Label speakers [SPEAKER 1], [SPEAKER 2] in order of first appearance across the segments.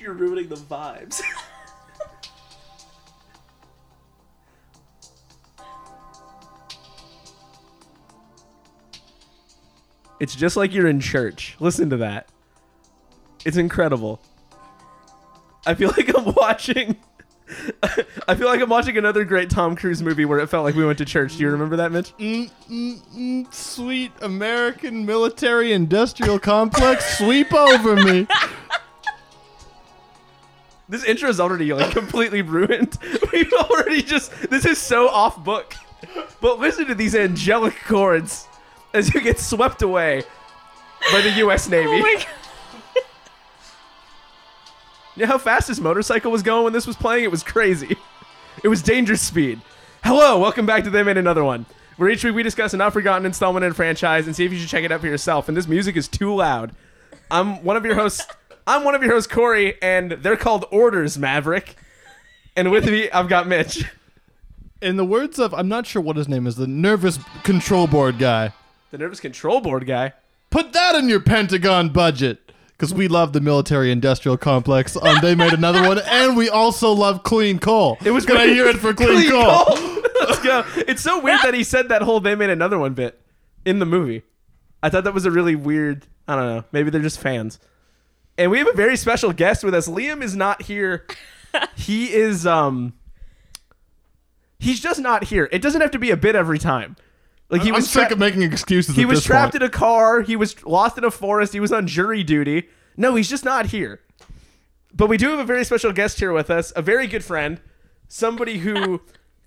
[SPEAKER 1] You're ruining the vibes. it's just like you're in church. Listen to that. It's incredible. I feel like I'm watching. I feel like I'm watching another great Tom Cruise movie where it felt like we went to church. Do you remember that, Mitch?
[SPEAKER 2] Mm, mm, mm, sweet American military industrial complex, sweep over me.
[SPEAKER 1] This intro is already like completely ruined. We've already just this is so off book. But listen to these angelic chords as you get swept away by the U.S. Navy.
[SPEAKER 3] Oh my god.
[SPEAKER 1] You know how fast this motorcycle was going when this was playing? It was crazy. It was danger speed. Hello, welcome back to They Made Another One, where each week we discuss an unforgotten installment in a franchise and see if you should check it out for yourself. And this music is too loud. I'm one of your hosts. I'm one of your hosts, Corey, and they're called Orders, Maverick. And with me, I've got Mitch.
[SPEAKER 2] In the words of, I'm not sure what his name is, the nervous control board guy.
[SPEAKER 1] The nervous control board guy.
[SPEAKER 2] Put that in your Pentagon budget. Because we love the military industrial complex. Um, they made another one, and we also love clean coal. It
[SPEAKER 1] was
[SPEAKER 2] Can I
[SPEAKER 1] clean-
[SPEAKER 2] hear it for clean, coal?
[SPEAKER 1] Let's go. It's so weird that he said that whole they made another one bit in the movie. I thought that was a really weird. I don't know. Maybe they're just fans. And we have a very special guest with us. Liam is not here. He is um He's just not here. It doesn't have to be a bit every time. Like he
[SPEAKER 2] I'm
[SPEAKER 1] was
[SPEAKER 2] sick
[SPEAKER 1] tra-
[SPEAKER 2] of making excuses.
[SPEAKER 1] he
[SPEAKER 2] at
[SPEAKER 1] was
[SPEAKER 2] this
[SPEAKER 1] trapped
[SPEAKER 2] point.
[SPEAKER 1] in a car. He was lost in a forest. He was on jury duty. No, he's just not here. But we do have a very special guest here with us, a very good friend, somebody who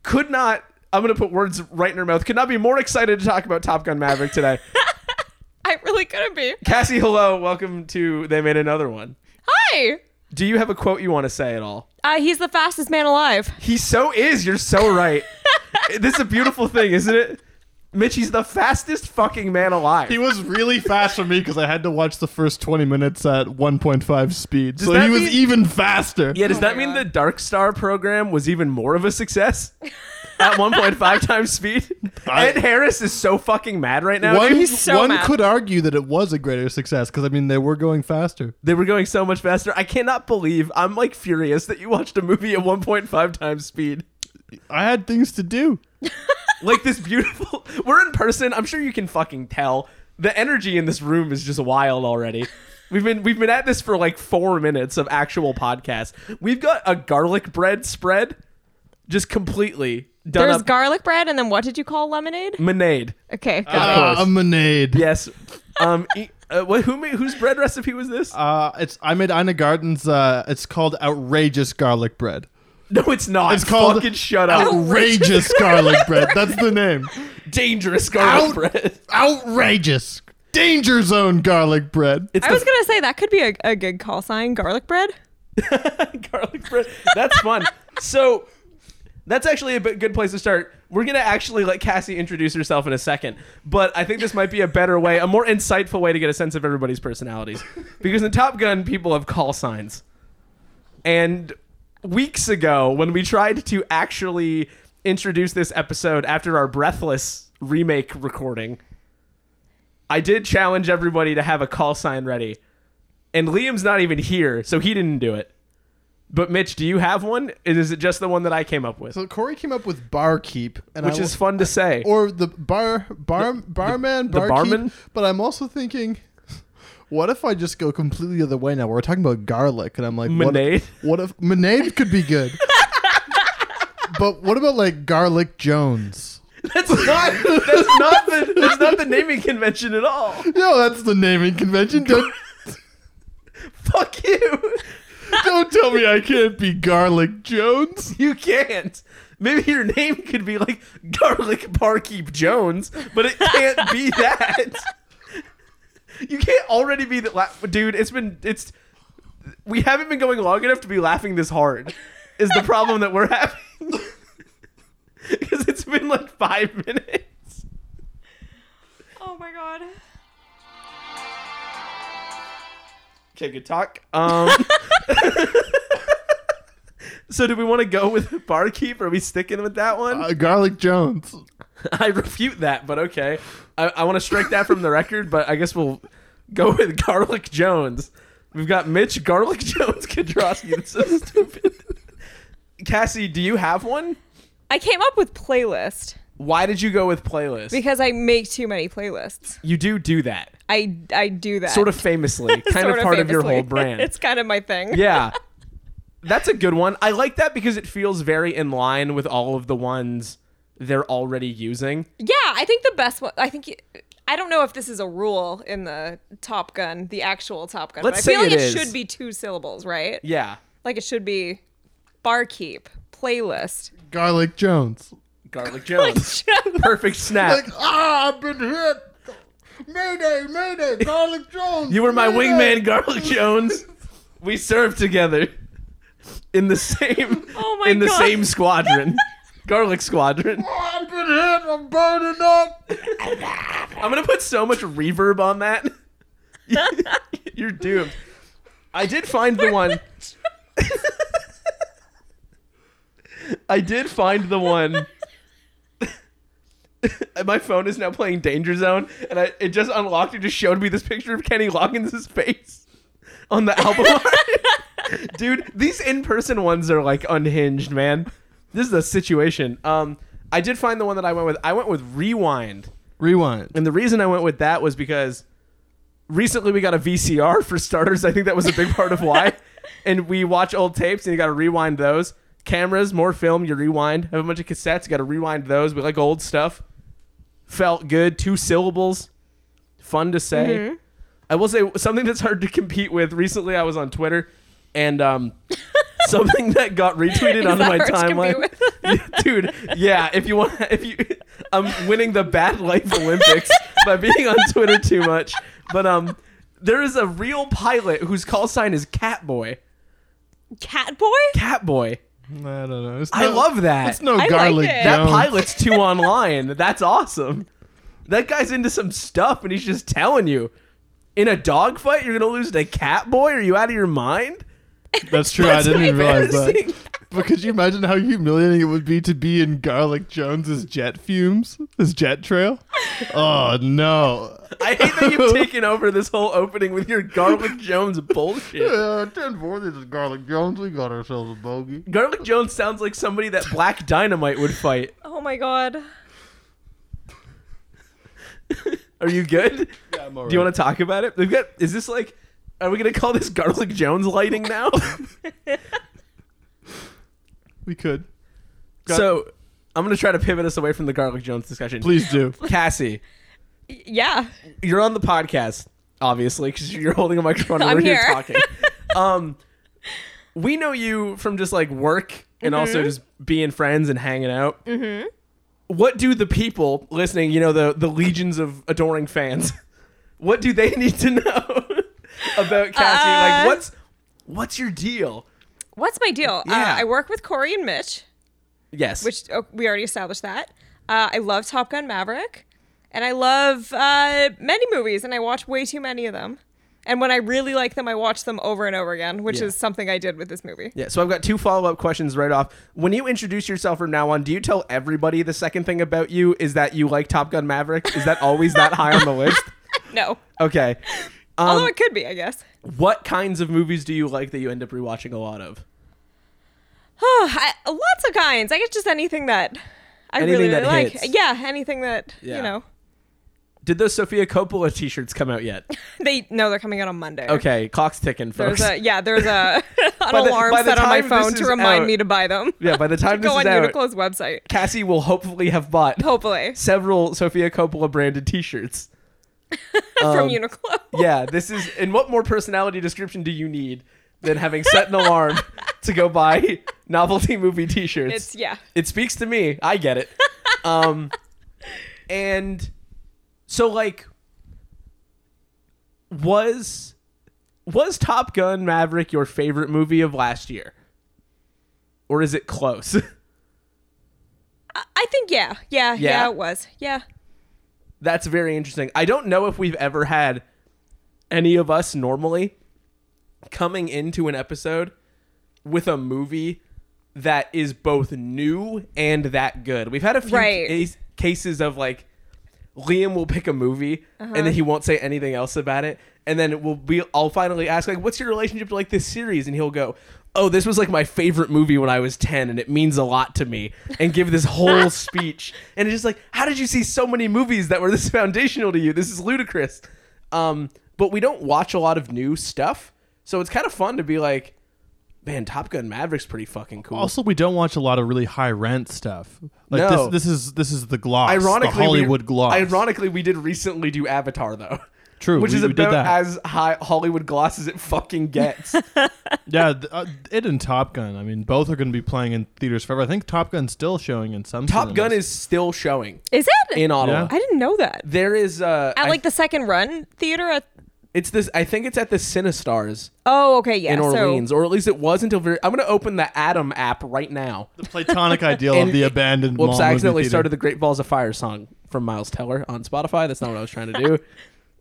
[SPEAKER 1] could not, I'm going to put words right in her mouth, could not be more excited to talk about Top Gun Maverick today.
[SPEAKER 3] I really couldn't be.
[SPEAKER 1] Cassie, hello. Welcome to They Made Another One.
[SPEAKER 3] Hi.
[SPEAKER 1] Do you have a quote you want to say at all?
[SPEAKER 3] Uh, he's the fastest man alive.
[SPEAKER 1] He so is. You're so right. this is a beautiful thing, isn't it? Mitch, he's the fastest fucking man alive.
[SPEAKER 2] He was really fast for me because I had to watch the first 20 minutes at 1.5 speed. so
[SPEAKER 1] that
[SPEAKER 2] he was
[SPEAKER 1] mean-
[SPEAKER 2] even faster.
[SPEAKER 1] Yeah, does
[SPEAKER 3] Oh
[SPEAKER 1] that
[SPEAKER 3] my
[SPEAKER 1] mean
[SPEAKER 3] God.
[SPEAKER 1] the Dark Star program was even more of a success? At 1.5 times speed?
[SPEAKER 2] I-
[SPEAKER 1] Ed Harris is so fucking mad right now.
[SPEAKER 2] One,
[SPEAKER 1] dude.
[SPEAKER 3] He's so
[SPEAKER 2] one
[SPEAKER 3] mad.
[SPEAKER 2] could argue that it was a greater success because, I mean, they were going faster.
[SPEAKER 1] They were going so much faster. I cannot believe I'm like furious that you watched a movie at 1.5 times speed.
[SPEAKER 2] I had things to do.
[SPEAKER 1] Like this beautiful. We're in person. I'm sure you can fucking tell. The energy in this room is just wild already. We've been we've been at this for like 4 minutes of actual podcast. We've got a garlic bread spread just completely done
[SPEAKER 3] There's
[SPEAKER 1] up Mm.
[SPEAKER 3] garlic bread, and then what did you call lemonade?
[SPEAKER 1] Menade.
[SPEAKER 3] Okay. got it.
[SPEAKER 2] Uh,
[SPEAKER 1] course.
[SPEAKER 2] a monade.
[SPEAKER 1] Yes. Um. e- uh, what, who made, whose bread recipe was this?
[SPEAKER 2] Uh, it's I made Ina Garden's. Uh, it's called outrageous garlic bread.
[SPEAKER 1] no, it's not.
[SPEAKER 2] It's called
[SPEAKER 1] fucking shut up.
[SPEAKER 2] outrageous garlic bread. That's the name.
[SPEAKER 1] Dangerous garlic
[SPEAKER 2] Out-
[SPEAKER 1] bread.
[SPEAKER 2] Outrageous danger zone garlic bread.
[SPEAKER 1] It's
[SPEAKER 3] I was
[SPEAKER 1] the
[SPEAKER 3] gonna say that could be a, a good call sign, garlic bread.
[SPEAKER 1] garlic bread. That's fun. so that's actually a bit- good place to start. We're gonna actually let Cassie introduce herself in a second, but I think this might be a better way, a more insightful way to get a sense of everybody's personalities, because in Top Gun people have call signs, and weeks ago when we tried to actually introduce this episode after our breathless remake recording. I did challenge everybody to have a call sign ready. And Liam's not even here, so he didn't do it. But Mitch, do you have one? And Is it just the one that I came up with?
[SPEAKER 2] So Corey came up with barkeep, and
[SPEAKER 1] Which
[SPEAKER 2] I,
[SPEAKER 1] is fun to say.
[SPEAKER 2] or the bar bar barman
[SPEAKER 1] the
[SPEAKER 2] barkeep.
[SPEAKER 1] barman?
[SPEAKER 2] But I'm also thinking. What if I just go completely the other way now? We're talking about garlic, and I'm like, what-
[SPEAKER 1] Menade?
[SPEAKER 2] What, if Menade could be good? but what about like Garlic Jones?
[SPEAKER 1] That's not that's not the that's not the naming convention at all.
[SPEAKER 2] No, that's the naming convention. Don't,
[SPEAKER 1] Fuck you.
[SPEAKER 2] don't tell me I can't be Garlic Jones.
[SPEAKER 1] You can't. Maybe your name could be like Garlic Barkeep Jones, but it can't be that. You can't already be that, la- dude. It's been it's. We haven't been going long enough to be laughing this hard. Is the problem that we're having? Because it's been like five minutes.
[SPEAKER 3] Oh my god.
[SPEAKER 1] Okay, good talk. Um. so, do we want to go with barkeep? Are we sticking with that one?
[SPEAKER 2] Uh, garlic Jones.
[SPEAKER 1] I refute that, but okay. I, I want to strike that from the record, but I guess we'll go with Garlic Jones. We've got Mitch Garlic Jones Kudrowski. That's so stupid. Cassie, do you have one?
[SPEAKER 3] I came up with playlist
[SPEAKER 1] Why did you go with playlist?
[SPEAKER 3] because I make too many playlists.
[SPEAKER 1] you do do that,
[SPEAKER 3] I I do that
[SPEAKER 1] sort of famously, kind of
[SPEAKER 3] Sort
[SPEAKER 1] part of your
[SPEAKER 3] famously.
[SPEAKER 1] whole brand.
[SPEAKER 3] it's kind of my thing.
[SPEAKER 1] yeah. That's a good one. I like that because it feels very in line with all of the ones they're already using.
[SPEAKER 3] Yeah, I think the best one. I think I don't know if this is a rule in the Top Gun, the actual Top Gun.
[SPEAKER 1] Let's
[SPEAKER 3] but I
[SPEAKER 1] say
[SPEAKER 3] feel like
[SPEAKER 1] it
[SPEAKER 3] it
[SPEAKER 1] is.
[SPEAKER 3] should be two syllables, right?
[SPEAKER 1] Yeah.
[SPEAKER 3] Like it should be barkeep, playlist.
[SPEAKER 2] Garlic Jones.
[SPEAKER 1] Garlic Jones. Perfect snap.
[SPEAKER 2] Like, ah, I've been hit. Mayday, mayday, Garlic Jones.
[SPEAKER 1] You were my
[SPEAKER 2] mayday."
[SPEAKER 1] wingman, Garlic Jones. We served together in the same
[SPEAKER 3] Oh my
[SPEAKER 1] in the
[SPEAKER 3] God.
[SPEAKER 1] same squadron. Garlic Squadron.
[SPEAKER 2] Oh, I've been hit. I'm burning up.
[SPEAKER 1] I'm gonna put so much reverb on that. You're doomed. I did find the one. I did find the one. My phone is now playing Danger Zone, and I, it just unlocked. It just showed me this picture of Kenny Loggins' face on the album art. Dude, these in-person ones are like unhinged, man. This is a situation. Um, I did find the one that I went with. I went with Rewind.
[SPEAKER 2] Rewind.
[SPEAKER 1] And the reason I went with that was because recently we got a VCR for starters. I think that was a big part of why. and we watch old tapes and you got to rewind those. Cameras, more film, you rewind. Have a bunch of cassettes, you got to rewind those. We like old stuff. Felt good, two syllables, fun to say.
[SPEAKER 3] Mm-hmm.
[SPEAKER 1] I will say something that's hard to compete with. Recently, I was on Twitter and um, something that got retweeted
[SPEAKER 3] Is
[SPEAKER 1] onto
[SPEAKER 3] that
[SPEAKER 1] my
[SPEAKER 3] hard to
[SPEAKER 1] timeline.
[SPEAKER 3] compete
[SPEAKER 1] Dude, yeah, if you want, if you, I'm winning the Bad Life Olympics by being on Twitter too much. But um, there is a real pilot whose call sign is Catboy.
[SPEAKER 3] Cat boy.
[SPEAKER 1] Catboy.
[SPEAKER 2] I don't know. It's
[SPEAKER 1] I
[SPEAKER 2] no-
[SPEAKER 1] love that.
[SPEAKER 2] It's no
[SPEAKER 3] I like
[SPEAKER 2] Garlic
[SPEAKER 3] it.
[SPEAKER 1] that
[SPEAKER 2] Jones.
[SPEAKER 1] pilot's too online. That's awesome. That guy's into some stuff, and he's just telling you. In a dogfight, you're gonna lose to Catboy? Are you out of your mind?
[SPEAKER 2] That's true. I didn't even realize that.
[SPEAKER 1] Embarrassing.
[SPEAKER 2] But could you imagine how humiliating it would be to be in Garlic Jones's jet fumes, his jet trail? Oh no!
[SPEAKER 1] I hate that you've taken over this whole opening with your Garlic Jones bullshit.
[SPEAKER 2] Yeah, ten four. This is Garlic Jones. We got ourselves a bogey.
[SPEAKER 1] Garlic Jones sounds like somebody that Black Dynamite would fight.
[SPEAKER 3] Oh my god.
[SPEAKER 1] Are you good?
[SPEAKER 2] Yeah, I'm
[SPEAKER 1] Do you want to talk about it? They've got. Is this like? Are we gonna call this Garlic Jones lighting now?
[SPEAKER 2] We could. Got-
[SPEAKER 1] so, I'm gonna try to pivot us away from the Garlic Jones discussion.
[SPEAKER 2] Please do.
[SPEAKER 1] Cassie,
[SPEAKER 3] Y- Yeah.
[SPEAKER 1] you're on the podcast, obviously, because you're holding a microphone and
[SPEAKER 3] I'm
[SPEAKER 1] we're here,
[SPEAKER 3] here.
[SPEAKER 1] talking. um, we know you from just like work and also
[SPEAKER 3] Mm-hmm.
[SPEAKER 1] just being friends and hanging out. Mm-hmm. What do the people listening, you know, the the legions of adoring fans, what do they need to know about Cassie? like,
[SPEAKER 3] Uh,
[SPEAKER 1] what's what's your deal?
[SPEAKER 3] What's my deal?
[SPEAKER 1] Yeah.
[SPEAKER 3] Uh, I work with Corey and Mitch,
[SPEAKER 1] Yes,
[SPEAKER 3] which oh, we already established that. Uh, I love Top Gun Maverick, and I love uh, many movies, and I watch way too many of them. And when I really like them, I watch them over and over again, which
[SPEAKER 1] Yeah.
[SPEAKER 3] is something I did with this movie.
[SPEAKER 1] Yeah, so I've got two follow up questions right off. When you introduce yourself from now on, do you tell everybody the second thing about you is that you like Top Gun Maverick? Is that always that high on the list?
[SPEAKER 3] No,
[SPEAKER 1] Okay. Um,
[SPEAKER 3] although it could be, I guess.
[SPEAKER 1] What kinds of movies do you like that you end up rewatching a lot of?
[SPEAKER 3] Oh, I, lots of kinds. I guess just anything that I
[SPEAKER 1] Anything
[SPEAKER 3] really,
[SPEAKER 1] that
[SPEAKER 3] really like.
[SPEAKER 1] hits.
[SPEAKER 3] Yeah, anything that
[SPEAKER 1] Yeah.
[SPEAKER 3] you know.
[SPEAKER 1] Did those Sophia Coppola t shirts come out yet?
[SPEAKER 3] They no, they're coming out on Monday.
[SPEAKER 1] Okay, clock's ticking,
[SPEAKER 3] There's
[SPEAKER 1] folks.
[SPEAKER 3] a yeah. There's a an
[SPEAKER 1] By the-
[SPEAKER 3] alarm
[SPEAKER 1] by the
[SPEAKER 3] set on my
[SPEAKER 1] time
[SPEAKER 3] phone
[SPEAKER 1] this
[SPEAKER 3] to
[SPEAKER 1] is
[SPEAKER 3] remind
[SPEAKER 1] out-
[SPEAKER 3] me to buy them.
[SPEAKER 1] yeah, by the time this
[SPEAKER 3] Go
[SPEAKER 1] is
[SPEAKER 3] on
[SPEAKER 1] out,
[SPEAKER 3] Uniqlo's website.
[SPEAKER 1] Cassie will hopefully have bought
[SPEAKER 3] Hopefully
[SPEAKER 1] several Sophia Coppola branded t shirts.
[SPEAKER 3] from Uniqlo.
[SPEAKER 1] Um, Yeah, this is. And what more personality description do you need than having set an alarm to go buy novelty movie t shirts?
[SPEAKER 3] It's yeah.
[SPEAKER 1] it speaks to me. I get it. Um, and so like was was Top Gun Maverick your favorite movie of last year? Or is it close?
[SPEAKER 3] I, I think yeah, yeah, yeah,
[SPEAKER 1] Yeah?
[SPEAKER 3] It was yeah.
[SPEAKER 1] That's very interesting. I don't know if we've ever had any of us normally coming into an episode with a movie that is both new and that good. We've had a few
[SPEAKER 3] Right.
[SPEAKER 1] case- cases of like Liam will pick a movie and then he won't say anything else about it. And then we'll be I'll finally ask like what's your relationship to like this series and he'll go, "Oh, this was like my favorite movie when I was 10 and it means a lot to me." And give this whole speech. And it's just like, "How did you see so many movies that were this foundational to you? This is ludicrous." Um, but we don't watch a lot of new stuff. So it's kind of fun to be like, "Man, Top Gun Maverick's pretty fucking cool."
[SPEAKER 2] Also, we don't watch a lot of really high rent stuff. Like
[SPEAKER 1] No.
[SPEAKER 2] this, this is this is the gloss,
[SPEAKER 1] ironically,
[SPEAKER 2] the Hollywood
[SPEAKER 1] we,
[SPEAKER 2] gloss.
[SPEAKER 1] Ironically, we did recently do Avatar though.
[SPEAKER 2] True,
[SPEAKER 1] which
[SPEAKER 2] we-
[SPEAKER 1] is
[SPEAKER 2] we did
[SPEAKER 1] about
[SPEAKER 2] that.
[SPEAKER 1] as high Hollywood gloss as it fucking gets.
[SPEAKER 2] yeah, th- uh, it and Top Gun. I mean, both are going to be playing in theaters forever. I think Top Gun's still showing in some.
[SPEAKER 1] Top Gun
[SPEAKER 2] cinemas.
[SPEAKER 1] is still showing
[SPEAKER 3] Is it?
[SPEAKER 1] in Ottawa.
[SPEAKER 2] Yeah.
[SPEAKER 3] I didn't know that.
[SPEAKER 1] There is uh,
[SPEAKER 3] At
[SPEAKER 1] I-
[SPEAKER 3] like the second run theater at
[SPEAKER 1] it's this. I think it's at the CineStars
[SPEAKER 3] Oh, okay, yeah.
[SPEAKER 1] in Orleans,
[SPEAKER 3] So
[SPEAKER 1] or at least it was until very. I'm gonna open the Atom app right now.
[SPEAKER 2] the platonic ideal
[SPEAKER 1] And-
[SPEAKER 2] of Oh, the abandoned.
[SPEAKER 1] Whoops!
[SPEAKER 2] mall
[SPEAKER 1] I
[SPEAKER 2] movie
[SPEAKER 1] accidentally
[SPEAKER 2] theater.
[SPEAKER 1] started the Great Balls of Fire song from Miles Teller on Spotify. That's not what I was trying to do.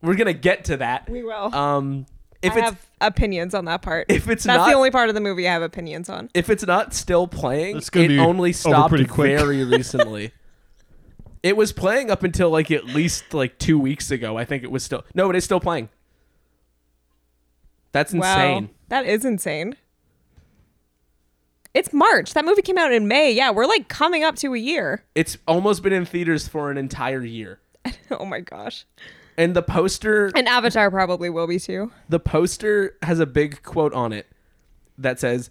[SPEAKER 1] We're gonna get to that.
[SPEAKER 3] we will.
[SPEAKER 1] Um, if
[SPEAKER 3] I
[SPEAKER 1] it's
[SPEAKER 3] have opinions on that part.
[SPEAKER 1] if it's
[SPEAKER 3] That's
[SPEAKER 1] not-
[SPEAKER 3] the only part of the movie I have opinions on.
[SPEAKER 1] if it's not still playing,
[SPEAKER 2] It's gonna
[SPEAKER 1] it
[SPEAKER 2] be
[SPEAKER 1] only
[SPEAKER 2] over
[SPEAKER 1] stopped
[SPEAKER 2] pretty quick.
[SPEAKER 1] very recently. It was playing up until like at least like two weeks ago. I think it was still no, it is still playing. That's insane.
[SPEAKER 3] Wow. That is insane. It's March. That movie came out in May. Yeah, we're like coming up to a year.
[SPEAKER 1] It's almost been in theaters for an entire year,
[SPEAKER 3] oh my gosh.
[SPEAKER 1] and the poster
[SPEAKER 3] And Avatar probably will be too.
[SPEAKER 1] the poster has a big quote on it that says,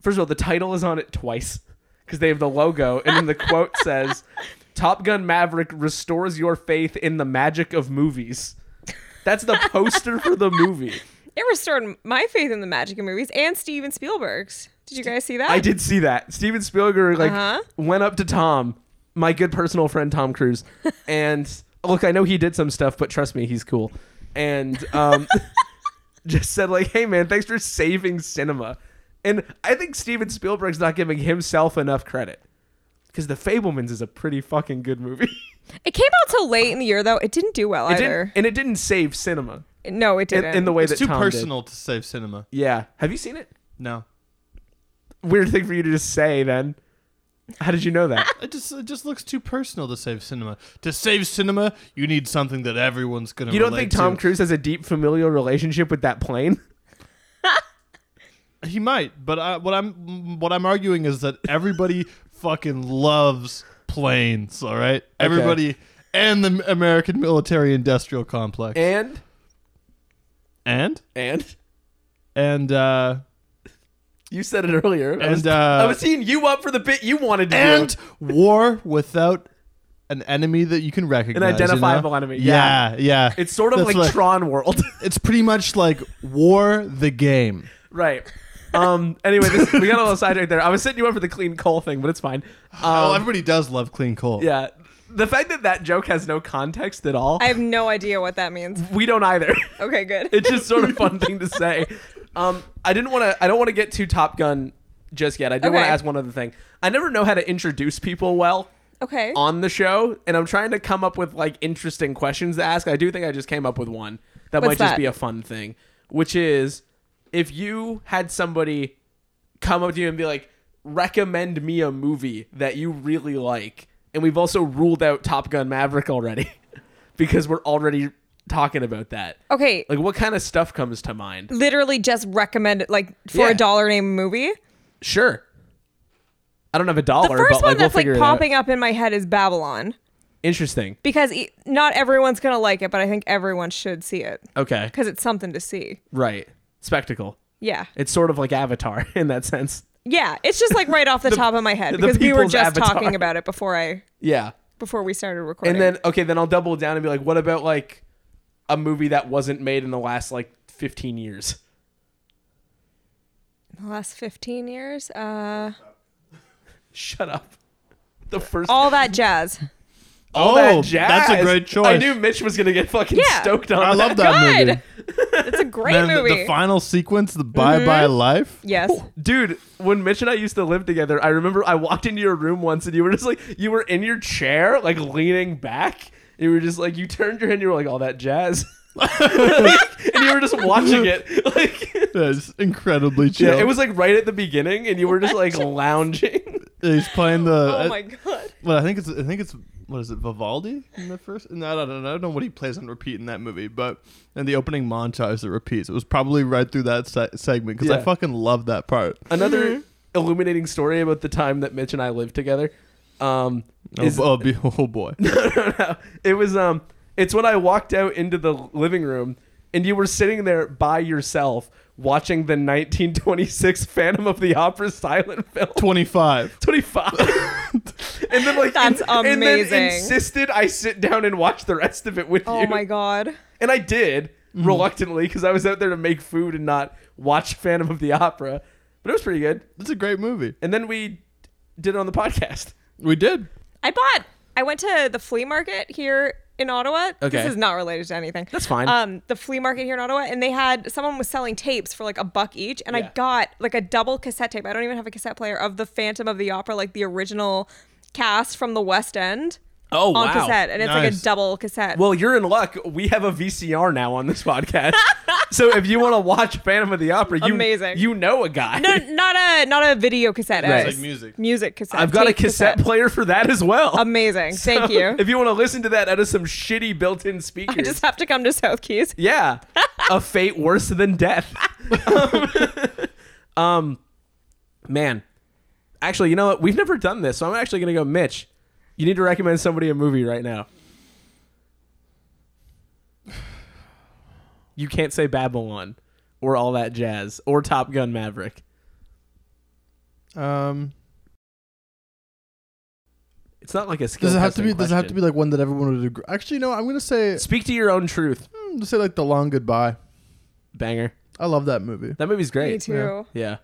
[SPEAKER 1] first of all, the title is on it twice because they have the logo, and then the quote says, "Top Gun Maverick restores your faith in the magic of movies." That's the poster for the movie.
[SPEAKER 3] It restored my faith in the magic of movies and Steven Spielberg's. Did you guys see that?
[SPEAKER 1] I did see that. Steven Spielberg like
[SPEAKER 3] Uh-huh.
[SPEAKER 1] went up to Tom, my good personal friend Tom Cruise, and look, I know he did some stuff, but trust me, he's cool. And um, just said like, "Hey man, thanks for saving cinema." And I think Steven Spielberg's not giving himself enough credit because The Fablemans is a pretty fucking good movie.
[SPEAKER 3] It came out so late in the year though. It didn't do well
[SPEAKER 1] it didn't,
[SPEAKER 3] either.
[SPEAKER 1] and it didn't save cinema
[SPEAKER 3] no, it
[SPEAKER 1] in,
[SPEAKER 3] didn't.
[SPEAKER 1] in the way
[SPEAKER 2] It's
[SPEAKER 1] that
[SPEAKER 2] too
[SPEAKER 1] Tom did.
[SPEAKER 2] personal to save cinema.
[SPEAKER 1] Yeah, have you seen it?
[SPEAKER 2] No,
[SPEAKER 1] Weird thing for you to just say. Then, how did you know that?
[SPEAKER 2] it just it just looks too personal to save cinema. To save cinema, you need something that everyone's going to.
[SPEAKER 1] You don't think Tom
[SPEAKER 2] to.
[SPEAKER 1] Cruise has a deep familial relationship with that plane?
[SPEAKER 2] He might, but I, what I'm what I'm arguing is that everybody fucking loves planes. All right, everybody, and the American military-industrial complex, and
[SPEAKER 1] And
[SPEAKER 2] and
[SPEAKER 1] and
[SPEAKER 2] and uh,
[SPEAKER 1] you said it earlier. I was,
[SPEAKER 2] And, uh,
[SPEAKER 1] I was seeing you up for the bit you wanted to
[SPEAKER 2] and
[SPEAKER 1] do.
[SPEAKER 2] war without an enemy that you can recognize, you
[SPEAKER 1] identifiable
[SPEAKER 2] know?
[SPEAKER 1] enemy,
[SPEAKER 2] Yeah, yeah.
[SPEAKER 1] It's sort of
[SPEAKER 2] That's
[SPEAKER 1] like
[SPEAKER 2] what-
[SPEAKER 1] Tron World,
[SPEAKER 2] It's pretty much like war the game.
[SPEAKER 1] right? Um. Anyway, this, we got a little sidetracked there. I was setting you up for the clean coal thing, but it's fine.
[SPEAKER 2] oh,
[SPEAKER 1] Um,
[SPEAKER 2] everybody does love clean coal.
[SPEAKER 1] yeah. The fact that that joke has no context at all,
[SPEAKER 3] I have no idea what that means.
[SPEAKER 1] we don't either.
[SPEAKER 3] Okay, good.
[SPEAKER 1] it's just sort of a fun thing to say. Um, I didn't want to. I don't want to get too Top Gun just yet. I do want to
[SPEAKER 3] Okay.
[SPEAKER 1] ask one other thing. I never know how to introduce people well.
[SPEAKER 3] okay.
[SPEAKER 1] on the show, and I'm trying to come up with like interesting questions to ask. I do think I just came up with one that
[SPEAKER 3] What's
[SPEAKER 1] might just
[SPEAKER 3] that?
[SPEAKER 1] be a fun thing, which is if you had somebody come up to you and be like, "Recommend me a movie that you really like," and we've also ruled out Top Gun Maverick already because we're already talking about that.
[SPEAKER 3] Okay.
[SPEAKER 1] Like, what kind of stuff comes to mind?
[SPEAKER 3] Literally just recommend it like for
[SPEAKER 1] Yeah.
[SPEAKER 3] a dollar name movie.
[SPEAKER 1] Sure. I don't have a
[SPEAKER 3] The
[SPEAKER 1] dollar,
[SPEAKER 3] first
[SPEAKER 1] but like
[SPEAKER 3] one that's
[SPEAKER 1] we'll
[SPEAKER 3] like
[SPEAKER 1] figure it out.
[SPEAKER 3] popping up in my head is Babylon
[SPEAKER 1] Interesting.
[SPEAKER 3] because e- not everyone's going to like it, but I think everyone should see it
[SPEAKER 1] Okay.
[SPEAKER 3] because it's something to see.
[SPEAKER 1] Right. Spectacle.
[SPEAKER 3] Yeah.
[SPEAKER 1] It's sort of like Avatar in that sense.
[SPEAKER 3] Yeah, it's just like right off the, top of my head
[SPEAKER 1] the
[SPEAKER 3] because we were
[SPEAKER 1] people's
[SPEAKER 3] just
[SPEAKER 1] avatar.
[SPEAKER 3] talking about it before I
[SPEAKER 1] Yeah.
[SPEAKER 3] before we started recording.
[SPEAKER 1] And then okay, then I'll double down and be like, what about like a movie that wasn't made in the last like 15 years?
[SPEAKER 3] the last 15 years, uh
[SPEAKER 1] Shut up. The first
[SPEAKER 3] all that jazz.
[SPEAKER 1] all
[SPEAKER 2] Oh,
[SPEAKER 1] that jazz.
[SPEAKER 2] that's a great
[SPEAKER 1] I
[SPEAKER 2] choice.
[SPEAKER 1] knew Mitch was gonna get fucking
[SPEAKER 3] Yeah.
[SPEAKER 1] stoked on.
[SPEAKER 2] I
[SPEAKER 1] that.
[SPEAKER 2] love that
[SPEAKER 3] Good.
[SPEAKER 2] movie.
[SPEAKER 3] It's a great
[SPEAKER 2] And the-
[SPEAKER 3] movie. Mm-hmm.
[SPEAKER 2] the final sequence, the bye bye life.
[SPEAKER 3] yes.
[SPEAKER 1] Dude, when Mitch and I used to live together, I remember I walked into your room once and you were just like you were in your chair, like leaning back. You were just like you turned your head and you were like all that jazz. and you were just watching it. Like
[SPEAKER 2] That's incredibly chill.
[SPEAKER 1] Yeah, it was like right at the beginning, and you were just like lounging.
[SPEAKER 2] He's playing the.
[SPEAKER 1] Uh,
[SPEAKER 3] Oh my god.
[SPEAKER 2] well, I think it's I think it's what is it Vivaldi in the first? No, I don't know. I don't know what he plays on repeat in that movie, but in the opening montage that repeats, it was probably right through that se- segment because I
[SPEAKER 1] Yeah.
[SPEAKER 2] fucking love that part.
[SPEAKER 1] Another illuminating story about the time that Mitch and I lived together. Um,
[SPEAKER 2] Oh,
[SPEAKER 1] is-
[SPEAKER 2] bo- oh, be- oh boy,
[SPEAKER 1] it was um it's when I walked out into the living room and you were sitting there by yourself watching the 1926 Phantom of the Opera silent film.
[SPEAKER 2] twenty five.
[SPEAKER 1] 25 and then like
[SPEAKER 3] That's
[SPEAKER 1] and- and then
[SPEAKER 3] amazing.
[SPEAKER 1] insisted i sit down and watch the rest of it with
[SPEAKER 3] Oh
[SPEAKER 1] you
[SPEAKER 3] my god.
[SPEAKER 1] and i did
[SPEAKER 3] Mm-hmm.
[SPEAKER 1] reluctantly because i was out there to make food and not watch phantom of the opera but it was pretty good
[SPEAKER 2] It's a great movie.
[SPEAKER 1] and then we did it on the podcast
[SPEAKER 2] We did.
[SPEAKER 3] I bought. I went to the flea market here in Ottawa.
[SPEAKER 1] Okay.
[SPEAKER 3] This is not related to anything.
[SPEAKER 1] That's fine.
[SPEAKER 3] Um, the flea market here in Ottawa, and they had someone was selling tapes for like a buck each, and
[SPEAKER 1] Yeah.
[SPEAKER 3] I got like a double cassette tape. I don't even have a cassette player of the Phantom of the Opera, like the original cast from the West End
[SPEAKER 1] oh
[SPEAKER 3] on cassette, and it's like
[SPEAKER 2] Nice.
[SPEAKER 3] a double cassette.
[SPEAKER 1] well you're in luck we have a vcr now on this podcast so if you want to watch phantom of the opera you
[SPEAKER 3] Amazing.
[SPEAKER 1] you know a guy
[SPEAKER 3] no, not a not a video cassette.
[SPEAKER 1] Right.
[SPEAKER 3] Right.
[SPEAKER 1] It's
[SPEAKER 2] like music.
[SPEAKER 3] Music cassette.
[SPEAKER 1] i've got a
[SPEAKER 3] tape
[SPEAKER 1] cassette player for that as well
[SPEAKER 3] Amazing. Thank you.
[SPEAKER 1] if you want to listen to that out of some shitty built-in speakers
[SPEAKER 3] I just have to come to South Keys.
[SPEAKER 1] Yeah. a fate worse than death. um, um, man. Actually, you know what? We've never done this, so I'm actually going to go Mitch. You need to recommend somebody a movie right now. You can't say Babylon or all that jazz or Top Gun Maverick.
[SPEAKER 2] Um,
[SPEAKER 1] It's not like a skill.
[SPEAKER 2] does it have to be? Does it have to be like one that everyone would agree? Actually, no. I'm gonna say,
[SPEAKER 1] Speak to your own truth,
[SPEAKER 2] I'm gonna say like the long goodbye.
[SPEAKER 1] banger.
[SPEAKER 2] I love that movie.
[SPEAKER 1] That movie's great.
[SPEAKER 3] Me too.
[SPEAKER 2] yeah.
[SPEAKER 1] Yeah.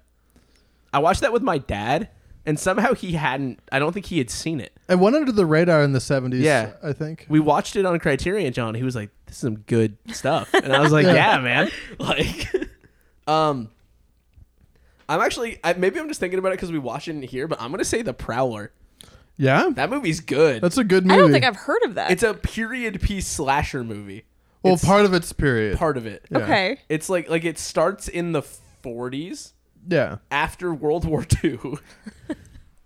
[SPEAKER 1] I watched that with my dad, and somehow he hadn't, I don't think he had seen it.
[SPEAKER 2] It went under the radar in the 70s.
[SPEAKER 1] Yeah.
[SPEAKER 2] I think.
[SPEAKER 1] We watched it on Criterion, John. He was like, this is some good stuff. And I was like, yeah,
[SPEAKER 2] Yeah.
[SPEAKER 1] man. Like, um, I'm actually, I, maybe I'm just thinking about it because we watched it in here, but I'm going to say The Prowler.
[SPEAKER 2] Yeah,
[SPEAKER 1] That movie's good.
[SPEAKER 2] that's a good movie.
[SPEAKER 3] I don't think I've heard of that.
[SPEAKER 1] it's a period piece slasher movie.
[SPEAKER 2] well,
[SPEAKER 1] it's
[SPEAKER 2] part of it's period.
[SPEAKER 1] part of it.
[SPEAKER 2] Yeah.
[SPEAKER 3] okay.
[SPEAKER 1] It's like, like it starts in the 40s.
[SPEAKER 2] Yeah.
[SPEAKER 1] after World War II,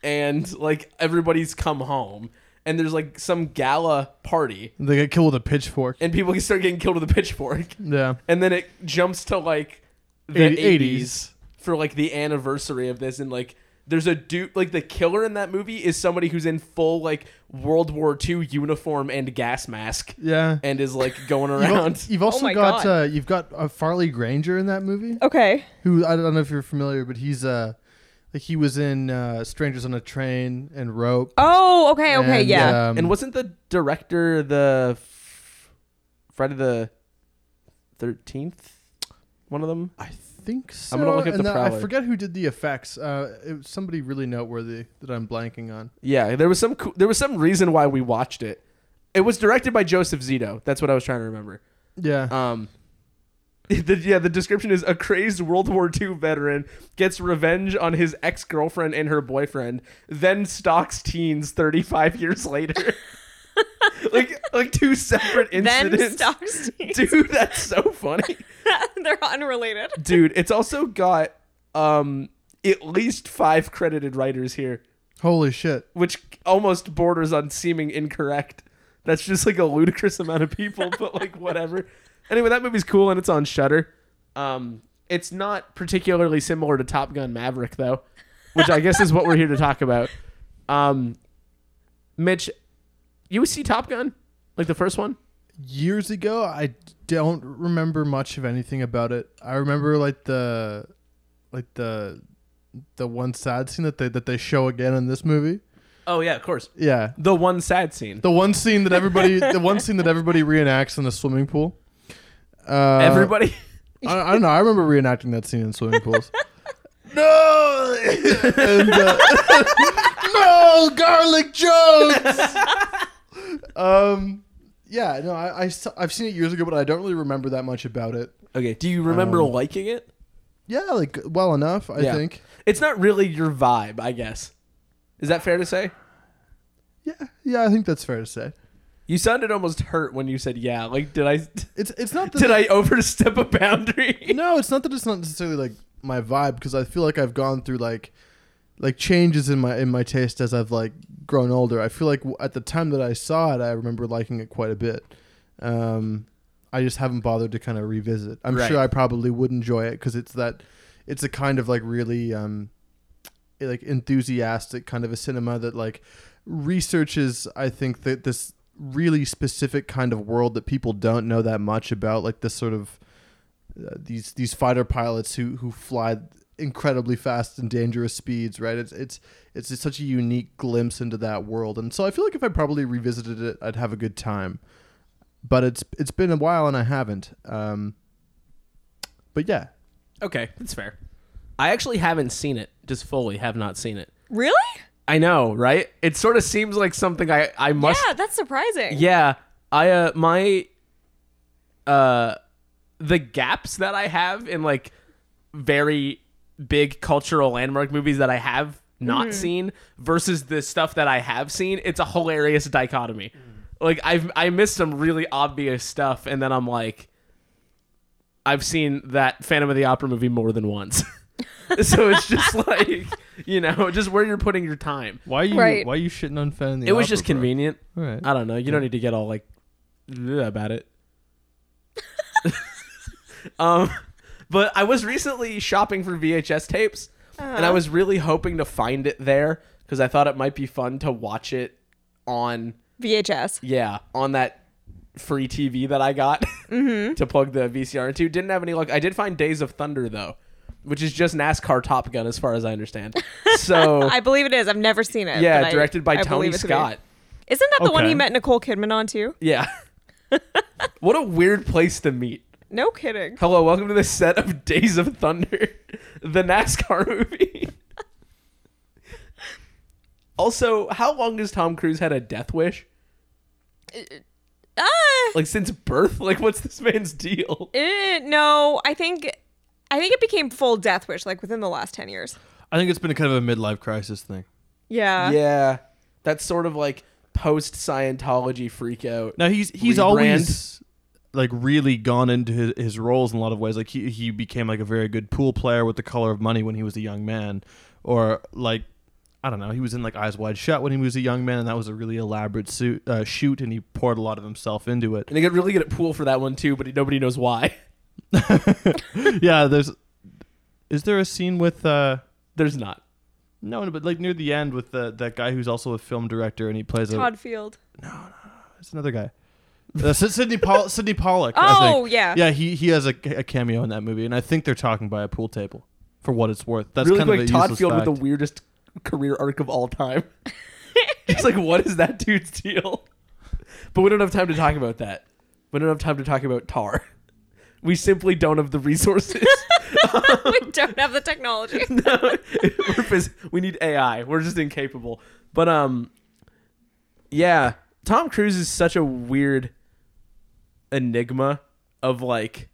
[SPEAKER 1] and like everybody's come home, and there's like some gala party,
[SPEAKER 2] They get killed with a pitchfork.
[SPEAKER 1] and people start getting killed with a pitchfork,
[SPEAKER 2] Yeah.
[SPEAKER 1] and then it jumps to like the
[SPEAKER 2] Eighty-
[SPEAKER 1] 80s for like the anniversary of this, and like there's a dude like the killer in that movie is somebody who's in full like World War II uniform and gas mask,
[SPEAKER 2] Yeah.
[SPEAKER 1] and is like going
[SPEAKER 2] You've al-
[SPEAKER 1] around.
[SPEAKER 2] You've also
[SPEAKER 3] Oh my
[SPEAKER 2] got
[SPEAKER 3] God.
[SPEAKER 2] uh, you've got uh, Farley Granger in that movie,
[SPEAKER 3] Okay.
[SPEAKER 2] who I don't know if you're familiar, but he's uh like he was in uh, Strangers on a Train and Rope.
[SPEAKER 3] Oh, okay, okay,
[SPEAKER 2] and,
[SPEAKER 3] yeah.
[SPEAKER 2] um,
[SPEAKER 1] and uh, wasn't the director the f- Friday the Thirteenth? One of them.
[SPEAKER 2] I think so.
[SPEAKER 1] I'm gonna look up
[SPEAKER 2] and
[SPEAKER 1] the
[SPEAKER 2] then I
[SPEAKER 1] Prowler.
[SPEAKER 2] forget who did the effects. Uh, it was somebody really noteworthy that I'm blanking on.
[SPEAKER 1] Yeah, there was some coo- there was some reason why we watched it. It was directed by Joseph Zito. That's what I was trying to remember.
[SPEAKER 2] Yeah.
[SPEAKER 1] Um, the, yeah, the description is a crazed World War II veteran gets revenge on his ex girlfriend and her boyfriend, then stalks teens 35 years later. like like two separate
[SPEAKER 3] Then
[SPEAKER 1] incidents.
[SPEAKER 3] stars.
[SPEAKER 1] Dude, that's so funny.
[SPEAKER 3] They're unrelated.
[SPEAKER 1] Dude, it's also got um at least five credited writers here.
[SPEAKER 2] Holy shit.
[SPEAKER 1] which almost borders on seeming incorrect. That's just like a ludicrous amount of people, but like whatever. Anyway, that movie's cool and it's on Shutter. Um, it's not particularly similar to Top Gun Maverick though, which I guess is what we're here to talk about. Um, Mitch, you see Top Gun, like the first one?
[SPEAKER 2] years ago i don't remember much of anything about it i remember like the like the the one sad scene that they that they show again in this movie
[SPEAKER 1] Oh yeah, of course.
[SPEAKER 2] yeah
[SPEAKER 1] The one sad scene.
[SPEAKER 2] the one scene that everybody the one scene that everybody reenacts in the swimming pool uh,
[SPEAKER 1] Everybody.
[SPEAKER 2] I, I don't know. I remember reenacting that scene in swimming pools. no, and, uh, no garlic jokes. um, yeah, no, I, I s- I've seen it years ago, but I don't really remember that much about it.
[SPEAKER 1] okay. Do you remember
[SPEAKER 2] Um,
[SPEAKER 1] liking it?
[SPEAKER 2] Yeah, like well enough, I
[SPEAKER 1] Yeah.
[SPEAKER 2] think.
[SPEAKER 1] It's not really your vibe, I guess. Is that fair to say?
[SPEAKER 2] Yeah, yeah, I think that's fair to say.
[SPEAKER 1] You sounded almost hurt when you said yeah. Like, did I
[SPEAKER 2] It's it's not that
[SPEAKER 1] did I overstep a boundary?
[SPEAKER 2] no, it's not that it's not necessarily like my vibe because I feel like I've gone through like like changes in my in my taste as I've like grown older. I feel like w- at the time that I saw it, I remember liking it quite a bit. Um, I just haven't bothered to kind of revisit. I'm
[SPEAKER 1] Right.
[SPEAKER 2] sure I probably would enjoy it because it's that it's a kind of like really um, like enthusiastic kind of a cinema that like researches i think that this really specific kind of world that people don't know that much about like this sort of uh, these these fighter pilots who who fly incredibly fast and dangerous speeds right it's it's it's just such a unique glimpse into that world and so i feel like if i probably revisited it i'd have a good time but it's it's been a while and i haven't um but yeah
[SPEAKER 1] Okay, that's fair. I actually haven't seen it. Just fully have not seen it.
[SPEAKER 3] Really?
[SPEAKER 1] I know, right? It sort of seems like something I I must.
[SPEAKER 3] yeah, that's surprising.
[SPEAKER 1] Yeah, I uh my uh the gaps that I have in like very big cultural landmark movies that I have not seen versus the stuff that I have seen, it's a hilarious dichotomy. Like I've I missed some really obvious stuff and then I'm like I've seen that Phantom of the Opera movie more than once. so it's just like, you know, just where you're putting your time.
[SPEAKER 4] Why you
[SPEAKER 3] Right.
[SPEAKER 4] why you shitting on Phantom?
[SPEAKER 1] It was just convenient. Uh,
[SPEAKER 4] All right.
[SPEAKER 1] I don't know. You don't need to get all like bleh about it. um, but I was recently shopping for VHS tapes, and I
[SPEAKER 3] Uh-huh.
[SPEAKER 1] was really hoping to find it there because I thought it might be fun to watch it on
[SPEAKER 3] VHS.
[SPEAKER 1] yeah on that free TV that I got
[SPEAKER 3] Mm-hmm.
[SPEAKER 1] to plug the VCR into. Didn't have any luck. I did find Days of Thunder though, which is just NASCAR Top Gun as far as I understand. So
[SPEAKER 3] I believe it is. I've never seen it. but
[SPEAKER 1] yeah,
[SPEAKER 3] I-
[SPEAKER 1] directed by
[SPEAKER 3] I
[SPEAKER 1] Tony
[SPEAKER 3] believe it to be.
[SPEAKER 1] Scott.
[SPEAKER 3] Isn't that the one
[SPEAKER 4] Okay.
[SPEAKER 3] he met Nicole Kidman on too?
[SPEAKER 1] Yeah. what a weird place to meet.
[SPEAKER 3] No kidding.
[SPEAKER 1] Hello, welcome to the set of Days of Thunder, the NASCAR movie. also, how long has Tom Cruise had a death wish?
[SPEAKER 3] Ah,
[SPEAKER 1] Like since birth? Like what's this man's deal?
[SPEAKER 3] eh, no, I think, I think it became full Death Wish like within the last ten years.
[SPEAKER 4] I think it's been a kind of a midlife crisis thing.
[SPEAKER 3] Yeah.
[SPEAKER 1] yeah. That's sort of like post Scientology freak out.
[SPEAKER 4] Now he's he's
[SPEAKER 1] Rebrand.
[SPEAKER 4] always like really gone into his, his roles in a lot of ways. Like he he became like a very good pool player with the color of money when he was a young man, or like I don't know, he was in like Eyes Wide Shut when he was a young man, and that was a really elaborate suit uh, shoot, and he poured a lot of himself into it.
[SPEAKER 1] And he got really good at pool for that one too, but nobody knows why.
[SPEAKER 4] yeah, there's is there a scene with uh
[SPEAKER 1] There's not.
[SPEAKER 4] no, no, but like near the end with the that guy who's also a film director and he plays
[SPEAKER 3] Todd Field.
[SPEAKER 4] a it's another guy. Uh, Sy- Sidney Paul Sidney Pollock. I think.
[SPEAKER 3] Oh yeah.
[SPEAKER 4] Yeah, he he has a, a cameo in that movie, and I think they're talking by a pool table. For what it's worth, that's
[SPEAKER 1] really
[SPEAKER 4] kind
[SPEAKER 1] quick,
[SPEAKER 4] of a
[SPEAKER 1] Todd
[SPEAKER 4] useless
[SPEAKER 1] Field
[SPEAKER 4] fact.
[SPEAKER 1] with the weirdest career arc of all time. It's like, what is that dude's deal? But we don't have time to talk about that. We don't have time to talk about Tar. We simply don't have the resources.
[SPEAKER 3] we don't have the technology.
[SPEAKER 1] We're phys- we need AI. We're just incapable. But um, yeah, Tom Cruise is such a weird enigma of like.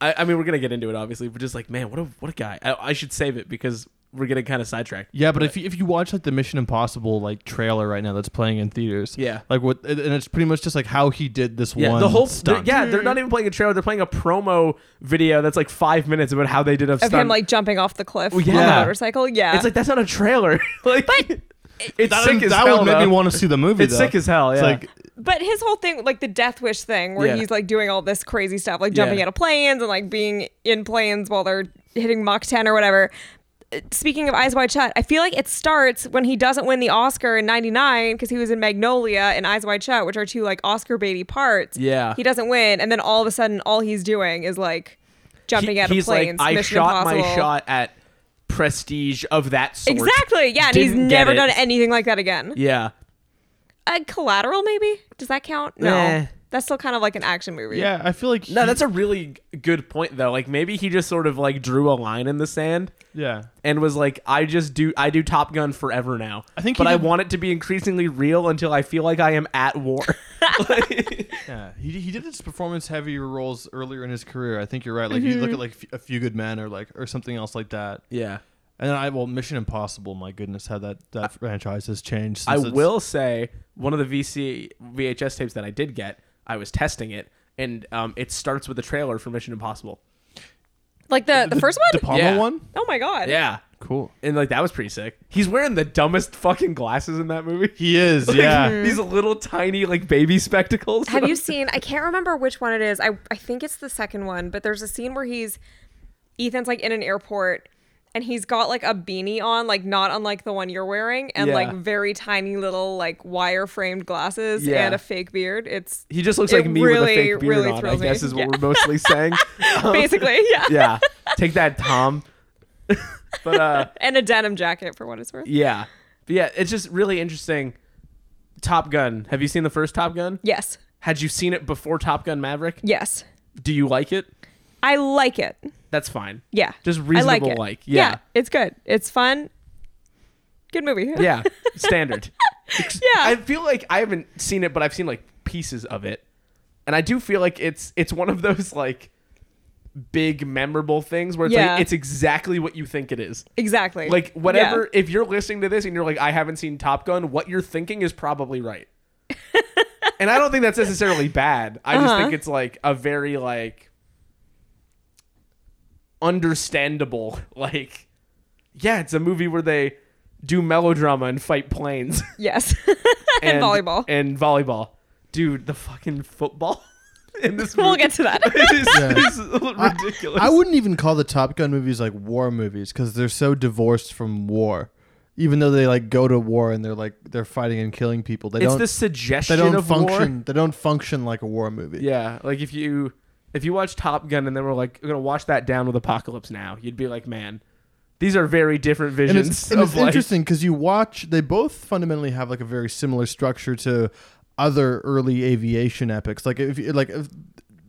[SPEAKER 1] I, I mean, we're gonna get into it, obviously, but just like, man, what a what a guy. I, I should save it because we're getting kind of sidetracked.
[SPEAKER 4] yeah, but if you, if you watch like the Mission Impossible like trailer right now that's playing in theaters,
[SPEAKER 1] Yeah.
[SPEAKER 4] like what, and and it's pretty much just like how he did this
[SPEAKER 1] Yeah,
[SPEAKER 4] one.
[SPEAKER 1] the whole they're-
[SPEAKER 4] stunt.
[SPEAKER 1] yeah, they're not even playing a trailer. They're playing a promo video that's like five minutes about how they did a
[SPEAKER 3] of
[SPEAKER 1] stunt.
[SPEAKER 3] him like jumping off the cliff on the
[SPEAKER 1] yeah.
[SPEAKER 3] motorcycle. Yeah.
[SPEAKER 1] it's like that's not a trailer. like, but it's
[SPEAKER 4] that,
[SPEAKER 1] sick as
[SPEAKER 4] that
[SPEAKER 1] hell.
[SPEAKER 4] would make me
[SPEAKER 1] though.
[SPEAKER 4] want to see the movie.
[SPEAKER 1] It's
[SPEAKER 4] though.
[SPEAKER 1] sick as hell. Yeah.
[SPEAKER 4] It's like
[SPEAKER 3] but his whole thing, like the death wish thing, where
[SPEAKER 1] Yeah.
[SPEAKER 3] he's like doing all this crazy stuff, like jumping
[SPEAKER 1] Yeah.
[SPEAKER 3] out of planes and like being in planes while they're hitting Mach 10 or whatever. Uh, Speaking of Eyes Wide Shut, I feel like it starts when he doesn't win the Oscar in '99 because he was in Magnolia and Eyes Wide Shut, which are two like Oscar baity parts.
[SPEAKER 1] Yeah.
[SPEAKER 3] he doesn't win, and then all of a sudden, all he's doing is like jumping
[SPEAKER 1] He-
[SPEAKER 3] out of
[SPEAKER 1] he's
[SPEAKER 3] planes.
[SPEAKER 1] like, I
[SPEAKER 3] Mission
[SPEAKER 1] shot my
[SPEAKER 3] Impossible."
[SPEAKER 1] shot at prestige of that sort.
[SPEAKER 3] Exactly. Yeah, and he's
[SPEAKER 1] Didn't get
[SPEAKER 3] never
[SPEAKER 1] it.
[SPEAKER 3] done anything like that again.
[SPEAKER 1] Yeah.
[SPEAKER 3] Uh, collateral, maybe? Does that count? No.
[SPEAKER 1] Nah.
[SPEAKER 3] That's still kind of like an action movie.
[SPEAKER 4] yeah, I feel like
[SPEAKER 1] No,
[SPEAKER 4] he-
[SPEAKER 1] that's a really g- good point though. Like maybe he just sort of like drew a line in the sand
[SPEAKER 4] yeah.
[SPEAKER 1] and was like, I just do I do Top Gun forever now.
[SPEAKER 4] I think he
[SPEAKER 1] but I
[SPEAKER 4] did-
[SPEAKER 1] want it to be increasingly real until I feel like I am at war.
[SPEAKER 4] Yeah, he, he did his performance heavier roles earlier in his career. I think you're right. Like you
[SPEAKER 1] Mm-hmm.
[SPEAKER 4] look at like F- a few good men or like or something else like that.
[SPEAKER 1] yeah.
[SPEAKER 4] And then I well, Mission Impossible. My goodness, how that that franchise has changed.
[SPEAKER 1] I
[SPEAKER 4] since it's-
[SPEAKER 1] will say one of the VC VHS tapes that I did get, I was testing it, and um, it starts with a trailer for Mission Impossible.
[SPEAKER 3] Like the, the first one?
[SPEAKER 4] De Palma
[SPEAKER 1] Yeah.
[SPEAKER 4] one.
[SPEAKER 3] oh my god.
[SPEAKER 1] Yeah,
[SPEAKER 2] Cool.
[SPEAKER 1] and like that was pretty sick. He's wearing the dumbest fucking glasses in that movie.
[SPEAKER 4] He is,
[SPEAKER 1] Like,
[SPEAKER 4] yeah.
[SPEAKER 1] these little tiny like baby spectacles.
[SPEAKER 3] Have you seen? I can't remember which one it is. I I think it's the second one, but there's a scene where he's Ethan's like in an airport and he's got like a beanie on, like not unlike the one you're wearing, and
[SPEAKER 1] Yeah.
[SPEAKER 3] like very tiny little like wire framed glasses
[SPEAKER 1] Yeah.
[SPEAKER 3] and a fake beard. It's
[SPEAKER 1] He just looks
[SPEAKER 3] It
[SPEAKER 1] like me with a
[SPEAKER 3] really,
[SPEAKER 1] fake beard
[SPEAKER 3] really
[SPEAKER 1] on. I
[SPEAKER 3] thrills me.
[SPEAKER 1] guess is what
[SPEAKER 3] Yeah.
[SPEAKER 1] we're mostly saying. Um,
[SPEAKER 3] basically yeah.
[SPEAKER 1] yeah, take that, Tom. but uh,
[SPEAKER 3] and a denim jacket for what it's worth.
[SPEAKER 1] yeah, but yeah, it's just really interesting. Top Gun. Have you seen the first Top Gun?
[SPEAKER 3] Yes,
[SPEAKER 1] Had you seen it before Top Gun Maverick?
[SPEAKER 3] yes,
[SPEAKER 1] Do you like it?
[SPEAKER 3] I like it.
[SPEAKER 1] That's fine.
[SPEAKER 3] Yeah,
[SPEAKER 1] Just
[SPEAKER 3] I like,
[SPEAKER 1] reasonable,
[SPEAKER 3] it.
[SPEAKER 1] like, yeah.
[SPEAKER 3] it's good. It's fun. Good movie.
[SPEAKER 1] Yeah, standard.
[SPEAKER 3] Yeah.
[SPEAKER 1] I feel like I haven't seen it, but I've seen like pieces of it, and I do feel like it's it's one of those like big memorable things where it's
[SPEAKER 3] Yeah.
[SPEAKER 1] like it's exactly what you think it is.
[SPEAKER 3] exactly.
[SPEAKER 1] Like
[SPEAKER 3] Yeah.
[SPEAKER 1] whatever, if you're listening to this and you're like, I haven't seen Top Gun, what you're thinking is probably right. and I don't think that's necessarily bad. I just
[SPEAKER 3] Uh-huh.
[SPEAKER 1] think it's like a very like understandable like yeah, it's a movie where they do melodrama and fight planes
[SPEAKER 3] Yes, and, volleyball.
[SPEAKER 1] and volleyball. Dude, the fucking football in this movie
[SPEAKER 3] we'll get to that.
[SPEAKER 1] is,
[SPEAKER 2] Yeah.
[SPEAKER 1] is ridiculous.
[SPEAKER 2] I wouldn't even call the Top Gun movies like war movies because they're so divorced from war. Even though they like go to war and they're like they're fighting and killing people, they
[SPEAKER 1] it's
[SPEAKER 2] don't
[SPEAKER 1] the
[SPEAKER 2] they
[SPEAKER 1] suggestion
[SPEAKER 2] don't
[SPEAKER 1] of war.
[SPEAKER 2] function they don't function like a war movie.
[SPEAKER 1] Yeah, like if you if you watch Top Gun and then we're like we're gonna wash that down with Apocalypse Now, you'd be like, man, these are very different
[SPEAKER 2] and
[SPEAKER 1] visions
[SPEAKER 2] it's, and
[SPEAKER 1] of
[SPEAKER 2] it's
[SPEAKER 1] like.
[SPEAKER 2] interesting because you watch they both fundamentally have like a very similar structure to other early aviation epics like if you- like if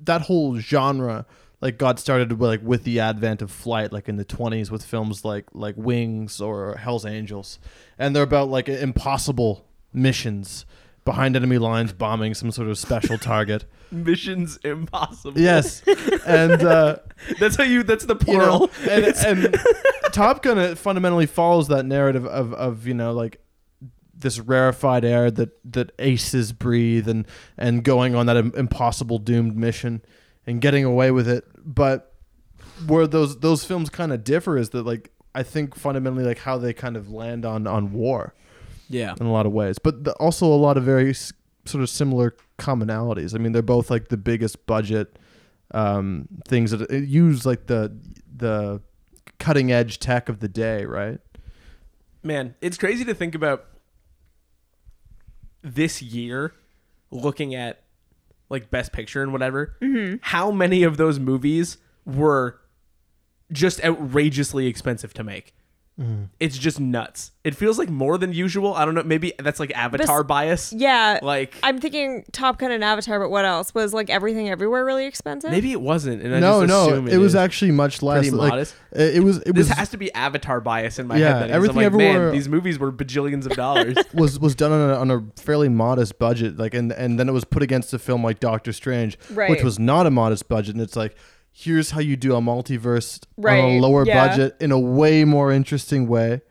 [SPEAKER 2] that whole genre like got started with, like with the advent of flight like in the 20s with films like like wings or hell's angels and they're about like impossible missions behind enemy lines bombing some sort of special target
[SPEAKER 1] Missions Impossible.
[SPEAKER 2] yes and uh
[SPEAKER 1] that's how you. That's the
[SPEAKER 2] you
[SPEAKER 1] plural.
[SPEAKER 2] know, and, and Top Gun uh, fundamentally follows that narrative of, of you know like this rarefied air that that aces breathe and and going on that im- impossible doomed mission and getting away with it. But where those those films kind of differ is that like I think fundamentally like how they kind of land on on war
[SPEAKER 1] yeah,
[SPEAKER 2] in a lot of ways, but the, also a lot of very s- sort of similar commonalities. I mean, they're both like the biggest budget um, things that it use like the the cutting edge tech of the day, right?
[SPEAKER 1] man, it's crazy to think about this year, looking at like Best Picture and whatever. How many of those movies were just outrageously expensive to make?
[SPEAKER 2] Mm-hmm.
[SPEAKER 1] It's just nuts. It feels like more than usual. I don't know. Maybe that's like Avatar bias.
[SPEAKER 3] yeah,
[SPEAKER 1] Like
[SPEAKER 3] I'm thinking Top Gun and Avatar, but what else was like everything everywhere really expensive?
[SPEAKER 1] maybe it wasn't. And I
[SPEAKER 2] no,
[SPEAKER 1] just
[SPEAKER 2] no,
[SPEAKER 1] assume
[SPEAKER 2] it was
[SPEAKER 1] is.
[SPEAKER 2] actually much less.
[SPEAKER 1] pretty
[SPEAKER 2] like,
[SPEAKER 1] modest.
[SPEAKER 2] It, it was it
[SPEAKER 1] This
[SPEAKER 2] was
[SPEAKER 1] has to be Avatar bias in my
[SPEAKER 2] Yeah,
[SPEAKER 1] head. Then, 'cause I'm
[SPEAKER 2] everything
[SPEAKER 1] like,
[SPEAKER 2] everywhere-
[SPEAKER 1] Man, these movies were bajillions of dollars.
[SPEAKER 2] was was done on a, on a fairly modest budget, like and and then it was put against a film like Doctor Strange, which
[SPEAKER 3] Right.
[SPEAKER 2] was not a modest budget, and it's like. Here's how you do a multiverse on a
[SPEAKER 3] Right,
[SPEAKER 2] lower
[SPEAKER 3] yeah.
[SPEAKER 2] budget in a way more interesting way.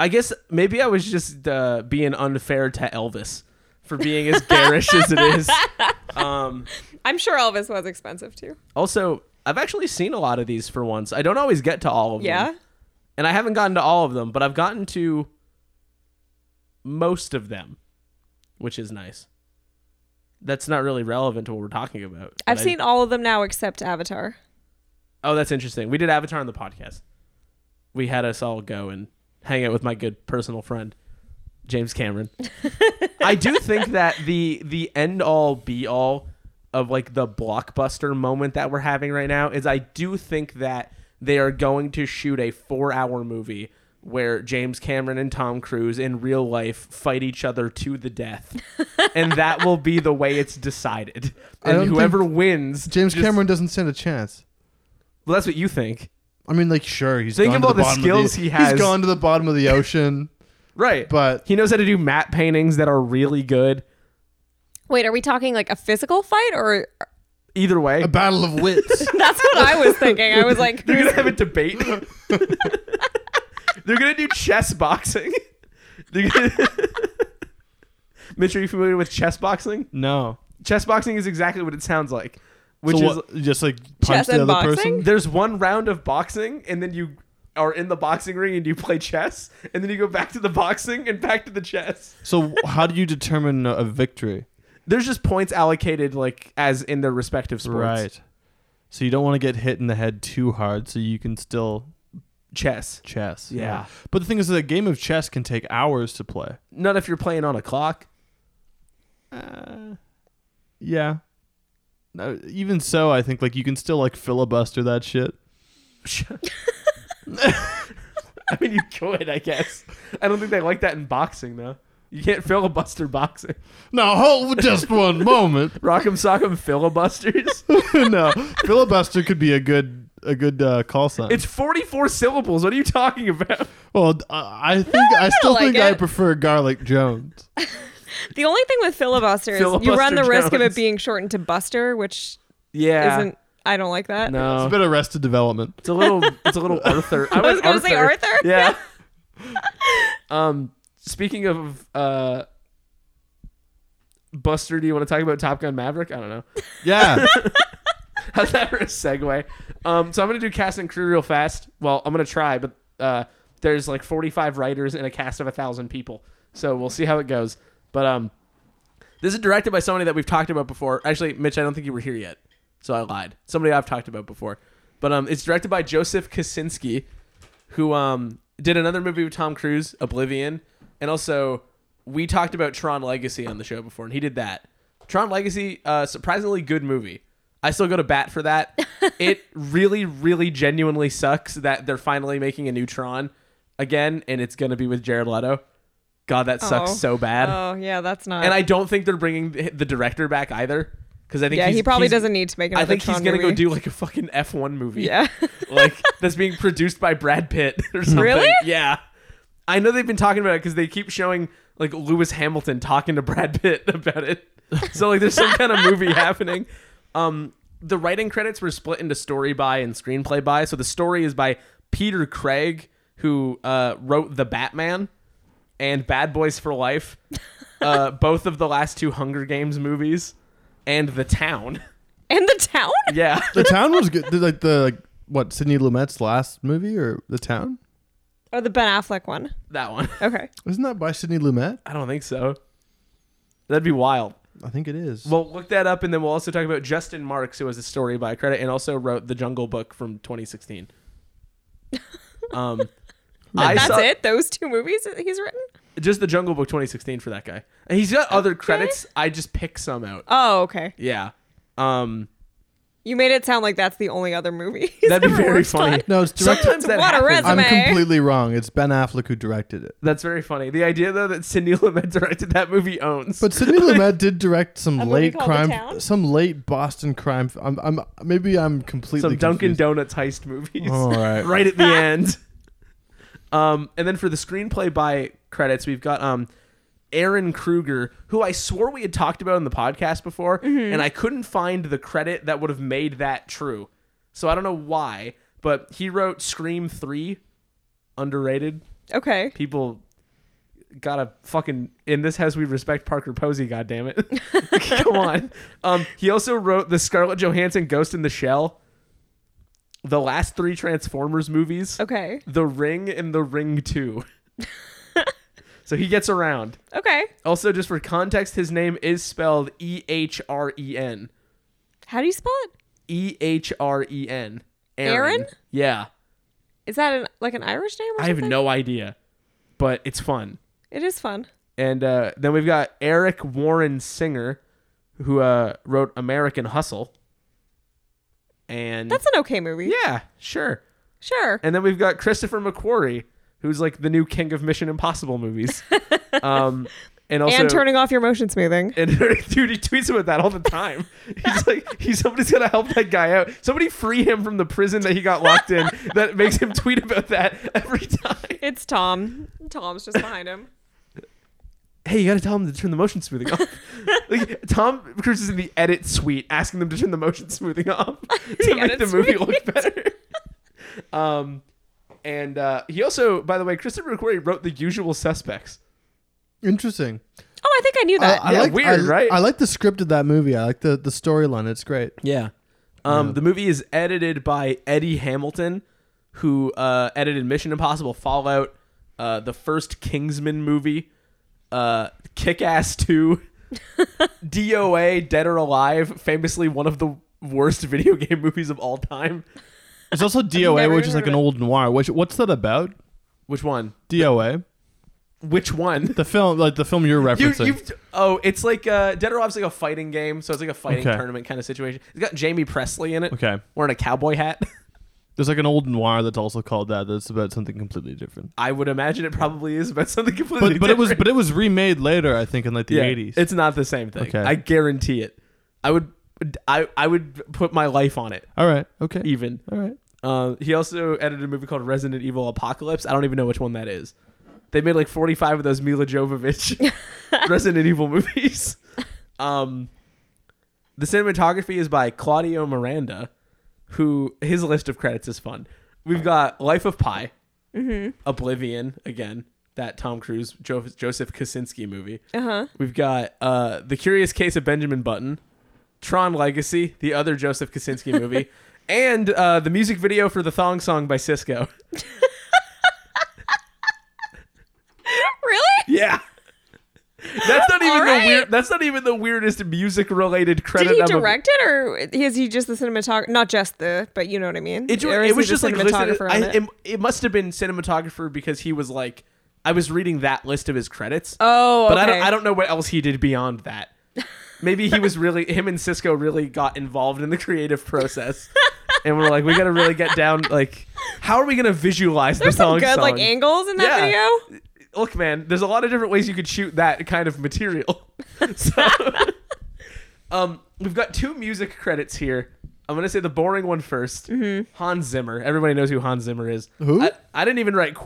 [SPEAKER 1] I guess maybe I was just uh, being unfair to Elvis for being as garish as it is. Um,
[SPEAKER 3] I'm sure Elvis was expensive too.
[SPEAKER 1] also, I've actually seen a lot of these for once. I don't always get to all of
[SPEAKER 3] Yeah,
[SPEAKER 1] them. And I haven't gotten to all of them, but I've gotten to most of them, which is nice. That's not really relevant to what we're talking about. but
[SPEAKER 3] I've
[SPEAKER 1] I-
[SPEAKER 3] seen all of them now except Avatar.
[SPEAKER 1] Oh, that's interesting. We did Avatar on the podcast. We had us all go and hang out with my good personal friend, James Cameron. I do think that the the end all be all of like the blockbuster moment that we're having right now is I do think that they are going to shoot a four hour movie where James Cameron and Tom Cruise in real life fight each other to the death. and that will be the way it's decided.
[SPEAKER 2] I
[SPEAKER 1] And
[SPEAKER 2] don't
[SPEAKER 1] whoever wins
[SPEAKER 2] James
[SPEAKER 1] just-
[SPEAKER 2] Cameron doesn't stand a chance.
[SPEAKER 1] Well that's what you think.
[SPEAKER 2] I mean, like, sure, he's
[SPEAKER 1] Think
[SPEAKER 2] gone
[SPEAKER 1] of
[SPEAKER 2] to
[SPEAKER 1] all the
[SPEAKER 2] bottom of
[SPEAKER 1] skills he has.
[SPEAKER 2] He's gone to the bottom of the ocean,
[SPEAKER 1] Right.
[SPEAKER 2] but
[SPEAKER 1] He knows how to do matte paintings that are really good.
[SPEAKER 3] Wait, are we talking like a physical fight or?
[SPEAKER 1] Either way,
[SPEAKER 2] a battle of wits.
[SPEAKER 3] That's what I was thinking. I was like,
[SPEAKER 1] they're gonna have a debate. they're gonna do chess boxing. They're gonna- Mitch, are you familiar with chess boxing?
[SPEAKER 4] No.
[SPEAKER 1] Chess boxing is exactly what it sounds like, which
[SPEAKER 2] So
[SPEAKER 1] is
[SPEAKER 2] what, just like punch
[SPEAKER 3] Chess
[SPEAKER 2] the
[SPEAKER 3] and
[SPEAKER 2] other
[SPEAKER 3] boxing?
[SPEAKER 2] person.
[SPEAKER 1] there's one round of boxing and then you are in the boxing ring and you play chess, and then you go back to the boxing and back to the chess.
[SPEAKER 4] So how do you determine a victory?
[SPEAKER 1] There's just points allocated like as in their respective sports.
[SPEAKER 4] Right. So you don't want to get hit in the head too hard, so you can still
[SPEAKER 1] Chess.
[SPEAKER 4] chess.
[SPEAKER 1] Yeah.
[SPEAKER 4] But the thing is, that a game of chess can take hours to play.
[SPEAKER 1] Not if you're playing on a clock. Uh,
[SPEAKER 4] Yeah. No, even so, I think like you can still like filibuster that shit.
[SPEAKER 1] I mean, you could, I guess. I don't think they like that in boxing, though. You can't filibuster boxing.
[SPEAKER 4] Now hold just one moment.
[SPEAKER 1] Rock'em sock'em filibusters.
[SPEAKER 4] no, filibuster could be a good a good uh, call sign.
[SPEAKER 1] it's 44 syllables. What are you talking about?
[SPEAKER 4] well, d- I I think I still
[SPEAKER 3] like
[SPEAKER 4] think I
[SPEAKER 3] it.
[SPEAKER 4] prefer Garlic Jones.
[SPEAKER 3] The only thing with filibuster is you
[SPEAKER 1] Filibuster
[SPEAKER 3] run the risk of
[SPEAKER 1] Jones.
[SPEAKER 3] it being shortened to Buster, which
[SPEAKER 1] Yeah.
[SPEAKER 3] isn't. I don't like that.
[SPEAKER 1] no.
[SPEAKER 4] It's been Arrested Development.
[SPEAKER 1] It's a little. It's a little Arthur. I,
[SPEAKER 3] was gonna say Arthur.
[SPEAKER 1] Yeah. um. Speaking of uh, Buster, do you want to talk about Top Gun Maverick? I don't know.
[SPEAKER 4] Yeah.
[SPEAKER 1] How's that for a segue? Um. So I'm gonna do cast and crew real fast. Well, I'm gonna try, but uh, there's like 45 writers and a cast of a thousand people. So we'll see how it goes. But um, this is directed by somebody that we've talked about before. Actually, Mitch, I don't think you were here yet, so I lied. Somebody I've talked about before. But um, it's directed by Joseph Kaczynski, who um did another movie with Tom Cruise, Oblivion, and also we talked about Tron Legacy on the show before, and he did that. Tron Legacy, uh, surprisingly good movie. I still go to bat for that. it really, really, genuinely sucks that they're finally making a new Tron again, and it's gonna be with Jared Leto. God, that sucks
[SPEAKER 3] Oh.
[SPEAKER 1] so bad.
[SPEAKER 3] Oh yeah, that's not.
[SPEAKER 1] and I don't think they're bringing the the director back either, because I think
[SPEAKER 3] yeah,
[SPEAKER 1] he's-
[SPEAKER 3] he probably
[SPEAKER 1] he's-
[SPEAKER 3] doesn't need to make another.
[SPEAKER 1] I think he's
[SPEAKER 3] Tron
[SPEAKER 1] gonna go
[SPEAKER 3] movie.
[SPEAKER 1] do like a fucking F one movie
[SPEAKER 3] Yeah.
[SPEAKER 1] like that's being produced by Brad Pitt or something.
[SPEAKER 3] Really?
[SPEAKER 1] Yeah. I know they've been talking about it because they keep showing like Lewis Hamilton talking to Brad Pitt about it. So like there's some kind of movie happening. Um the writing credits were split into story by and screenplay by. So the story is by Peter Craig, who uh, wrote The Batman and Bad Boys for Life, uh, both of the last two Hunger Games movies, and The Town.
[SPEAKER 3] and the town.
[SPEAKER 1] Yeah.
[SPEAKER 4] the town was good. Did, Like the like, what Sidney Lumet's last movie or the town?
[SPEAKER 3] Or the Ben Affleck one.
[SPEAKER 1] That one.
[SPEAKER 3] Okay.
[SPEAKER 4] Isn't that by Sidney Lumet?
[SPEAKER 1] I don't think so. That'd be wild.
[SPEAKER 4] I think it is.
[SPEAKER 1] Well, look that up, and then we'll also talk about Justin Marks, who has a story by credit and also wrote The Jungle Book from 2016. Um, I
[SPEAKER 3] That's
[SPEAKER 1] saw
[SPEAKER 3] it. Those two movies that he's written.
[SPEAKER 1] just The Jungle Book 2016 for that guy. And he's got other credits. I just pick some out.
[SPEAKER 3] Oh, okay.
[SPEAKER 1] Yeah. Um,
[SPEAKER 3] You made it sound like that's the only other movie. he's
[SPEAKER 1] that'd be
[SPEAKER 3] ever
[SPEAKER 1] very
[SPEAKER 3] worked on.
[SPEAKER 1] funny.
[SPEAKER 4] no, it's directed.
[SPEAKER 1] Sometimes
[SPEAKER 3] It's
[SPEAKER 1] that
[SPEAKER 3] what a
[SPEAKER 1] happens.
[SPEAKER 3] resume.
[SPEAKER 4] I'm
[SPEAKER 3] May.
[SPEAKER 4] completely wrong. It's Ben Affleck who directed it.
[SPEAKER 1] That's very funny. The idea though that Sidney Lumet directed that movie owns.
[SPEAKER 4] But Sidney Lumet did direct some
[SPEAKER 3] movie
[SPEAKER 4] late
[SPEAKER 3] called The
[SPEAKER 4] crime,
[SPEAKER 3] Town?
[SPEAKER 4] some late Boston crime. f- I'm, I'm maybe I'm completely
[SPEAKER 1] some Dunkin'
[SPEAKER 4] confused. Oh,
[SPEAKER 1] Donuts heist movies.
[SPEAKER 4] All right.
[SPEAKER 1] right at the end. Um, and then for the screenplay by credits, we've got um, Aaron Kruger, who I swore we had talked about in the podcast before, and I couldn't find the credit that would have made that true. So I don't know why, but he wrote Scream 3, underrated.
[SPEAKER 3] Okay.
[SPEAKER 1] People gotta fucking in this house we respect Parker Posey, goddammit. Come on. Um, he also wrote the Scarlett Johansson Ghost in the Shell, the last three Transformers movies.
[SPEAKER 3] Okay.
[SPEAKER 1] The Ring and The Ring 2. so he gets around.
[SPEAKER 3] Okay.
[SPEAKER 1] Also, just for context, his name is spelled E H R E N.
[SPEAKER 3] How do you spell it?
[SPEAKER 1] E H R E N.
[SPEAKER 3] Aaron?
[SPEAKER 1] Yeah.
[SPEAKER 3] Is that an like an Irish name? Or
[SPEAKER 1] I have
[SPEAKER 3] something?
[SPEAKER 1] no idea, but it's fun.
[SPEAKER 3] It is fun.
[SPEAKER 1] And uh, then we've got Eric Warren Singer, who uh, wrote American Hustle. And
[SPEAKER 3] That's an okay movie.
[SPEAKER 1] Mm. yeah, sure.
[SPEAKER 3] Sure.
[SPEAKER 1] And then we've got Christopher McQuarrie, who's like the new king of Mission Impossible movies. um, and also
[SPEAKER 3] and turning off your motion smoothing.
[SPEAKER 1] And dude, he tweets about that all the time. He's like, he, somebody's got to help that guy out. Somebody free him from the prison that he got locked in that makes him tweet about that every time.
[SPEAKER 3] It's Tom. Tom's just behind him.
[SPEAKER 1] Hey, you got to tell him to turn the motion smoothing off. like, Tom Cruise is in the edit suite asking them to turn the motion smoothing off to make
[SPEAKER 3] edit
[SPEAKER 1] the movie
[SPEAKER 3] suite.
[SPEAKER 1] look better. Um, and uh, he also, by the way, Christopher McQuarrie wrote The Usual Suspects.
[SPEAKER 4] Interesting.
[SPEAKER 3] Oh, I think I knew that.
[SPEAKER 4] I, I
[SPEAKER 1] Yeah,
[SPEAKER 4] like,
[SPEAKER 1] weird,
[SPEAKER 4] I,
[SPEAKER 1] right?
[SPEAKER 4] I like the script of that movie. I like the the storyline. It's great.
[SPEAKER 1] Yeah. Um, The movie is edited by Eddie Hamilton, who uh, edited Mission Impossible Fallout, uh, the first Kingsman movie, uh, Kick Ass 2, DOA, Dead or Alive, famously one of the worst video game movies of all time.
[SPEAKER 4] There's also DOA,
[SPEAKER 3] never
[SPEAKER 4] which is
[SPEAKER 3] heard
[SPEAKER 4] like
[SPEAKER 3] of
[SPEAKER 4] an
[SPEAKER 3] it.
[SPEAKER 4] old noir. Which what's that about?
[SPEAKER 1] Which one?
[SPEAKER 4] DOA,
[SPEAKER 1] Which one?
[SPEAKER 4] the film, like the film you're
[SPEAKER 1] You,
[SPEAKER 4] referencing.
[SPEAKER 1] you've, oh, it's like uh, Dead or Alive's like a fighting game, so it's like a fighting
[SPEAKER 4] Okay.
[SPEAKER 1] tournament kind of situation. It's got Jamie Presley in it,
[SPEAKER 4] okay,
[SPEAKER 1] wearing a cowboy hat.
[SPEAKER 4] there's like an old noir that's also called that. That's about something completely different.
[SPEAKER 1] I would imagine it probably is about something completely
[SPEAKER 4] But but it was
[SPEAKER 1] different.
[SPEAKER 4] but it was remade later, I think, in like the
[SPEAKER 1] Yeah,
[SPEAKER 4] 80s.
[SPEAKER 1] It's not the same thing.
[SPEAKER 4] Okay.
[SPEAKER 1] I guarantee it. I would I I would put my life on it
[SPEAKER 4] All right. Okay.
[SPEAKER 1] even.
[SPEAKER 4] All right.
[SPEAKER 1] Uh, he also edited a movie called Resident Evil Apocalypse. I don't even know which one that is. They made like 45 of those Mila Jovovich Resident Evil movies. Um, the cinematography is by Claudio Miranda, who his list of credits is fun. We've got Life of Pi, Oblivion again, that Tom Cruise jo- Joseph Kosinski movie.
[SPEAKER 3] Uh-huh.
[SPEAKER 1] We've got uh, The Curious Case of Benjamin Button, Tron Legacy, the other Joseph Kosinski movie, and uh, the music video for the Thong Song by Cisco.
[SPEAKER 3] Really?
[SPEAKER 1] Yeah. That's not even
[SPEAKER 3] Alright.
[SPEAKER 1] the weird. That's not even the weirdest music-related credit.
[SPEAKER 3] Did he
[SPEAKER 1] I'm a-
[SPEAKER 3] direct it, or is he just the cinematographer? Not just the, but you know what I mean.
[SPEAKER 1] It, ju-
[SPEAKER 3] Or is
[SPEAKER 1] it
[SPEAKER 3] he
[SPEAKER 1] was
[SPEAKER 3] the
[SPEAKER 1] just like listed,
[SPEAKER 3] cinematographer
[SPEAKER 1] I,
[SPEAKER 3] on
[SPEAKER 1] it. it must have been cinematographer because he was like, I was reading that list of his credits,
[SPEAKER 3] oh,
[SPEAKER 1] but I
[SPEAKER 3] okay.
[SPEAKER 1] don't. I don't know what else he did beyond that. Maybe he was really him and Cisco really got involved in the creative process, and we're like, we got to really get down. Like, how are we gonna visualize
[SPEAKER 3] There's
[SPEAKER 1] the
[SPEAKER 3] some
[SPEAKER 1] thong
[SPEAKER 3] good
[SPEAKER 1] song?
[SPEAKER 3] like angles in that
[SPEAKER 1] Yeah.
[SPEAKER 3] video.
[SPEAKER 1] Look, man, there's a lot of different ways you could shoot that kind of material. so, um, we've got two music credits here. I'm gonna say the boring one first. Hans Zimmer. Everybody knows who Hans Zimmer is.
[SPEAKER 2] Who?
[SPEAKER 1] I, I didn't even write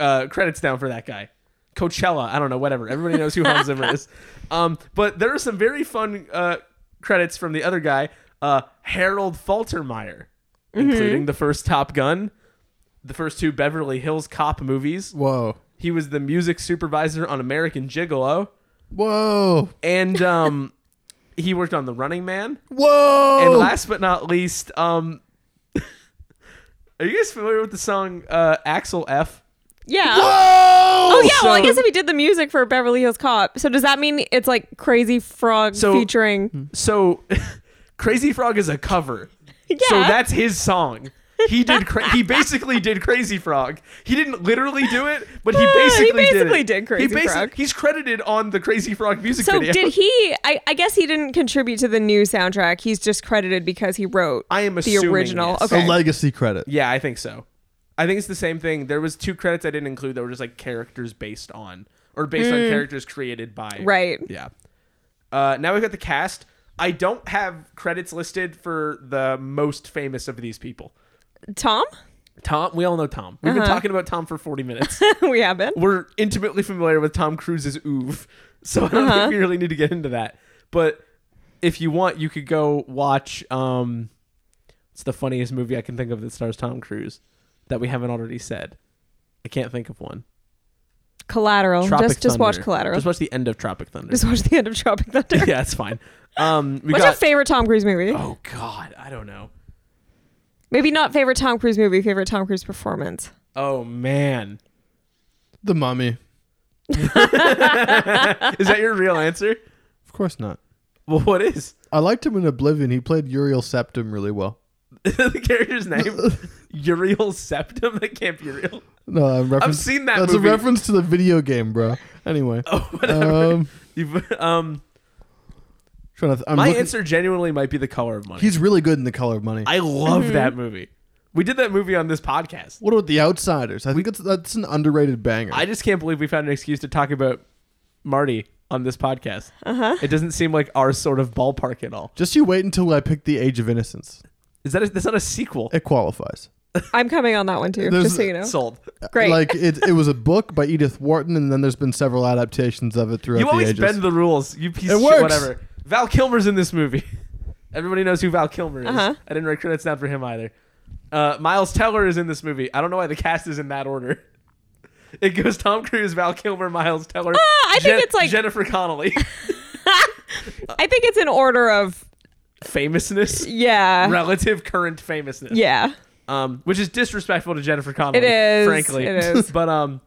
[SPEAKER 1] uh, credits down for that guy. Coachella. I don't know. Whatever. Everybody knows who Hans Zimmer is. Um, but there are some very fun uh, credits from the other guy, uh, Harold Faltermeyer, including the first Top Gun, the first two Beverly Hills Cop movies.
[SPEAKER 2] Whoa.
[SPEAKER 1] He was the music supervisor on American Gigolo,
[SPEAKER 2] Whoa.
[SPEAKER 1] and um, he worked on The Running Man.
[SPEAKER 2] Whoa.
[SPEAKER 1] And last but not least, um, are you guys familiar with the song uh, Axel F?
[SPEAKER 3] Yeah.
[SPEAKER 2] Whoa.
[SPEAKER 3] Oh yeah, well I
[SPEAKER 1] So-
[SPEAKER 3] guess if he did the music for Beverly Hills Cop, so does that mean it's like Crazy Frog
[SPEAKER 1] So- hmm.
[SPEAKER 3] featuring?
[SPEAKER 1] So, Crazy Frog is a cover.
[SPEAKER 3] Yeah,
[SPEAKER 1] So that's his song. He did. Cra- he basically did Crazy Frog. He didn't literally do it, but he
[SPEAKER 3] Uh, he
[SPEAKER 1] basically,
[SPEAKER 3] basically
[SPEAKER 1] did, it.
[SPEAKER 3] did Crazy
[SPEAKER 1] he basi-
[SPEAKER 3] Frog.
[SPEAKER 1] He's credited on the Crazy Frog music
[SPEAKER 3] So
[SPEAKER 1] video.
[SPEAKER 3] did he? I, I guess he didn't contribute to the new soundtrack. He's just credited because he wrote
[SPEAKER 1] I am
[SPEAKER 3] the
[SPEAKER 1] assuming
[SPEAKER 3] original.
[SPEAKER 1] yes.
[SPEAKER 3] Okay,
[SPEAKER 4] A legacy credit.
[SPEAKER 1] Yeah, I think so. I think it's the same thing. There was two credits I didn't include that were just like characters based on or based on characters created by.
[SPEAKER 3] right.
[SPEAKER 1] Yeah. Uh, now we've got the cast. I don't have credits listed for the most famous of these people.
[SPEAKER 3] Tom,
[SPEAKER 1] Tom, we all know Tom. We've been talking about Tom for 40 minutes.
[SPEAKER 3] we have been.
[SPEAKER 1] We're intimately familiar with Tom Cruise's oof, so I don't
[SPEAKER 3] Uh-huh.
[SPEAKER 1] think we really need to get into that. But if you want, you could go watch. Um, it's the funniest movie I can think of that stars Tom Cruise that we haven't already said. I can't think of one.
[SPEAKER 3] Collateral.
[SPEAKER 1] Tropic
[SPEAKER 3] Oh, just just watch
[SPEAKER 1] Thunder.
[SPEAKER 3] Collateral.
[SPEAKER 1] Just
[SPEAKER 3] Just watch,
[SPEAKER 1] watch the end of Tropic Thunder.
[SPEAKER 3] the end of Tropic Thunder.
[SPEAKER 1] yeah, it's fine. Um, we
[SPEAKER 3] What's your
[SPEAKER 1] got.
[SPEAKER 3] favorite Tom Cruise movie?
[SPEAKER 1] oh God, I don't know.
[SPEAKER 3] Maybe not favorite Tom Cruise movie. Favorite Tom Cruise performance.
[SPEAKER 1] Oh man,
[SPEAKER 4] The Mummy.
[SPEAKER 1] is that your real answer?
[SPEAKER 4] Of course not.
[SPEAKER 1] Well, what is
[SPEAKER 2] I liked him in Oblivion. He played Uriel Septim really well.
[SPEAKER 1] the character's name? Uriel Septum. That can't be real.
[SPEAKER 2] No, I'm referencing.
[SPEAKER 1] I've seen that
[SPEAKER 2] That's
[SPEAKER 1] movie.
[SPEAKER 2] a reference to the video game, bro. Anyway,
[SPEAKER 1] Oh, whatever.
[SPEAKER 2] um,
[SPEAKER 1] You've- um,
[SPEAKER 2] trying to th- I'm
[SPEAKER 1] my
[SPEAKER 2] looking-
[SPEAKER 1] answer genuinely might be the color of money.
[SPEAKER 2] He's Mm-hmm. really good in The Color of Money.
[SPEAKER 1] I love that movie. We did that movie on this podcast.
[SPEAKER 2] what about The Outsiders? I think it's, that's an underrated banger.
[SPEAKER 1] I just can't believe we found an excuse to talk about Marty on this podcast. Uh-huh. It doesn't seem like our sort of ballpark at all.
[SPEAKER 2] just you wait until I pick The Age of Innocence.
[SPEAKER 1] Is that a, that's not a sequel?
[SPEAKER 2] It qualifies.
[SPEAKER 3] I'm coming on that one too.
[SPEAKER 2] There's-
[SPEAKER 3] just so you know.
[SPEAKER 1] Sold.
[SPEAKER 3] Great.
[SPEAKER 2] Like it, it was a book by Edith Wharton, and then there's been several adaptations of it throughout
[SPEAKER 1] You
[SPEAKER 2] the
[SPEAKER 1] always
[SPEAKER 2] ages.
[SPEAKER 1] bend the rules. You piece
[SPEAKER 2] It
[SPEAKER 1] of shit.
[SPEAKER 2] works.
[SPEAKER 1] Whatever. Val Kilmer's in this movie. Everybody knows who Val Kilmer is.
[SPEAKER 3] Uh-huh.
[SPEAKER 1] I didn't write credits down for him either. Uh, Miles Teller is in this movie. I don't know why the cast is in that order. It goes Tom Cruise, Val Kilmer, Miles Teller.
[SPEAKER 3] Ah, I think it's like-
[SPEAKER 1] Jennifer Connelly.
[SPEAKER 3] I think it's in order of
[SPEAKER 1] famousness,
[SPEAKER 3] yeah,
[SPEAKER 1] relative current famousness.
[SPEAKER 3] yeah.
[SPEAKER 1] um, which is disrespectful to Jennifer Connelly.
[SPEAKER 3] It is,
[SPEAKER 1] frankly.
[SPEAKER 3] it is.
[SPEAKER 1] but um,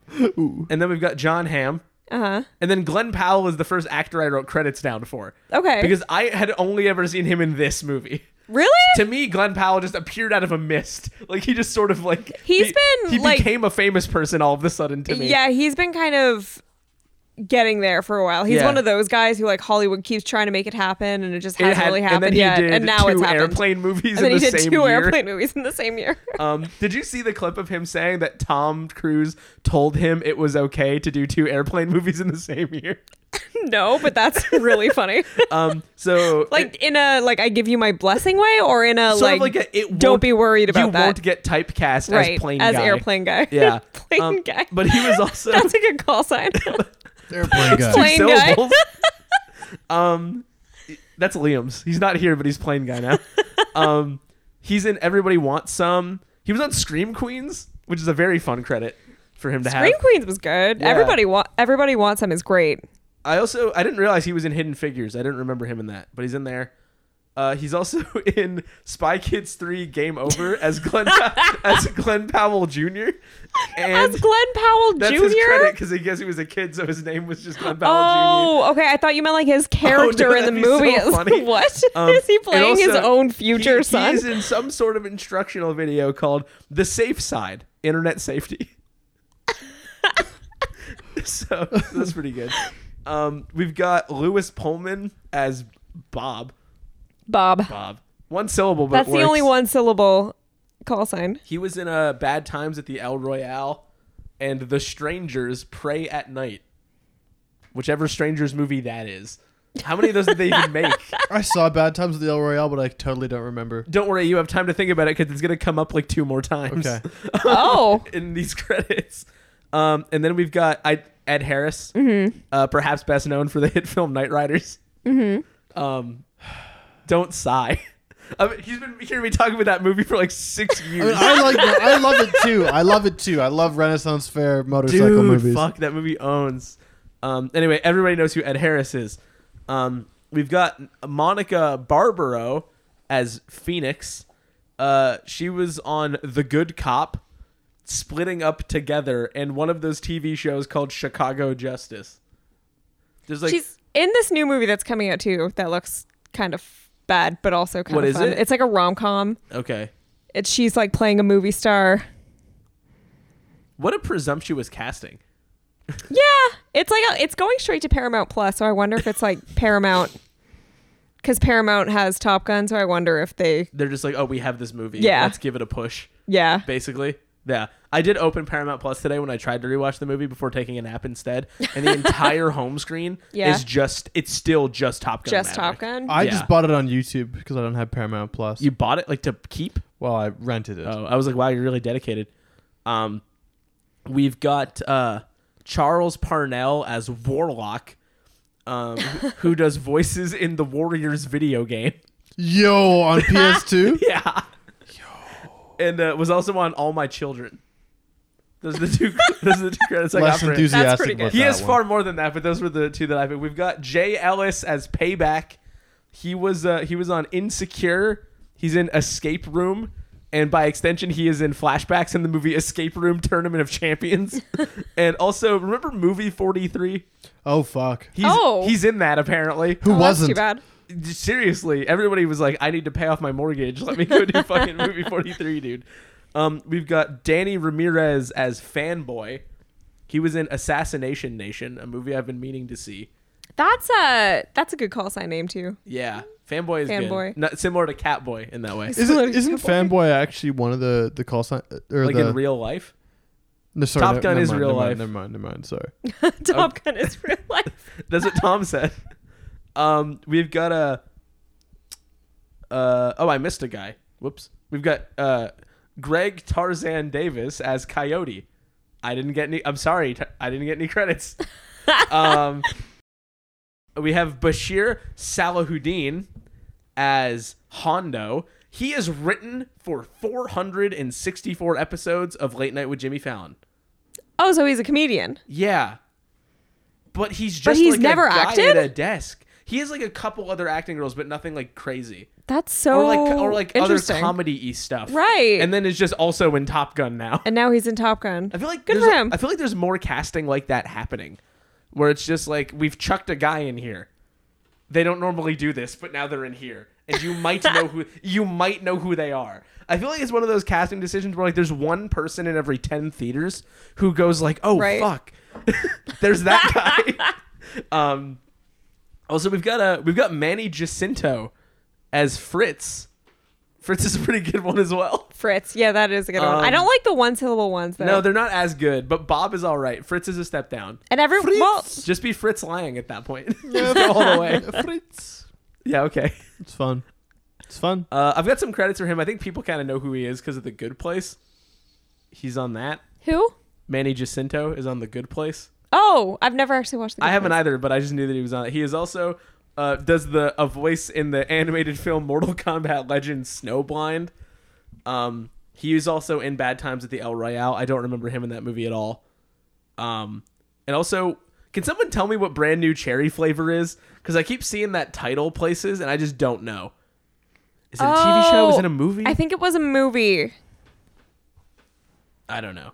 [SPEAKER 1] and then we've got John Hamm,
[SPEAKER 3] Uh huh.
[SPEAKER 1] and then Glenn Powell is the first actor I wrote credits down for
[SPEAKER 3] Okay.
[SPEAKER 1] because I had only ever seen him in this movie.
[SPEAKER 3] really,
[SPEAKER 1] To me, Glenn Powell just appeared out of a mist. Like he just sort of like
[SPEAKER 3] He's
[SPEAKER 1] he,
[SPEAKER 3] been,
[SPEAKER 1] he
[SPEAKER 3] like-
[SPEAKER 1] became a famous person all of a sudden to me.
[SPEAKER 3] yeah, he's been kind of getting there for a while. He's
[SPEAKER 1] Yeah.
[SPEAKER 3] one of those guys who like Hollywood keeps trying to make it happen, and it just
[SPEAKER 1] It
[SPEAKER 3] hasn't
[SPEAKER 1] had-
[SPEAKER 3] really
[SPEAKER 1] and
[SPEAKER 3] happened
[SPEAKER 1] then he
[SPEAKER 3] yet.
[SPEAKER 1] did
[SPEAKER 3] and now
[SPEAKER 1] two
[SPEAKER 3] it's happened.
[SPEAKER 1] airplane movies
[SPEAKER 3] and then
[SPEAKER 1] in
[SPEAKER 3] he
[SPEAKER 1] the
[SPEAKER 3] did
[SPEAKER 1] same
[SPEAKER 3] two
[SPEAKER 1] year.
[SPEAKER 3] airplane movies in the same year.
[SPEAKER 1] Um, did you see the clip of him saying that Tom Cruise told him it was okay to do two airplane movies in the same year?
[SPEAKER 3] no, but that's really funny.
[SPEAKER 1] Um, so
[SPEAKER 3] like in a like I give you my blessing way, or in a
[SPEAKER 1] sort
[SPEAKER 3] like,
[SPEAKER 1] of like a, it
[SPEAKER 3] don't
[SPEAKER 1] won't-
[SPEAKER 3] be worried about
[SPEAKER 1] you
[SPEAKER 3] that.
[SPEAKER 1] won't get typecast
[SPEAKER 3] right
[SPEAKER 1] as plane
[SPEAKER 3] as
[SPEAKER 1] guy.
[SPEAKER 3] airplane guy.
[SPEAKER 1] Yeah,
[SPEAKER 3] plane
[SPEAKER 1] Um,
[SPEAKER 3] guy.
[SPEAKER 1] But he was also
[SPEAKER 3] that's a good call sign.
[SPEAKER 2] Airplane guy.
[SPEAKER 3] Plane guy.
[SPEAKER 1] syllables. um, that's Liam's. He's not here, but he's plain guy now. Um, he's in Everybody Wants Some. He was on Scream Queens, which is a very fun credit for him to have.
[SPEAKER 3] Scream Queens was good.
[SPEAKER 1] Yeah.
[SPEAKER 3] Everybody wa- everybody wants him is great.
[SPEAKER 1] I also I didn't realize he was in Hidden Figures. I didn't remember him in that, but he's in there. Uh, he's also in Spy Kids Three: Game Over as Glenn as Glenn Powell Jr. And
[SPEAKER 3] As Glenn Powell
[SPEAKER 1] that's
[SPEAKER 3] Jr.
[SPEAKER 1] his credit because I guess he was a kid, so his name was just Glenn Powell Jr.
[SPEAKER 3] Oh, okay. I thought you meant like his character in the
[SPEAKER 1] that'd be so
[SPEAKER 3] movie. It's like,
[SPEAKER 1] funny.
[SPEAKER 3] what is
[SPEAKER 1] Um,
[SPEAKER 3] he
[SPEAKER 1] and
[SPEAKER 3] playing his
[SPEAKER 1] also,
[SPEAKER 3] own future
[SPEAKER 1] he,
[SPEAKER 3] son?
[SPEAKER 1] He's in some sort of instructional video called "The Safe Side: Internet Safety." so that's pretty good. Um, we've got Lewis Pullman as Bob.
[SPEAKER 3] Bob.
[SPEAKER 1] Bob. One syllable, but
[SPEAKER 3] That's
[SPEAKER 1] it
[SPEAKER 3] the only
[SPEAKER 1] works.
[SPEAKER 3] one syllable call sign.
[SPEAKER 1] He was in uh, Bad Times at the El Royale and The Strangers Pray at Night. Whichever Strangers movie that is. How many of those did they even make?
[SPEAKER 2] I saw Bad Times at the El Royale, but I totally don't remember.
[SPEAKER 1] Don't worry, you have time to think about it because it's going to come up like two more times
[SPEAKER 2] Okay.
[SPEAKER 3] Oh,
[SPEAKER 1] in these credits. Um, and then we've got I, Ed Harris, uh, perhaps best known for the hit film Night Riders. Um, don't sigh. I mean, he's been hearing me talk about that movie for like six
[SPEAKER 2] I, mean,
[SPEAKER 1] years.
[SPEAKER 2] I like, I love it too. I love it too. I love Renaissance Fair motorcycle
[SPEAKER 1] Dude,
[SPEAKER 2] movies.
[SPEAKER 1] fuck that movie owns. Um, anyway, everybody knows who Ed Harris is. Um, we've got Monica Barbaro as Phoenix. Uh, she was on The Good Cop, splitting up together, and one of those TV shows called Chicago Justice. There's like
[SPEAKER 3] she's in this new movie that's coming out too. That looks kind of bad, but also kind
[SPEAKER 1] What
[SPEAKER 3] of
[SPEAKER 1] is
[SPEAKER 3] fun.
[SPEAKER 1] it?
[SPEAKER 3] It's like a rom com.
[SPEAKER 1] okay,
[SPEAKER 3] It's she's like playing a movie star.
[SPEAKER 1] what a presumptuous casting.
[SPEAKER 3] Yeah, it's like a, it's going straight to Paramount Plus, so I wonder if it's like Paramount because Paramount has Top Gun, so I wonder if they
[SPEAKER 1] They're just like, oh, we have this movie.
[SPEAKER 3] Yeah.
[SPEAKER 1] let's give it a push.
[SPEAKER 3] yeah.
[SPEAKER 1] basically. Yeah. I did open Paramount Plus today when I tried to rewatch the movie before taking a nap instead, and the entire home screen
[SPEAKER 3] Yeah.
[SPEAKER 1] is just it's still just Top Gun.
[SPEAKER 3] Just
[SPEAKER 1] Maverick.
[SPEAKER 3] Top Gun.
[SPEAKER 2] I
[SPEAKER 1] Yeah.
[SPEAKER 2] just bought it on YouTube because I don't have Paramount Plus.
[SPEAKER 1] You bought it like to keep?
[SPEAKER 2] well, I rented it.
[SPEAKER 1] Oh, I was like, wow, you're really dedicated. Um we've got uh Charles Parnell as Warlock. Um, who who does voices in the Warriors video game?
[SPEAKER 2] Yo, on PS2.
[SPEAKER 1] Yeah, and uh, was also on All My Children. Those are the two. those are the two credits I got
[SPEAKER 2] Less
[SPEAKER 1] for him.
[SPEAKER 3] That's pretty
[SPEAKER 2] enthusiastic.
[SPEAKER 3] good.
[SPEAKER 2] About
[SPEAKER 1] He
[SPEAKER 2] that
[SPEAKER 1] has
[SPEAKER 2] one.
[SPEAKER 1] far more than that, but those were the two that I picked. We've got Jay Ellis as Payback. He was uh, he was on Insecure. He's in Escape Room, and by extension, he is in flashbacks in the movie Escape Room Tournament of Champions. and also, remember movie forty three?
[SPEAKER 2] Oh fuck.
[SPEAKER 1] He's
[SPEAKER 3] Oh.
[SPEAKER 1] he's in that apparently.
[SPEAKER 2] Who
[SPEAKER 3] Oh, that's
[SPEAKER 2] wasn't?
[SPEAKER 3] too bad.
[SPEAKER 1] Seriously, everybody was like, "I need to pay off my mortgage. Let me go do fucking movie forty three, dude." Um, we've got Danny Ramirez as fanboy. He was in Assassination Nation, a movie I've been meaning to see.
[SPEAKER 3] That's a that's a good call sign name too.
[SPEAKER 1] Yeah, fanboy is
[SPEAKER 3] Fanboy.
[SPEAKER 1] good. Not similar to Catboy in that way,
[SPEAKER 3] Is-
[SPEAKER 2] Isn't,
[SPEAKER 3] Somebody-
[SPEAKER 2] isn't fanboy actually one of the the call sign or
[SPEAKER 1] like
[SPEAKER 2] the
[SPEAKER 1] in real life.
[SPEAKER 2] no, sorry,
[SPEAKER 1] Top
[SPEAKER 2] ne-
[SPEAKER 1] Gun
[SPEAKER 2] never
[SPEAKER 1] is
[SPEAKER 2] mind,
[SPEAKER 1] real
[SPEAKER 2] never mind,
[SPEAKER 1] life.
[SPEAKER 2] Never mind. Never mind. Sorry.
[SPEAKER 3] Top Gun is real life.
[SPEAKER 1] That's what Tom said. Um, we've got a. Uh, oh, I missed a guy. Whoops. We've got uh, Greg Tarzan Davis as Coyote. I didn't get any. I'm sorry. T- I didn't get any credits. um, we have Bashir Salahuddin as Hondo. He is written for 464 episodes of Late Night with Jimmy Fallon.
[SPEAKER 3] Oh, so he's a comedian.
[SPEAKER 1] Yeah. But he's just
[SPEAKER 3] he's
[SPEAKER 1] like
[SPEAKER 3] never
[SPEAKER 1] a guy
[SPEAKER 3] acted?
[SPEAKER 1] at a desk. He has like a couple other acting roles, but nothing like crazy.
[SPEAKER 3] That's so
[SPEAKER 1] or like or like other
[SPEAKER 3] Oh, interesting.
[SPEAKER 1] comedy y stuff.
[SPEAKER 3] Right.
[SPEAKER 1] And then is just also in Top Gun now.
[SPEAKER 3] and now he's in Top Gun.
[SPEAKER 1] I feel like
[SPEAKER 3] Good
[SPEAKER 1] there's
[SPEAKER 3] for
[SPEAKER 1] a-
[SPEAKER 3] him.
[SPEAKER 1] I feel like there's more casting like that happening, where it's just like we've chucked a guy in here. They don't normally do this, but now they're in here, and you might know who you might know who they are. I feel like it's one of those casting decisions where like there's one person in every ten theaters who goes like, "Oh
[SPEAKER 3] Right.
[SPEAKER 1] fuck, there's that guy." um, also, we've got a we've got Manny Jacinto as Fritz. Fritz is a pretty good one as well.
[SPEAKER 3] Fritz. Yeah, that is a good one. I
[SPEAKER 1] Um,
[SPEAKER 3] don't like the one syllable ones though.
[SPEAKER 1] No, they're not as good, but Bob is all right. Fritz is a step down.
[SPEAKER 3] and every well,
[SPEAKER 1] Just be Fritz lying at that point. Just go all the way.
[SPEAKER 4] Fritz.
[SPEAKER 1] Yeah, okay.
[SPEAKER 4] It's fun. It's fun.
[SPEAKER 1] Uh, I've got some credits for him. I think people kind of know who he is because of The Good Place. He's on that.
[SPEAKER 3] who?
[SPEAKER 1] Manny Jacinto is on The Good Place.
[SPEAKER 3] Oh, I've never actually watched. The
[SPEAKER 1] I
[SPEAKER 3] Good
[SPEAKER 1] haven't
[SPEAKER 3] Place.
[SPEAKER 1] either, but I just knew that he was on it. He is also uh, does the a voice in the animated film Mortal Kombat Legends Snowblind. Um, he is also in Bad Times at the El Royale. I don't remember him in that movie at all. Um, and also, can someone tell me what brand new cherry flavor is? Because I keep seeing that title places, and I just don't know. Is it a TV show? Is
[SPEAKER 3] Oh,
[SPEAKER 1] it a movie?
[SPEAKER 3] I think it was a movie.
[SPEAKER 1] I don't know.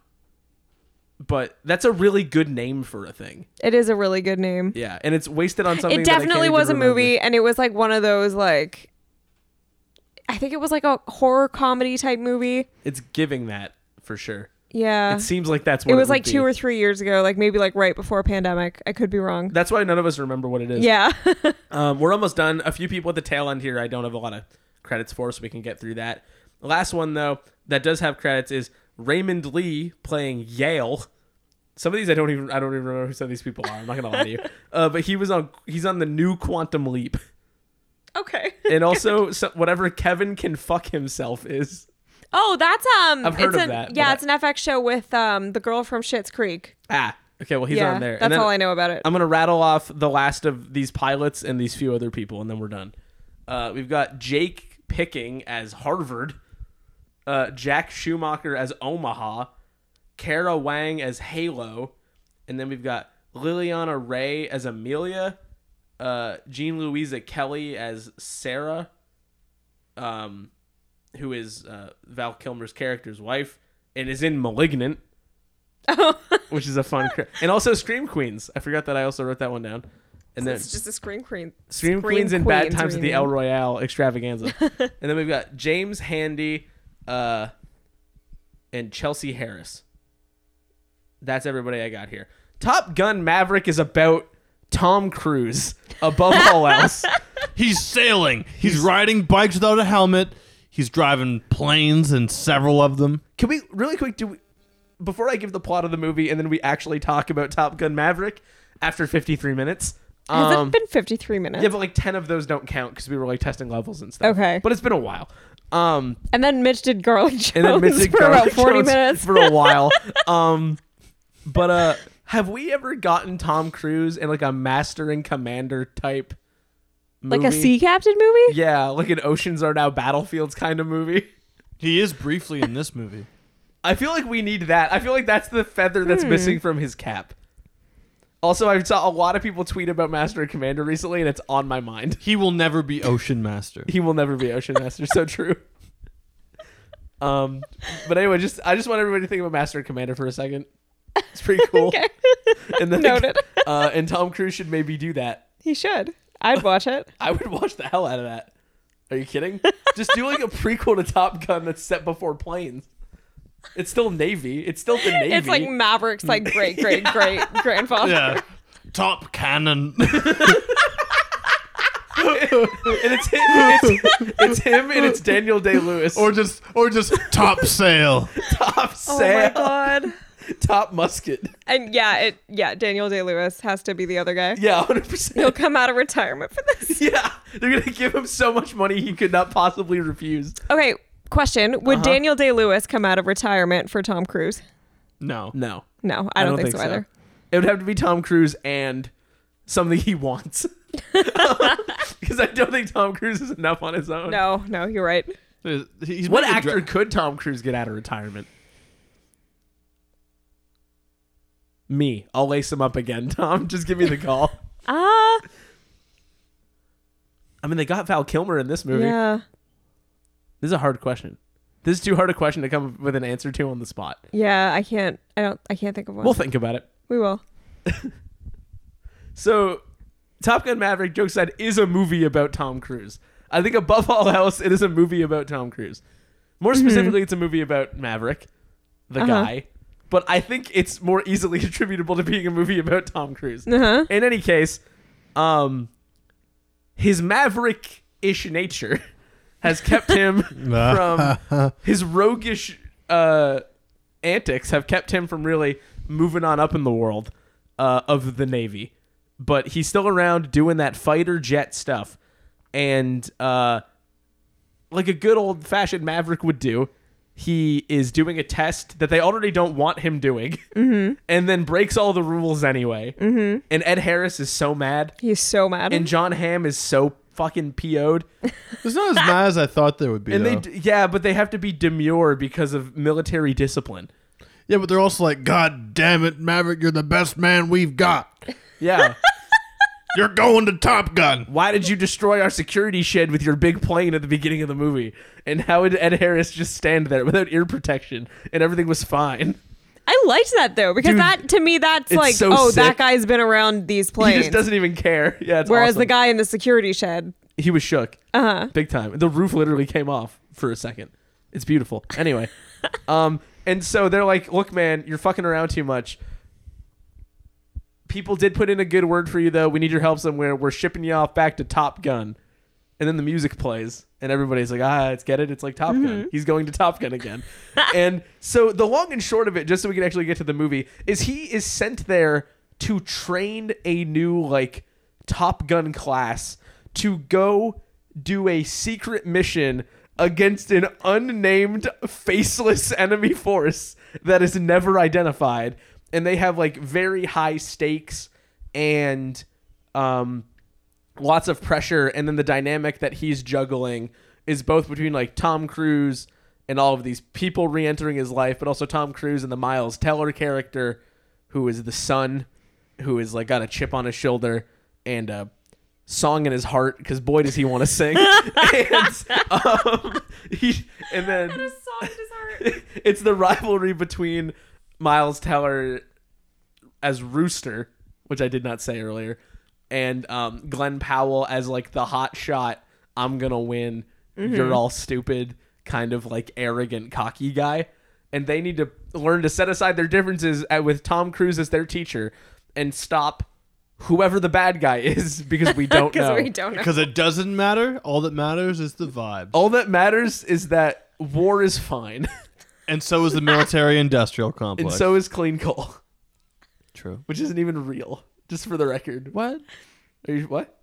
[SPEAKER 1] But that's a really good name for a thing.
[SPEAKER 3] It is a really good name.
[SPEAKER 1] Yeah, and it's wasted on something.
[SPEAKER 3] it
[SPEAKER 1] that I can't
[SPEAKER 3] definitely
[SPEAKER 1] even
[SPEAKER 3] was a
[SPEAKER 1] remember.
[SPEAKER 3] movie, and it was like one of those like. I think it was like a horror comedy type movie.
[SPEAKER 1] It's giving that for sure.
[SPEAKER 3] Yeah.
[SPEAKER 1] It seems like that's what
[SPEAKER 3] it was like
[SPEAKER 1] would
[SPEAKER 3] two
[SPEAKER 1] be.
[SPEAKER 3] or three years ago, like maybe like right before pandemic. I could be wrong.
[SPEAKER 1] That's why none of us remember what it is.
[SPEAKER 3] Yeah.
[SPEAKER 1] Um, we're almost done. A few people at the tail end here. I don't have a lot of credits for, so we can get through that. The last one though that does have credits is Raymond Lee playing Yale. Some of these I don't even I don't even remember who some of these people are. I'm not gonna lie to you. Uh, but he was on he's on the new Quantum Leap,
[SPEAKER 3] okay.
[SPEAKER 1] and also so, whatever Kevin can fuck himself is.
[SPEAKER 3] Oh, that's um
[SPEAKER 1] I've heard
[SPEAKER 3] it's
[SPEAKER 1] of
[SPEAKER 3] an-
[SPEAKER 1] that,
[SPEAKER 3] Yeah,
[SPEAKER 1] but
[SPEAKER 3] it's an FX show with um the girl from Shits Creek.
[SPEAKER 1] Ah, okay. Well, he's
[SPEAKER 3] yeah.
[SPEAKER 1] on there. And
[SPEAKER 3] That's
[SPEAKER 1] then-
[SPEAKER 3] all I know about it.
[SPEAKER 1] I'm gonna rattle off the last of these pilots and these few other people, and then we're done. Uh, we've got Jake Picking as Harvard, uh, Jack Schumacher as Omaha, Kara Wang as Halo, and then we've got Liliana Ray as Amelia, uh, Jean Louisa Kelly as Sarah, um, who is uh, Val Kilmer's character's wife and is in Malignant
[SPEAKER 3] Oh.
[SPEAKER 1] which is a fun cra- and also Scream Queens. I forgot that I also wrote that one down. And then
[SPEAKER 3] it's just a screen queen.
[SPEAKER 1] Scream, Queens and Bad
[SPEAKER 3] Queens
[SPEAKER 1] Times at the
[SPEAKER 3] reunion.
[SPEAKER 1] El Royale extravaganza. and then we've got James Handy uh, and Chelsea Harris. That's everybody I got here. Top Gun Maverick is about Tom Cruise above all else.
[SPEAKER 4] He's sailing. He's, riding bikes without a helmet. He's driving planes and several of them.
[SPEAKER 1] Can we really quick do we, before I give the plot of the movie and then we actually talk about Top Gun Maverick after 53 minutes?
[SPEAKER 3] Has
[SPEAKER 1] Um,
[SPEAKER 3] it been 53 minutes?
[SPEAKER 1] Yeah, but like ten of those don't count because we were like testing levels and stuff.
[SPEAKER 3] Okay.
[SPEAKER 1] but it's been a while. Um,
[SPEAKER 3] and then Mitch did garlic jones
[SPEAKER 1] and then Mystic
[SPEAKER 3] for about
[SPEAKER 1] Garlic
[SPEAKER 3] 40
[SPEAKER 1] Jones
[SPEAKER 3] minutes.
[SPEAKER 1] for a while. um, but uh, have we ever gotten Tom Cruise in like a master and commander type,
[SPEAKER 3] Like a
[SPEAKER 1] movie?
[SPEAKER 3] sea captain movie?
[SPEAKER 1] Yeah, like an oceans are now battlefields kind of movie.
[SPEAKER 4] He is briefly in this movie.
[SPEAKER 1] I feel like we need that. I feel like that's the feather
[SPEAKER 3] Hmm.
[SPEAKER 1] that's missing from his cap. Also, I saw a lot of people tweet about Master and Commander recently, and it's on my mind.
[SPEAKER 4] He will never be Ocean Master.
[SPEAKER 1] he will never be ocean master so true um but anyway just i just want everybody to think about master and commander for a second it's pretty cool
[SPEAKER 3] Okay.
[SPEAKER 1] and then
[SPEAKER 3] Noted.
[SPEAKER 1] uh and tom cruise should maybe do that
[SPEAKER 3] He should. I'd watch it.
[SPEAKER 1] i would watch the hell out of that are you kidding just do like a prequel to top gun that's set before planes it's still navy it's still the navy
[SPEAKER 3] It's like Maverick's like great great great grandfather.
[SPEAKER 4] Yeah. Top cannon.
[SPEAKER 1] and it's him, it's, it's him and it's daniel day lewis
[SPEAKER 4] or just or just top sail.
[SPEAKER 1] top
[SPEAKER 3] Oh
[SPEAKER 1] sail
[SPEAKER 3] my god.
[SPEAKER 1] top musket
[SPEAKER 3] And yeah, it yeah, Daniel Day Lewis has to be the other guy.
[SPEAKER 1] yeah 100 percent.
[SPEAKER 3] He'll come out of retirement for this.
[SPEAKER 1] Yeah, they're gonna give him so much money he could not possibly refuse.
[SPEAKER 3] Okay, question. Would
[SPEAKER 1] Uh-huh.
[SPEAKER 3] Daniel Day Lewis come out of retirement for Tom Cruise?
[SPEAKER 4] No.
[SPEAKER 1] No,
[SPEAKER 3] No, I don't, think, so either.
[SPEAKER 1] It would have to be Tom Cruise and something he wants, because I don't think Tom Cruise is enough on his own.
[SPEAKER 3] No, no, you're right.
[SPEAKER 4] He's
[SPEAKER 1] What
[SPEAKER 4] made a
[SPEAKER 1] actor
[SPEAKER 4] dra-
[SPEAKER 1] could Tom Cruise get out of retirement? Me. I'll
[SPEAKER 3] Uh,
[SPEAKER 1] lace him up again, Tom. Just give me the call.
[SPEAKER 3] Ah,
[SPEAKER 1] I mean, they got Val Kilmer in this movie.
[SPEAKER 3] Yeah.
[SPEAKER 1] This is a hard question. This is too hard a question to come up with an answer to on the spot.
[SPEAKER 3] Yeah. I can't. I don't. I can't think of one.
[SPEAKER 1] We'll think about it.
[SPEAKER 3] we will.
[SPEAKER 1] So, Top Gun Maverick, joke aside, is a movie about Tom Cruise. I think above all else, it is a movie about Tom Cruise. More specifically, it's a movie about Maverick, the
[SPEAKER 3] Uh-huh.
[SPEAKER 1] guy. But I think it's more easily attributable to being a movie about Tom Cruise.
[SPEAKER 3] Uh huh.
[SPEAKER 1] In any case, um, his Maverick-ish nature has kept him from his roguish uh, antics have kept him from really moving on up in the world uh, of the Navy. But he's still around doing that fighter jet stuff, and uh, like a good old fashioned Maverick would do. He is doing a test that they already don't want him doing, and then breaks all the rules anyway. Mm-hmm. And Ed Harris is so mad,
[SPEAKER 3] He's so mad.
[SPEAKER 1] and John Hamm is so fucking PO'd.
[SPEAKER 2] It's not as mad as I thought there would be.
[SPEAKER 1] And they,
[SPEAKER 2] though.
[SPEAKER 1] d- yeah, but they have to be demure because of military discipline.
[SPEAKER 2] yeah, but they're also like, God damn it, Maverick, you're the best man we've got.
[SPEAKER 1] Yeah.
[SPEAKER 2] You're going to Top Gun.
[SPEAKER 1] Why did you destroy our security shed with your big plane at the beginning of the movie? And how did Ed Harris just stand there without ear protection and everything was fine?
[SPEAKER 3] I liked that though because
[SPEAKER 1] Dude,
[SPEAKER 3] that to me that's
[SPEAKER 1] it's
[SPEAKER 3] like
[SPEAKER 1] so
[SPEAKER 3] oh
[SPEAKER 1] sick.
[SPEAKER 3] that guy's been around these
[SPEAKER 1] He
[SPEAKER 3] planes.
[SPEAKER 1] just doesn't even care. Yeah, it's
[SPEAKER 3] Whereas
[SPEAKER 1] awesome.
[SPEAKER 3] the guy in the security shed.
[SPEAKER 1] he was shook
[SPEAKER 3] Uh huh.
[SPEAKER 1] big time. The roof literally came off for a second. It's beautiful. Anyway, um, and so they're like, "Look, man, you're fucking around too much." People did put in a good word for you though. We need your help somewhere. We're shipping you off back to Top Gun, and then the music plays, and everybody's like, "Ah, it's get it. It's like Top Gun. He's going to Top Gun again." and so the long and short of it, just so we can actually get to the movie, is he is sent there to train a new like Top Gun class to go do a secret mission against an unnamed faceless enemy force that is never identified and they have like very high stakes and um lots of pressure and then the dynamic that he's juggling is both between like Tom Cruise and all of these people re-entering his life but also Tom Cruise and the Miles Teller character who is the son who is like got a chip on his shoulder and a song in his heart because boy does he want to sing and, um, he, and then it's the rivalry between Miles Teller as Rooster, which I did not say earlier, and um, Glenn Powell as like the hot shot. I'm gonna win.
[SPEAKER 3] Mm-hmm.
[SPEAKER 1] You're all stupid, kind of like arrogant, cocky guy, and they need to learn to set aside their differences at, with Tom Cruise as their teacher and stop whoever the bad guy is because we don't
[SPEAKER 3] Because
[SPEAKER 1] know.
[SPEAKER 3] we don't know.
[SPEAKER 4] Because it doesn't matter. All that matters is the vibe.
[SPEAKER 1] All that matters is that war is fine,
[SPEAKER 4] And so is the military industrial
[SPEAKER 1] and
[SPEAKER 4] complex.
[SPEAKER 1] so is clean coal.
[SPEAKER 4] True.
[SPEAKER 1] which isn't even real. Just for the record,
[SPEAKER 4] What?
[SPEAKER 1] Are you, what?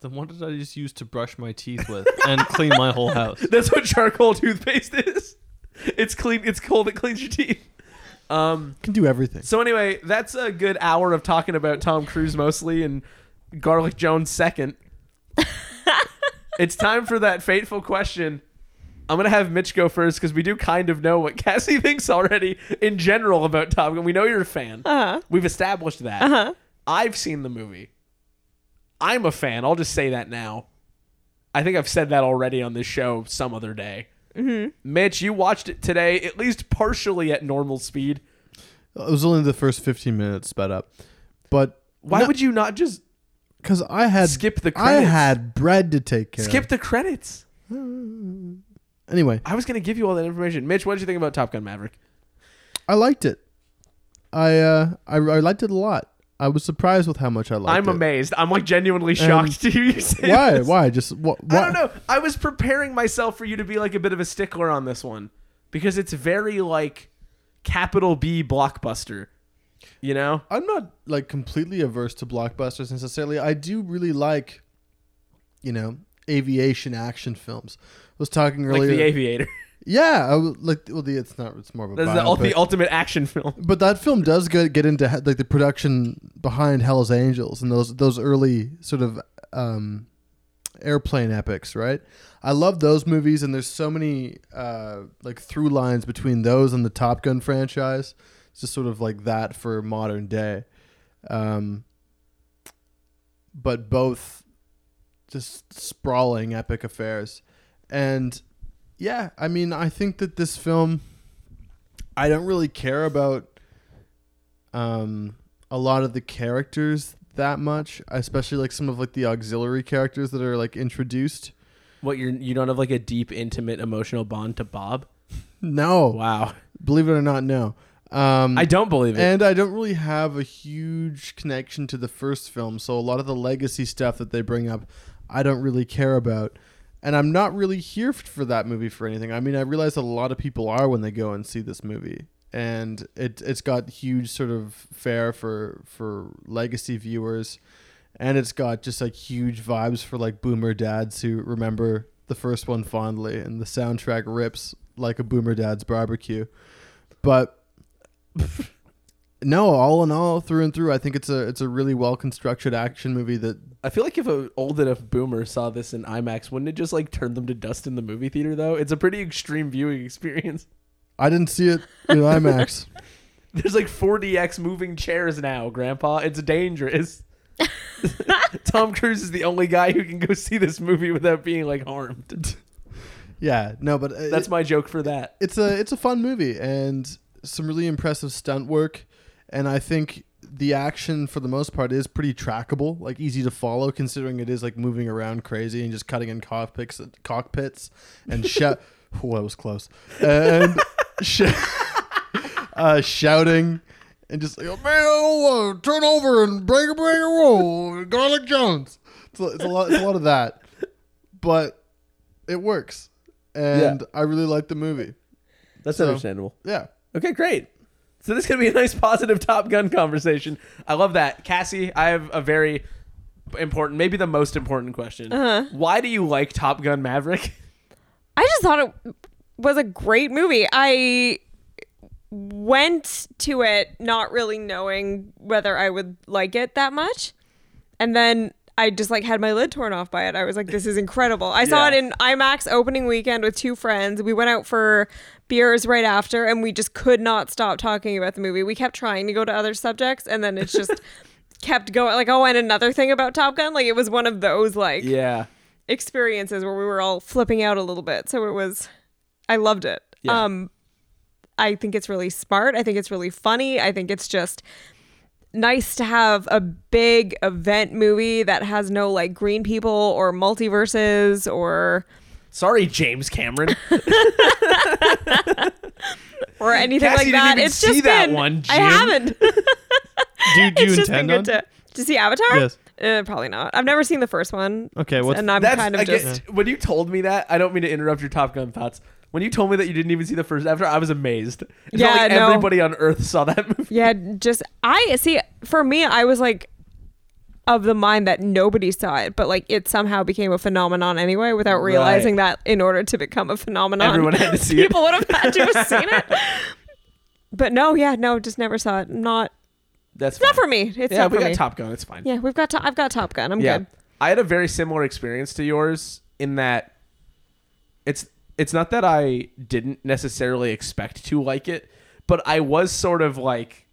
[SPEAKER 4] Then what did I just use to brush my teeth with and clean my whole house?
[SPEAKER 1] That's what charcoal toothpaste is. It's clean. It's cold. It cleans your teeth. Um.
[SPEAKER 2] Can do everything.
[SPEAKER 1] So anyway, that's a good hour of talking about Tom Cruise mostly and Garlic Jones second. it's time for that fateful question. I'm gonna have Mitch go first because we do kind of know what Cassie thinks already in general about Top Gun. We know you're a fan.
[SPEAKER 3] Uh-huh.
[SPEAKER 1] We've established that.
[SPEAKER 3] Uh-huh.
[SPEAKER 1] I've seen the movie. I'm a fan. I'll just say that now. I think I've said that already on this show some other day. Mm-hmm. Mitch, you watched it today, at least partially at normal speed.
[SPEAKER 2] It was only the first 15 minutes sped up. But
[SPEAKER 1] Why would you not just
[SPEAKER 2] Because I had
[SPEAKER 1] Skip the
[SPEAKER 2] I
[SPEAKER 1] credits.
[SPEAKER 2] had bread to take care.
[SPEAKER 1] skip the credits?
[SPEAKER 2] of. Anyway,
[SPEAKER 1] I was going to give you all that information. Mitch, what did you think about Top Gun Maverick?
[SPEAKER 2] I liked it. I uh, I, I liked it a lot. I was surprised with how much I liked
[SPEAKER 1] I'm
[SPEAKER 2] it.
[SPEAKER 1] amazed. I'm like genuinely shocked to hear you say
[SPEAKER 2] Um, Why?
[SPEAKER 1] this.
[SPEAKER 2] Why? Just what?
[SPEAKER 1] I don't know. I was preparing myself for you to be like a bit of a stickler on this one because it's very like capital B blockbuster. You know?
[SPEAKER 2] I'm not like completely averse to blockbusters necessarily. I do really like, you know, aviation action films. I was talking earlier.
[SPEAKER 1] Like The Aviator.
[SPEAKER 2] yeah, I was, like well, the, it's not. It's more of a.
[SPEAKER 1] That's the, ul-
[SPEAKER 2] biopic.
[SPEAKER 1] the ultimate action film.
[SPEAKER 2] But that film does get get into he- like the production behind Hell's Angels and those those early sort of um, airplane epics, right? I love those movies, and there's so many uh, like through lines between those and the Top Gun franchise. It's just sort of like that for modern day, um, but both just sprawling epic affairs. And yeah, I mean, I think that this film, I don't really care about um, a lot of the characters that much, especially like some of like the auxiliary characters that are like introduced.
[SPEAKER 1] What you're you don't have like a deep, intimate, emotional bond to Bob?
[SPEAKER 2] No,
[SPEAKER 1] Wow,
[SPEAKER 2] believe it or not, no. Um,
[SPEAKER 1] I don't believe it.
[SPEAKER 2] And I don't really have a huge connection to the first film, so a lot of the legacy stuff that they bring up, I don't really care about. And I'm not really here f- for that movie for anything. I mean, I realize that a lot of people are when they go and see this movie, and it it's got huge sort of fare for for legacy viewers, and it's got just like huge vibes for like boomer dads who remember the first one fondly, and the soundtrack rips like a boomer dad's barbecue, but no, all in all, through and through, I think it's a it's a really well constructed action movie that
[SPEAKER 1] I feel like if an old enough boomer saw this in IMAX, wouldn't it just like turn them to dust in the movie theater? Though it's a pretty extreme viewing experience.
[SPEAKER 2] I didn't see it in IMAX.
[SPEAKER 1] There's like 4DX moving chairs now, Grandpa. It's dangerous. Tom Cruise is the only guy who can go see this movie without being like harmed.
[SPEAKER 2] yeah, no, but uh,
[SPEAKER 1] That's my joke for that.
[SPEAKER 2] it's a it's a fun movie and some really impressive stunt work, and I think the action for the most part is pretty trackable, like easy to follow, considering it is like moving around crazy and just cutting in cockpits, cockpits, and shout. oh, that was close. And sh- uh, shouting. And just like, oh, man, oh, uh, turn over and break a break a roll, Garlic Jones. It's a, it's a lot, it's a lot of that, but it works, and I really like the movie.
[SPEAKER 1] That's
[SPEAKER 2] So-
[SPEAKER 1] understandable.
[SPEAKER 2] Yeah.
[SPEAKER 1] Okay, great. So this is gonna be a nice positive Top Gun conversation. I love that, Cassie. I have a very important, maybe the most important question. Why do you like Top Gun Maverick?
[SPEAKER 3] I just thought it was a great movie. I went to it not really knowing whether I would like it that much. And then I just like had my lid torn off by it. I was like, this is incredible. I saw it
[SPEAKER 1] Yeah.
[SPEAKER 3] in IMAX opening weekend with two friends. We went out for beers right after and we just could not stop talking about the movie. We kept trying to go to other subjects and then it's just kept going like, oh, and another thing about Top Gun. Like it was one of those like
[SPEAKER 1] Yeah,
[SPEAKER 3] experiences where we were all flipping out a little bit. So it was, I loved it.
[SPEAKER 1] Yeah.
[SPEAKER 3] Um, I think it's really smart. I think it's really funny. I think it's just nice to have a big event movie that has no like green people or multiverses or
[SPEAKER 1] Sorry, James Cameron.
[SPEAKER 3] or anything
[SPEAKER 1] Cassie
[SPEAKER 3] like
[SPEAKER 1] didn't
[SPEAKER 3] that.
[SPEAKER 1] even
[SPEAKER 3] it's
[SPEAKER 1] see
[SPEAKER 3] just
[SPEAKER 1] that
[SPEAKER 3] been,
[SPEAKER 1] one,
[SPEAKER 3] I
[SPEAKER 1] Jim.
[SPEAKER 3] haven't.
[SPEAKER 4] Do, do
[SPEAKER 3] it's
[SPEAKER 4] you
[SPEAKER 3] just been
[SPEAKER 4] intend
[SPEAKER 3] good
[SPEAKER 4] on?
[SPEAKER 3] to to see Avatar.
[SPEAKER 4] Yes.
[SPEAKER 3] Uh, probably not. I've never seen the first one.
[SPEAKER 4] Okay, what's-
[SPEAKER 3] and I'm
[SPEAKER 1] That's
[SPEAKER 3] kind of
[SPEAKER 1] again,
[SPEAKER 3] just
[SPEAKER 1] when you told me that. I don't mean to interrupt your Top Gun thoughts. When you told me that you didn't even see the first after, I was amazed. It's not
[SPEAKER 3] Yeah,
[SPEAKER 1] like
[SPEAKER 3] no.
[SPEAKER 1] everybody on Earth saw that movie.
[SPEAKER 3] Yeah, just I see. For me, I was like of the mind that nobody saw it, but like it somehow became a phenomenon anyway, without realizing that in order to become a phenomenon,
[SPEAKER 1] Everyone had to see it.
[SPEAKER 3] people would have had to have seen it. But no, yeah, no, just never saw it. Not
[SPEAKER 1] That's
[SPEAKER 3] not
[SPEAKER 1] fine.
[SPEAKER 3] for me. It's
[SPEAKER 1] yeah.
[SPEAKER 3] not
[SPEAKER 1] We
[SPEAKER 3] for
[SPEAKER 1] got
[SPEAKER 3] me.
[SPEAKER 1] Top Gun. It's fine.
[SPEAKER 3] yeah, we've got. To, I've got Top Gun. I'm
[SPEAKER 1] Yeah.
[SPEAKER 3] good.
[SPEAKER 1] I had a very similar experience to yours in that it's it's not that I didn't necessarily expect to like it, but I was sort of like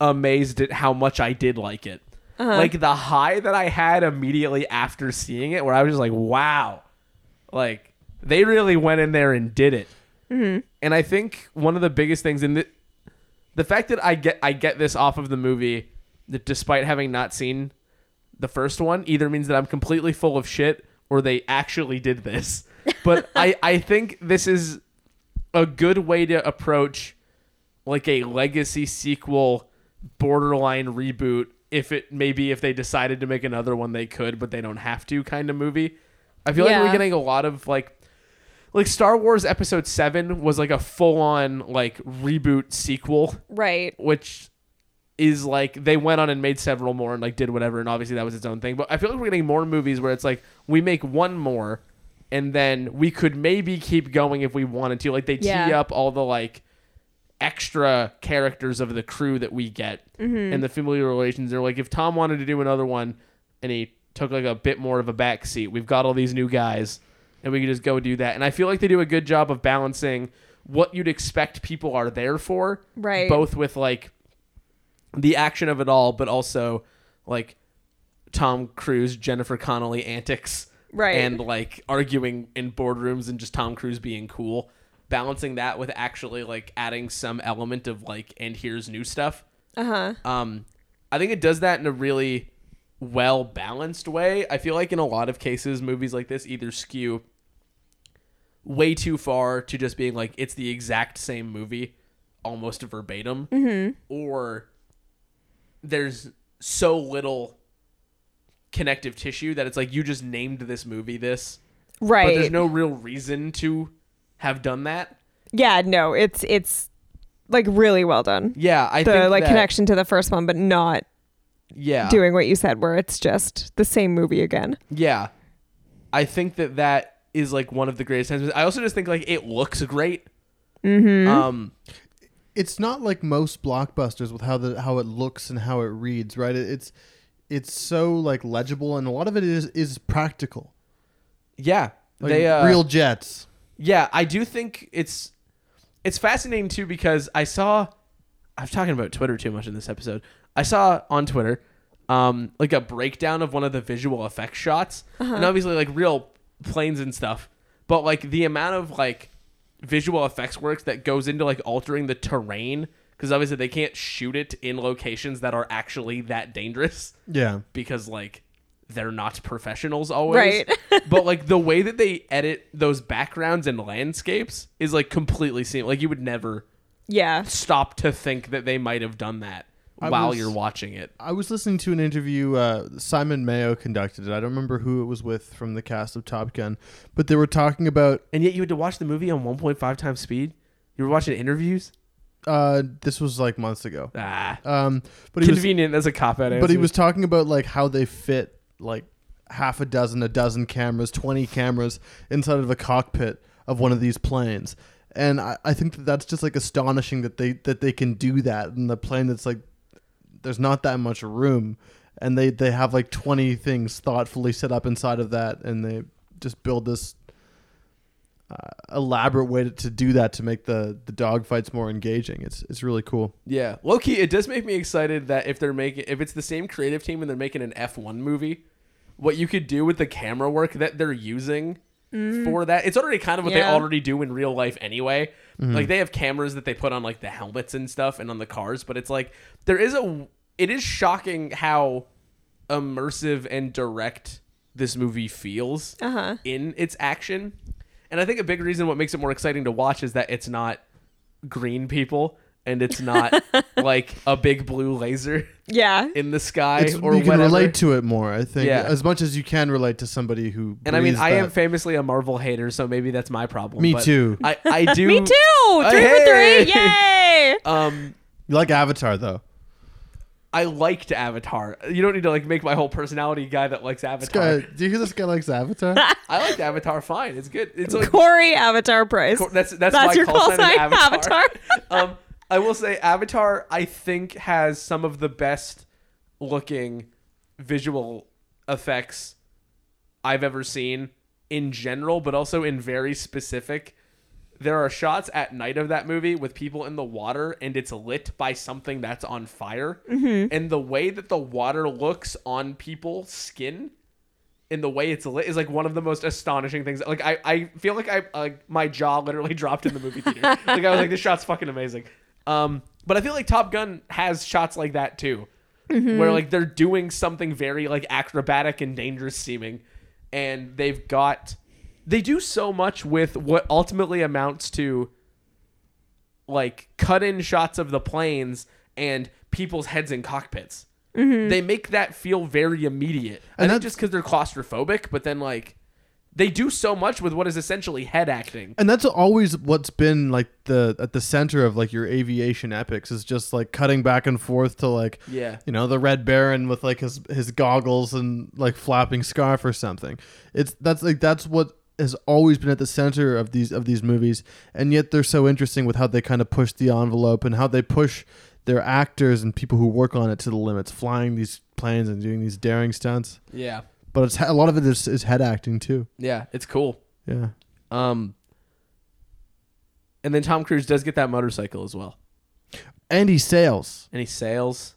[SPEAKER 1] amazed at how much I did like it.
[SPEAKER 3] Uh-huh.
[SPEAKER 1] Like the high that I had immediately after seeing it where I was just like, "Wow." Like they really went in there and did it.
[SPEAKER 3] Mm-hmm.
[SPEAKER 1] And I think one of the biggest things in the the fact that I get I get this off of the movie that despite having not seen the first one either means that I'm completely full of shit or they actually did this. But I, I think this is a good way to approach like a legacy sequel borderline reboot if it maybe if they decided to make another one they could but they don't have to kind of movie. I feel like
[SPEAKER 3] Yeah.
[SPEAKER 1] we're getting a lot of like like Star Wars episode 7 was like a full on like reboot sequel
[SPEAKER 3] Right.
[SPEAKER 1] which is like they went on and made several more and like did whatever and obviously that was its own thing but i feel like we're getting more movies where it's like we make one more and then we could maybe keep going if we wanted to like they tee
[SPEAKER 3] Yeah.
[SPEAKER 1] up all the like extra characters of the crew that we get
[SPEAKER 3] Mm-hmm.
[SPEAKER 1] and the familiar relations are like if tom wanted to do another one and he took like a bit more of a back seat we've got all these new guys and we can just go do that and i feel like they do a good job of balancing what you'd expect people are there for
[SPEAKER 3] Right.
[SPEAKER 1] both with like the action of it all but also like Tom Cruise, Jennifer Connelly antics,
[SPEAKER 3] Right.
[SPEAKER 1] And like arguing in boardrooms and just Tom Cruise being cool, balancing that with actually like adding some element of like and here's new stuff. Uh huh. Um, I think it does that in a really well balanced way. I feel like in a lot of cases, movies like this either skew way too far to just being like it's the exact same movie almost verbatim or there's so little connective tissue that it's like you just named this movie this but
[SPEAKER 3] right
[SPEAKER 1] there's no real reason to have done that
[SPEAKER 3] yeah no it's it's like really well done
[SPEAKER 1] yeah i
[SPEAKER 3] the
[SPEAKER 1] think
[SPEAKER 3] like
[SPEAKER 1] that-
[SPEAKER 3] connection to the first one but not
[SPEAKER 1] yeah
[SPEAKER 3] doing what you said where it's just the same movie again
[SPEAKER 1] yeah i think that that is like one of the greatest times i also just think like it looks great mm-hmm. um
[SPEAKER 2] it's not like most blockbusters with how the how it looks and how it reads, right? It, it's it's so like legible, and a lot of it is is practical.
[SPEAKER 1] yeah
[SPEAKER 2] Like
[SPEAKER 1] they uh,
[SPEAKER 2] real jets.
[SPEAKER 1] Yeah, I do think it's it's fascinating too because I saw i was talking about Twitter too much in this episode. I saw on Twitter um like a breakdown of one of the visual effects shots. And obviously like real planes and stuff. But like the amount of like visual effects work that goes into like altering the terrain because obviously they can't shoot it in locations that are actually that dangerous
[SPEAKER 2] Yeah,
[SPEAKER 1] because like they're not professionals always.
[SPEAKER 3] Right.
[SPEAKER 1] but like the way that they edit those backgrounds and landscapes is like completely seamless. Like you would never
[SPEAKER 3] yeah
[SPEAKER 1] stop to think that they might have done that
[SPEAKER 2] I
[SPEAKER 1] while
[SPEAKER 2] was-
[SPEAKER 1] you're watching it.
[SPEAKER 2] I was listening to an interview uh, Simon Mayo conducted. it. I don't remember who it was with from the cast of Top Gun, but they were talking about
[SPEAKER 1] And yet you had to watch the movie on 1.5 times speed. You were watching interviews.
[SPEAKER 2] uh, this was like months ago.
[SPEAKER 1] Ah,
[SPEAKER 2] Um, but he was
[SPEAKER 1] convenient as a cop out.
[SPEAKER 2] but he was talking about like how they fit like half a dozen, a dozen cameras, twenty cameras inside of a cockpit of one of these planes, and I, I think that that's just like astonishing that they that they can do that in the plane that's like there's not that much room, and they they have like twenty things thoughtfully set up inside of that, and they just build this. Uh, elaborate way to, to do that to make the the dogfights more engaging. It's it's really cool.
[SPEAKER 1] Yeah, low key, it does make me excited that if they're making, if it's the same creative team and they're making an F one movie, what you could do with the camera work that they're using for that, it's already kind of what they
[SPEAKER 3] Yeah.
[SPEAKER 1] already do in real life anyway. Like they have cameras that they put on like the helmets and stuff and on the cars, but it's like there is a, it is shocking how immersive and direct this movie feels
[SPEAKER 3] Uh-huh.
[SPEAKER 1] in its action. And I think a big reason what makes it more exciting to watch is that it's not green people and it's not like a big blue laser
[SPEAKER 3] yeah
[SPEAKER 1] in the sky
[SPEAKER 2] It's-
[SPEAKER 1] or
[SPEAKER 2] you can
[SPEAKER 1] whatever.
[SPEAKER 2] relate to it more. I think
[SPEAKER 1] Yeah.
[SPEAKER 2] as much as you can relate to somebody who.
[SPEAKER 1] and I mean,
[SPEAKER 2] breathes
[SPEAKER 1] I am
[SPEAKER 2] that.
[SPEAKER 1] famously a Marvel hater, so maybe that's my problem.
[SPEAKER 2] Me
[SPEAKER 1] but
[SPEAKER 2] too.
[SPEAKER 1] I, I do.
[SPEAKER 3] me too three for
[SPEAKER 1] Oh, hey!
[SPEAKER 3] three yay
[SPEAKER 1] Um,
[SPEAKER 2] you like Avatar though.
[SPEAKER 1] I liked Avatar. You don't need to like make my whole personality guy that likes
[SPEAKER 2] This guy,
[SPEAKER 1] Avatar.
[SPEAKER 2] do you hear this guy likes Avatar?
[SPEAKER 1] I liked Avatar fine. It's good. It's like
[SPEAKER 3] Corey Avatar Price.
[SPEAKER 1] Cor- that's that's,
[SPEAKER 3] That's
[SPEAKER 1] my
[SPEAKER 3] your
[SPEAKER 1] call,
[SPEAKER 3] call
[SPEAKER 1] sign, is
[SPEAKER 3] sign,
[SPEAKER 1] Avatar.
[SPEAKER 3] Avatar.
[SPEAKER 1] um, I will say Avatar. I think has some of the best looking visual effects I've ever seen in general, but also in very specific. There are shots at night of that movie with people in the water, and it's lit by something that's on fire. And the way that the water looks on people's skin in the way it's lit is like one of the most astonishing things. Like I, I feel like I like my jaw literally dropped in the movie theater. like I was like, this shot's fucking amazing. Um, but I feel like Top Gun has shots like that too, where like they're doing something very like acrobatic and dangerous seeming, and they've got they do so much with what ultimately amounts to like cut in shots of the planes and people's heads in cockpits. They make that feel very immediate. I
[SPEAKER 2] And
[SPEAKER 1] think
[SPEAKER 2] that's-
[SPEAKER 1] just because they're claustrophobic, but then like they do so much with what is essentially head acting.
[SPEAKER 2] and that's always what's been like the at the center of like your aviation epics is just like cutting back and forth to like
[SPEAKER 1] Yeah.
[SPEAKER 2] you know the Red Baron with like his his goggles and like flapping scarf or something. It's that's like that's what has always been at the center of these of these movies, and yet they're so interesting with how they kind of push the envelope and how they push their actors and people who work on it to the limits, flying these planes and doing these daring stunts.
[SPEAKER 1] Yeah.
[SPEAKER 2] But it's a lot of it is, is head acting too.
[SPEAKER 1] Yeah. It's cool.
[SPEAKER 2] Yeah.
[SPEAKER 1] Um and then Tom Cruise does get that motorcycle as well.
[SPEAKER 2] And he sails.
[SPEAKER 1] And he sails.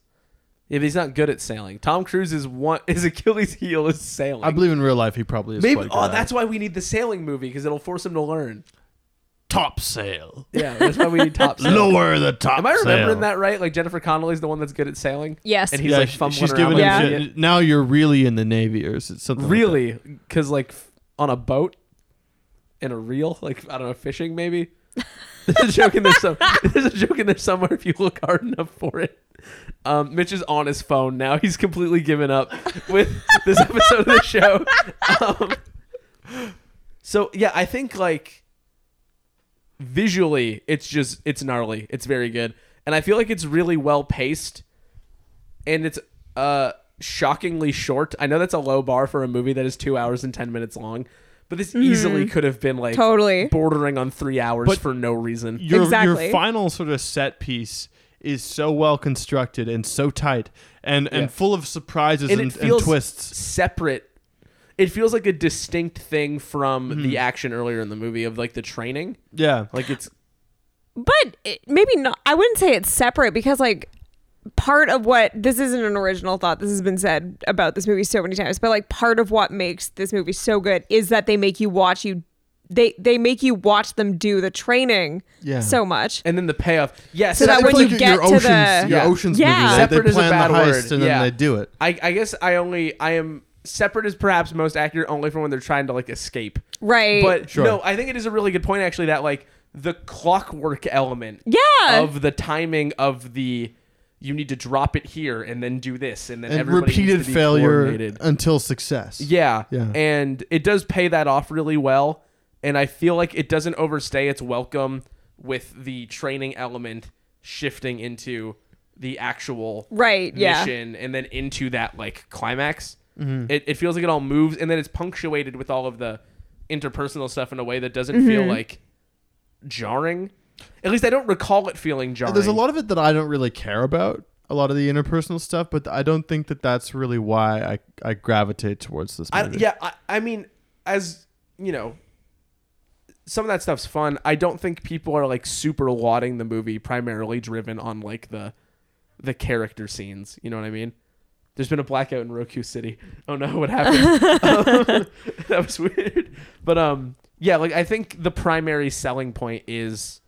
[SPEAKER 1] Yeah, but he's not good at sailing. Tom Cruise is one. His Achilles heel is sailing.
[SPEAKER 4] I believe in real life he probably is.
[SPEAKER 1] Maybe.
[SPEAKER 4] quite good
[SPEAKER 1] Oh,
[SPEAKER 4] at it.
[SPEAKER 1] that's why we need the sailing movie because it'll force him to learn.
[SPEAKER 4] top sail.
[SPEAKER 1] Yeah, that's why we need top. sailing.
[SPEAKER 4] Lower the top.
[SPEAKER 1] Am I remembering
[SPEAKER 4] sail.
[SPEAKER 1] that right? Like Jennifer Connelly's the one that's good at sailing.
[SPEAKER 3] Yes.
[SPEAKER 1] and he's
[SPEAKER 4] yeah,
[SPEAKER 1] like
[SPEAKER 4] she-
[SPEAKER 1] fumbling
[SPEAKER 4] she's
[SPEAKER 1] around.
[SPEAKER 4] giving
[SPEAKER 1] like
[SPEAKER 3] Yeah.
[SPEAKER 1] an
[SPEAKER 4] him
[SPEAKER 1] idiot.
[SPEAKER 4] shit. Now you're really in the navy, or is it something? like that?
[SPEAKER 1] Really, because like f- on a boat in a reel, like I don't know, fishing maybe. There's a joke in there. Some, there's a joke in there somewhere if you look hard enough for it. Um, Mitch is on his phone now. He's completely given up with this episode of the show. Um, so yeah, I think like visually, it's just it's gnarly. It's very good, and I feel like it's really well paced, and it's uh shockingly short. I know that's a low bar for a movie that is two hours and ten minutes long, but this easily could have been like
[SPEAKER 3] Mm-hmm. Totally.
[SPEAKER 1] bordering on three hours
[SPEAKER 4] But-
[SPEAKER 1] for no reason.
[SPEAKER 4] your
[SPEAKER 3] Exactly.
[SPEAKER 4] your final sort of set piece is so well constructed and so tight and
[SPEAKER 1] Yeah.
[SPEAKER 4] and full of surprises
[SPEAKER 1] And
[SPEAKER 4] and,
[SPEAKER 1] it
[SPEAKER 4] and
[SPEAKER 1] feels
[SPEAKER 4] twists.
[SPEAKER 1] separate. It feels like a distinct thing from
[SPEAKER 3] Mm-hmm.
[SPEAKER 1] the action earlier in the movie of like the training.
[SPEAKER 4] Yeah,
[SPEAKER 1] Like it's
[SPEAKER 3] But it, maybe not. I wouldn't say it's separate because, like, part of what this isn't an original thought. This has been said about this movie so many times. But like, part of what makes this movie so good is that they make you watch you. They they make you watch them do the training
[SPEAKER 2] Yeah.
[SPEAKER 3] so much.
[SPEAKER 1] and then the payoff. Yes,
[SPEAKER 3] So that
[SPEAKER 1] that's
[SPEAKER 3] when
[SPEAKER 1] what-
[SPEAKER 3] you get to
[SPEAKER 2] oceans,
[SPEAKER 3] the-
[SPEAKER 2] your
[SPEAKER 1] Yeah.
[SPEAKER 2] oceans
[SPEAKER 3] Yeah.
[SPEAKER 2] movie, they,
[SPEAKER 1] Separate
[SPEAKER 2] they
[SPEAKER 1] is a
[SPEAKER 2] plan the
[SPEAKER 1] bad
[SPEAKER 2] heist
[SPEAKER 1] word,
[SPEAKER 2] and
[SPEAKER 1] yeah.
[SPEAKER 2] then they do it.
[SPEAKER 1] I, I guess I only I am separate is perhaps most accurate only for when they're trying to like escape.
[SPEAKER 3] right.
[SPEAKER 1] But
[SPEAKER 4] Sure.
[SPEAKER 1] no, I think it is a really good point actually that like the clockwork element
[SPEAKER 3] yeah.
[SPEAKER 1] of the timing of the you need to drop it here and then do this and then
[SPEAKER 2] And
[SPEAKER 1] everybody needs to
[SPEAKER 2] repeated
[SPEAKER 1] be
[SPEAKER 2] failure
[SPEAKER 1] coordinated.
[SPEAKER 2] until success.
[SPEAKER 1] Yeah.
[SPEAKER 2] Yeah.
[SPEAKER 1] And it does pay that off really well. And I feel like it doesn't overstay its welcome with the training element shifting into the actual
[SPEAKER 3] right. Yeah. Mm-hmm.
[SPEAKER 1] mission and then into that like climax. It, it feels like it all moves and then it's punctuated with all of the interpersonal stuff in a way that doesn't
[SPEAKER 3] Mm-hmm.
[SPEAKER 1] feel like jarring. At least I don't recall it feeling jarring.
[SPEAKER 4] there's
[SPEAKER 2] There's a lot of it that I don't really care about. A lot of the interpersonal stuff, but I don't think that that's really why I, I gravitate towards this
[SPEAKER 1] I,
[SPEAKER 4] movie.
[SPEAKER 1] yeah, I, I mean, as you know, some of that stuff's fun. I don't think people are like super lauding the movie, primarily driven on like the the character scenes. You know what I mean? There's been a blackout in Roku City. Oh no, what happened? Um, that was weird. But um, yeah, like I think the primary selling point is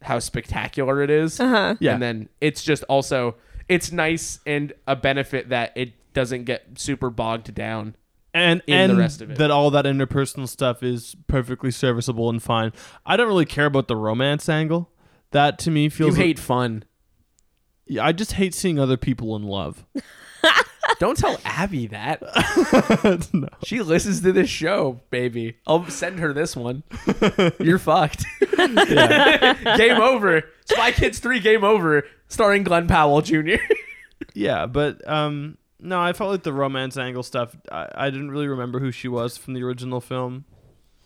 [SPEAKER 1] how spectacular it is.
[SPEAKER 3] Uh-huh.
[SPEAKER 4] Yeah.
[SPEAKER 1] And then it's just also it's nice and a benefit that it doesn't get super bogged down.
[SPEAKER 4] and
[SPEAKER 1] in
[SPEAKER 4] and
[SPEAKER 1] the rest of it.
[SPEAKER 4] that all that interpersonal stuff is perfectly serviceable and fine. I don't really care about the romance angle. That to me feels.
[SPEAKER 1] you hate fun.
[SPEAKER 4] Yeah, I just hate seeing other people in love.
[SPEAKER 1] Don't tell Abby that.
[SPEAKER 4] no.
[SPEAKER 1] She listens to this show, baby. I'll send her this one. You're fucked. game over. Spy Kids 3 Game Over, starring Glenn Powell Jr.
[SPEAKER 4] Yeah, but um, no, I felt like the romance angle stuff. I, I didn't really remember who she was from the original film,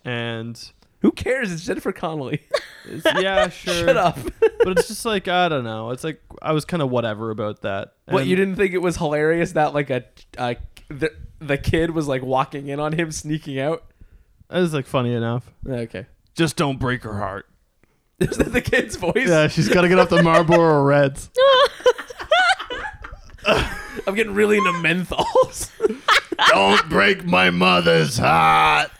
[SPEAKER 4] and
[SPEAKER 1] Who cares? It's Jennifer Connelly.
[SPEAKER 4] it's, yeah, sure.
[SPEAKER 1] Shut up.
[SPEAKER 4] But it's just like I don't know. It's like I was kind of whatever about that.
[SPEAKER 1] what,
[SPEAKER 4] And-
[SPEAKER 1] you didn't think it was hilarious that, like, a, a the, the kid was, like, walking in on him, sneaking out?
[SPEAKER 4] It was like funny enough.
[SPEAKER 1] Okay.
[SPEAKER 4] Just don't break her heart.
[SPEAKER 1] Is that the kid's voice?
[SPEAKER 2] Yeah, she's got to get off the Marlboro Reds.
[SPEAKER 1] I'm getting really into menthols.
[SPEAKER 2] Don't break my mother's heart.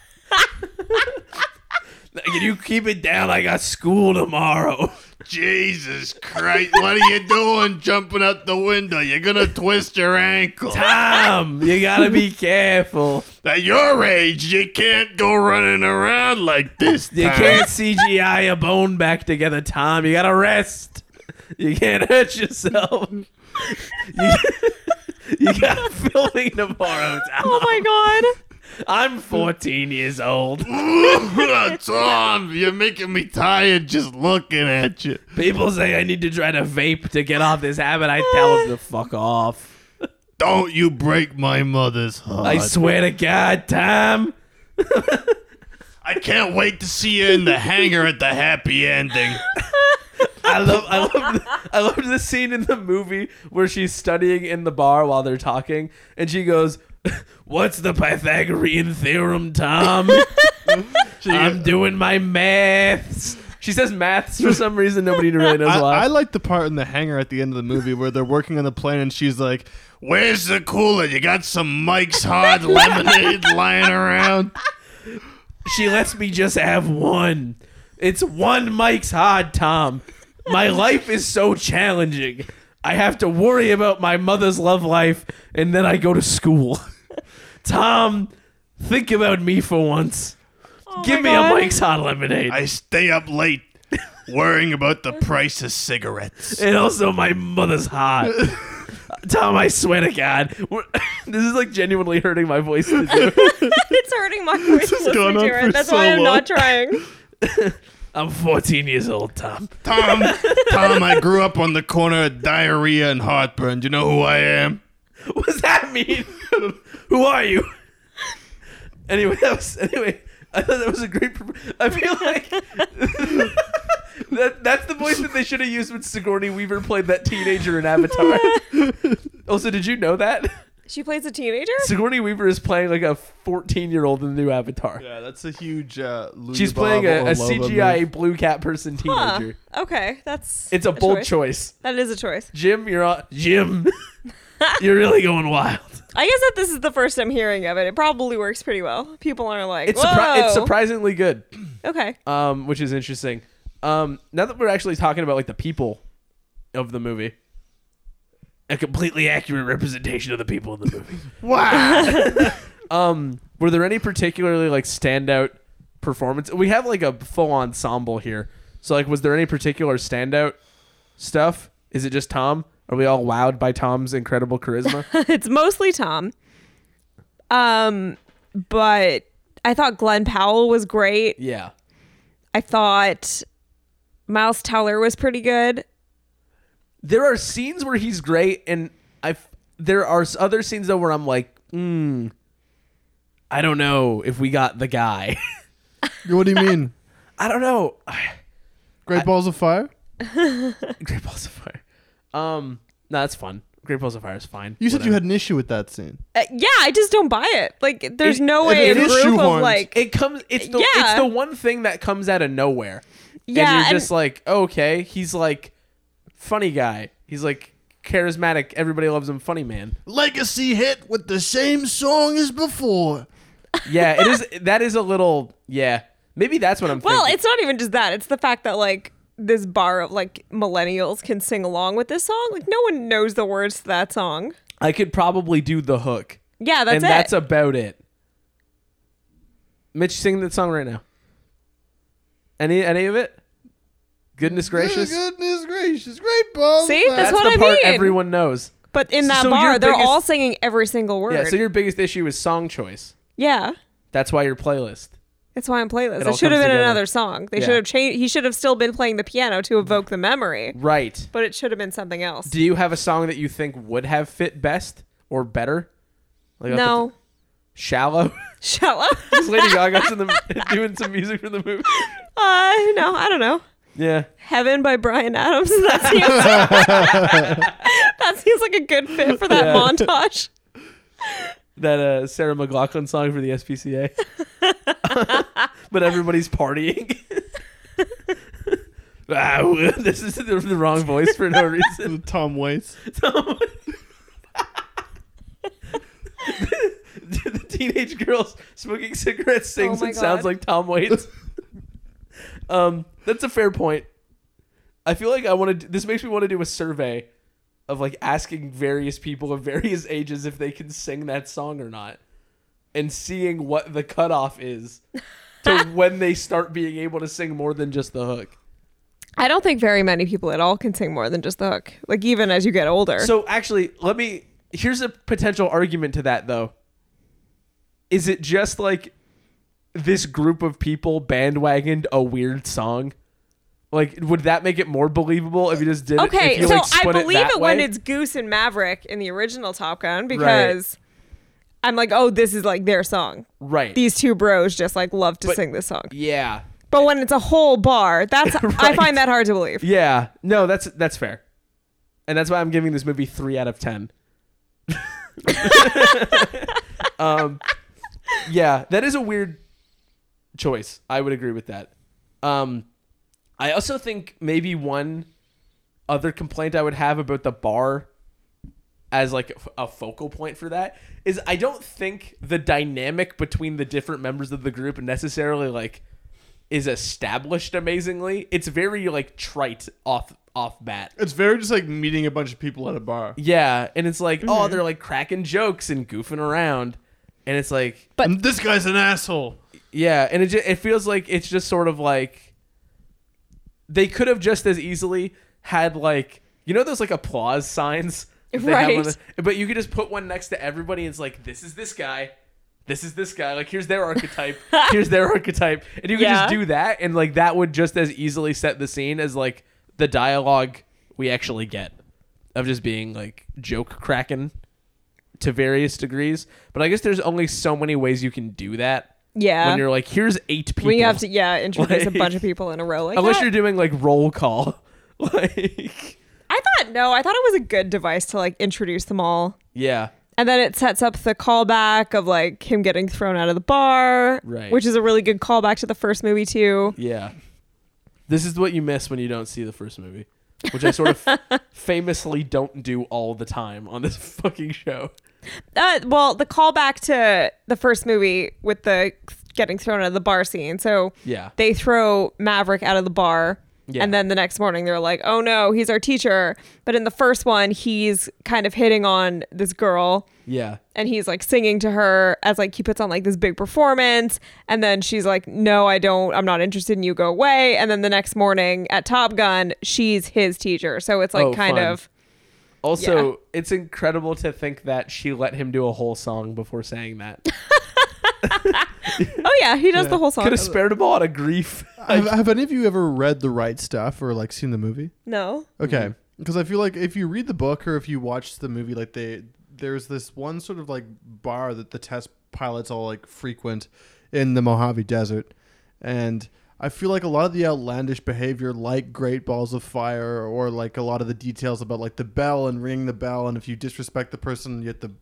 [SPEAKER 1] Can you keep it down? I got school tomorrow.
[SPEAKER 2] Jesus Christ, what are you doing jumping out the window? You're gonna twist your ankle.
[SPEAKER 1] Tom, you gotta be careful.
[SPEAKER 2] At your age, you can't go running around like this.
[SPEAKER 1] You can't CGI a bone back together, Tom. You gotta rest. You can't hurt yourself. You, you got filming tomorrow, Tom.
[SPEAKER 3] oh my god.
[SPEAKER 1] I'm 14 years old.
[SPEAKER 2] Tom, you're making me tired just looking at you.
[SPEAKER 1] People say I need to try to vape to get off this habit. I tell them to fuck off.
[SPEAKER 2] Don't you break my mother's heart.
[SPEAKER 1] I swear to God, Tom.
[SPEAKER 2] I can't wait to see you in the hangar at the happy ending.
[SPEAKER 1] I love I love I love the scene in the movie where she's studying in the bar while they're talking and she goes What's the Pythagorean theorem, Tom? I'm doing my maths. She says maths for some reason. Nobody really knows
[SPEAKER 4] I,
[SPEAKER 1] why.
[SPEAKER 4] I like the part in the hangar at the end of the movie where they're working on the plane and she's like, "Where's the cooler? You got some Mike's Hard Lemonade lying around."
[SPEAKER 1] she lets me just have one. It's one Mike's Hard Tom. My life is so challenging. I have to worry about my mother's love life, and then I go to school. Tom, think about me for once. Give me a Mike's Hot Lemonade.
[SPEAKER 4] I stay up late worrying about the price of cigarettes.
[SPEAKER 1] and also, my mother's hot. Tom, I swear to God. we're- this is like genuinely hurting my voice. to do.
[SPEAKER 3] It's hurting my voice.
[SPEAKER 4] has
[SPEAKER 3] listening
[SPEAKER 4] gone on
[SPEAKER 3] to it.
[SPEAKER 4] for
[SPEAKER 3] That's
[SPEAKER 4] so
[SPEAKER 3] why I'm
[SPEAKER 4] long.
[SPEAKER 3] not trying.
[SPEAKER 1] I'm 14 years old, Tom.
[SPEAKER 4] Tom, Tom, I grew up on the corner of diarrhea and heartburn. Do you know who I am?
[SPEAKER 1] What does that mean? Who are you? Anyway, that was anyway. I thought that was a great. pro- I feel like that that's the voice that they should have used when Sigourney Weaver played that teenager in Avatar. also, did you know that
[SPEAKER 3] She plays a teenager.
[SPEAKER 1] Sigourney Weaver is playing like a fourteen-year-old in the new Avatar?
[SPEAKER 4] Yeah, that's a huge. Uh,
[SPEAKER 1] She's playing a, a CGI blue cat person
[SPEAKER 3] Huh.
[SPEAKER 1] teenager.
[SPEAKER 3] Okay, that's
[SPEAKER 1] It's a bold choice.
[SPEAKER 3] That is a choice.
[SPEAKER 1] Jim, you're on. Jim, you're really going wild.
[SPEAKER 3] I guess that this is the first I'm hearing of it. It probably works pretty well. People are like,
[SPEAKER 1] It's surpri- it's
[SPEAKER 3] "Whoa."
[SPEAKER 1] surprisingly good.
[SPEAKER 3] Okay.
[SPEAKER 1] um, which is interesting. Um, now that we're actually talking about like the people of the movie, a completely accurate representation of the people in the movie.
[SPEAKER 4] Wow.
[SPEAKER 1] um, were there any particularly like standout performance? We have like a full ensemble here, so like, was there any particular standout stuff? Is it just Tom? Are we all wowed by Tom's incredible charisma?
[SPEAKER 3] it's mostly Tom. Um, but I thought Glenn Powell was great.
[SPEAKER 1] yeah.
[SPEAKER 3] I thought Miles Teller was pretty good.
[SPEAKER 1] there are scenes where he's great, and I there are s- other scenes though where I'm like, hmm, I don't know if we got the guy.
[SPEAKER 2] What do you mean?
[SPEAKER 1] I don't know.
[SPEAKER 2] Great balls of fire?
[SPEAKER 1] Great Balls of Fire. Um, no, that's fun. Great Balls of Fire is fine.
[SPEAKER 2] You said you
[SPEAKER 1] Whatever.
[SPEAKER 2] had an issue with that scene.
[SPEAKER 3] Uh, yeah, I just don't buy it. Like, there's
[SPEAKER 1] It-
[SPEAKER 3] no
[SPEAKER 2] it-
[SPEAKER 3] way
[SPEAKER 2] it
[SPEAKER 3] a
[SPEAKER 2] is
[SPEAKER 3] group
[SPEAKER 2] shoehorned.
[SPEAKER 3] of like,
[SPEAKER 1] It comes. It's the it's
[SPEAKER 3] Yeah.
[SPEAKER 1] the one thing that comes out of nowhere.
[SPEAKER 3] Yeah,
[SPEAKER 1] and
[SPEAKER 3] and-
[SPEAKER 1] you're just like, okay, he's like funny guy. He's like charismatic. Everybody loves him. Funny man.
[SPEAKER 2] Legacy hit with the same song as before.
[SPEAKER 1] Yeah, it is. That is a little. Yeah, maybe that's what I'm.
[SPEAKER 3] well,
[SPEAKER 1] thinking.
[SPEAKER 3] it's not even just that. It's the fact that like this bar of like millennials can sing along with this song. Like, no one knows the words to that song.
[SPEAKER 1] I could probably do the hook.
[SPEAKER 3] Yeah, that's
[SPEAKER 1] and
[SPEAKER 3] it.
[SPEAKER 1] that's about it. Mitch, sing that song right now. Any any of it? Goodness gracious.
[SPEAKER 2] Goodness gracious. Great balls
[SPEAKER 3] See?
[SPEAKER 2] of fire.
[SPEAKER 3] That's
[SPEAKER 1] That's
[SPEAKER 3] what
[SPEAKER 1] the
[SPEAKER 3] I
[SPEAKER 1] part
[SPEAKER 3] mean.
[SPEAKER 1] everyone knows.
[SPEAKER 3] but in that
[SPEAKER 1] so your
[SPEAKER 3] bar, they're
[SPEAKER 1] biggest-
[SPEAKER 3] all singing every single word.
[SPEAKER 1] Yeah, so your biggest issue is song choice.
[SPEAKER 3] yeah.
[SPEAKER 1] That's why your playlist.
[SPEAKER 3] That's why I'm playlist.
[SPEAKER 1] It
[SPEAKER 3] It,
[SPEAKER 1] all
[SPEAKER 3] should have
[SPEAKER 1] comes
[SPEAKER 3] been
[SPEAKER 1] together.
[SPEAKER 3] another song. They
[SPEAKER 1] Yeah.
[SPEAKER 3] should have changed. He should have still been playing the piano to evoke the memory,
[SPEAKER 1] Right.
[SPEAKER 3] but it should have been something else.
[SPEAKER 1] Do you have a song that you think would have fit best or better? Like I'll
[SPEAKER 3] no,
[SPEAKER 1] put- Shallow.
[SPEAKER 3] shallow. uh,
[SPEAKER 1] Is Lady Gaga's in the doing some music for the movie.
[SPEAKER 3] no, I don't know.
[SPEAKER 1] Yeah.
[SPEAKER 3] Heaven by Brian Adams. That seems, that seems like a good fit for that
[SPEAKER 1] Yeah.
[SPEAKER 3] montage.
[SPEAKER 1] That uh, Sarah McLaughlin song for the SPCA. but everybody's partying. wow, this is the, the wrong voice for no reason.
[SPEAKER 4] Tom Waits.
[SPEAKER 1] the teenage girls smoking cigarettes sings
[SPEAKER 3] Oh my
[SPEAKER 1] and sounds
[SPEAKER 3] God.
[SPEAKER 1] like Tom Waits. um, that's a fair point. I feel like I want to. This makes me want to do a survey of like asking various people of various ages if they can sing that song or not, and seeing what the cutoff is to when they start being able to sing more than just the hook.
[SPEAKER 3] I don't think very many people at all can sing more than just the hook. Like even as you get older.
[SPEAKER 1] So actually, let me. Here's a potential argument to that though. Is it just like this group of people bandwagoned a weird song? Like, would that make it more believable if you just did? it, if
[SPEAKER 3] okay,
[SPEAKER 1] you,
[SPEAKER 3] so
[SPEAKER 1] like,
[SPEAKER 3] I
[SPEAKER 1] split
[SPEAKER 3] believe
[SPEAKER 1] that
[SPEAKER 3] it, when
[SPEAKER 1] way?
[SPEAKER 3] it's Goose and Maverick in the original Top Gun because I'm like, oh, this is like their song.
[SPEAKER 1] right.
[SPEAKER 3] These two bros just like love to
[SPEAKER 1] But-
[SPEAKER 3] sing this song.
[SPEAKER 1] yeah,
[SPEAKER 3] But when it's a whole bar, that's I find that hard to believe.
[SPEAKER 1] yeah. No, that's that's fair, and that's why I'm giving this movie three out of ten. um, yeah, that is a weird choice. I would agree with that. Um, I also think maybe one other complaint I would have about the bar as like a focal point for that is I don't think the dynamic between the different members of the group necessarily like is established amazingly. It's very like trite off off bat.
[SPEAKER 4] It's very just like meeting a bunch of people at a bar.
[SPEAKER 1] Yeah, and it's like oh they're like cracking jokes and goofing around, and it's like
[SPEAKER 3] But-
[SPEAKER 4] And this guy's an asshole.
[SPEAKER 1] yeah, and it ju- it feels like it's just sort of like they could have just as easily had like you know those like applause signs, that they have on
[SPEAKER 3] Right.
[SPEAKER 1] the- but you could just put one next to everybody. and It's like this is this guy, this is this guy. Like here's their archetype, here's their archetype, and you could
[SPEAKER 3] Yeah.
[SPEAKER 1] just do that, and like that would just as easily set the scene as like the dialogue we actually get of just being like joke cracking to various degrees. But I guess there's only so many ways you can do that
[SPEAKER 3] Yeah.
[SPEAKER 1] when you're like, here's eight people.
[SPEAKER 3] when you have to, yeah, introduce
[SPEAKER 1] Like-
[SPEAKER 3] a bunch of people in a row. Like
[SPEAKER 1] unless
[SPEAKER 3] that.
[SPEAKER 1] you're doing like roll call, like
[SPEAKER 3] I thought no, I thought it was a good device to like introduce them all.
[SPEAKER 1] yeah,
[SPEAKER 3] And then it sets up the callback of like him getting thrown out of the bar,
[SPEAKER 1] Right.
[SPEAKER 3] which is a really good callback to the first movie too.
[SPEAKER 1] yeah. This is what you miss when you don't see the first movie, which I sort of f- famously don't do all the time on this fucking show.
[SPEAKER 3] Uh, well, the callback to the first movie with the getting thrown out of the bar scene. So
[SPEAKER 1] Yeah.
[SPEAKER 3] they throw Maverick out of the bar.
[SPEAKER 1] Yeah.
[SPEAKER 3] And then the next morning, they're like, oh no, he's our teacher. But in the first one, he's kind of hitting on this girl
[SPEAKER 1] Yeah.
[SPEAKER 3] and he's like singing to her as like he puts on like this big performance. And then she's like, no, I don't, I'm not interested in you, go away. And then the next morning at Top Gun, she's his teacher. So it's like
[SPEAKER 1] Oh,
[SPEAKER 3] kind
[SPEAKER 1] fun.
[SPEAKER 3] of,
[SPEAKER 1] Also,
[SPEAKER 3] Yeah.
[SPEAKER 1] it's incredible to think that she let him do a whole song before saying that.
[SPEAKER 3] oh yeah, he does the whole song.
[SPEAKER 1] Could have spared him a lot of grief.
[SPEAKER 2] have, have any of you ever read the right stuff or like seen the movie?
[SPEAKER 3] no.
[SPEAKER 2] Okay, because I feel like if you read the book or if you watch the movie, like they there's this one sort of like bar that the test pilots all like frequent in the Mojave Desert, and I feel like a lot of the outlandish behavior, like Great Balls of Fire, or like a lot of the details about like the bell and ringing the bell, and if you disrespect the person, you have to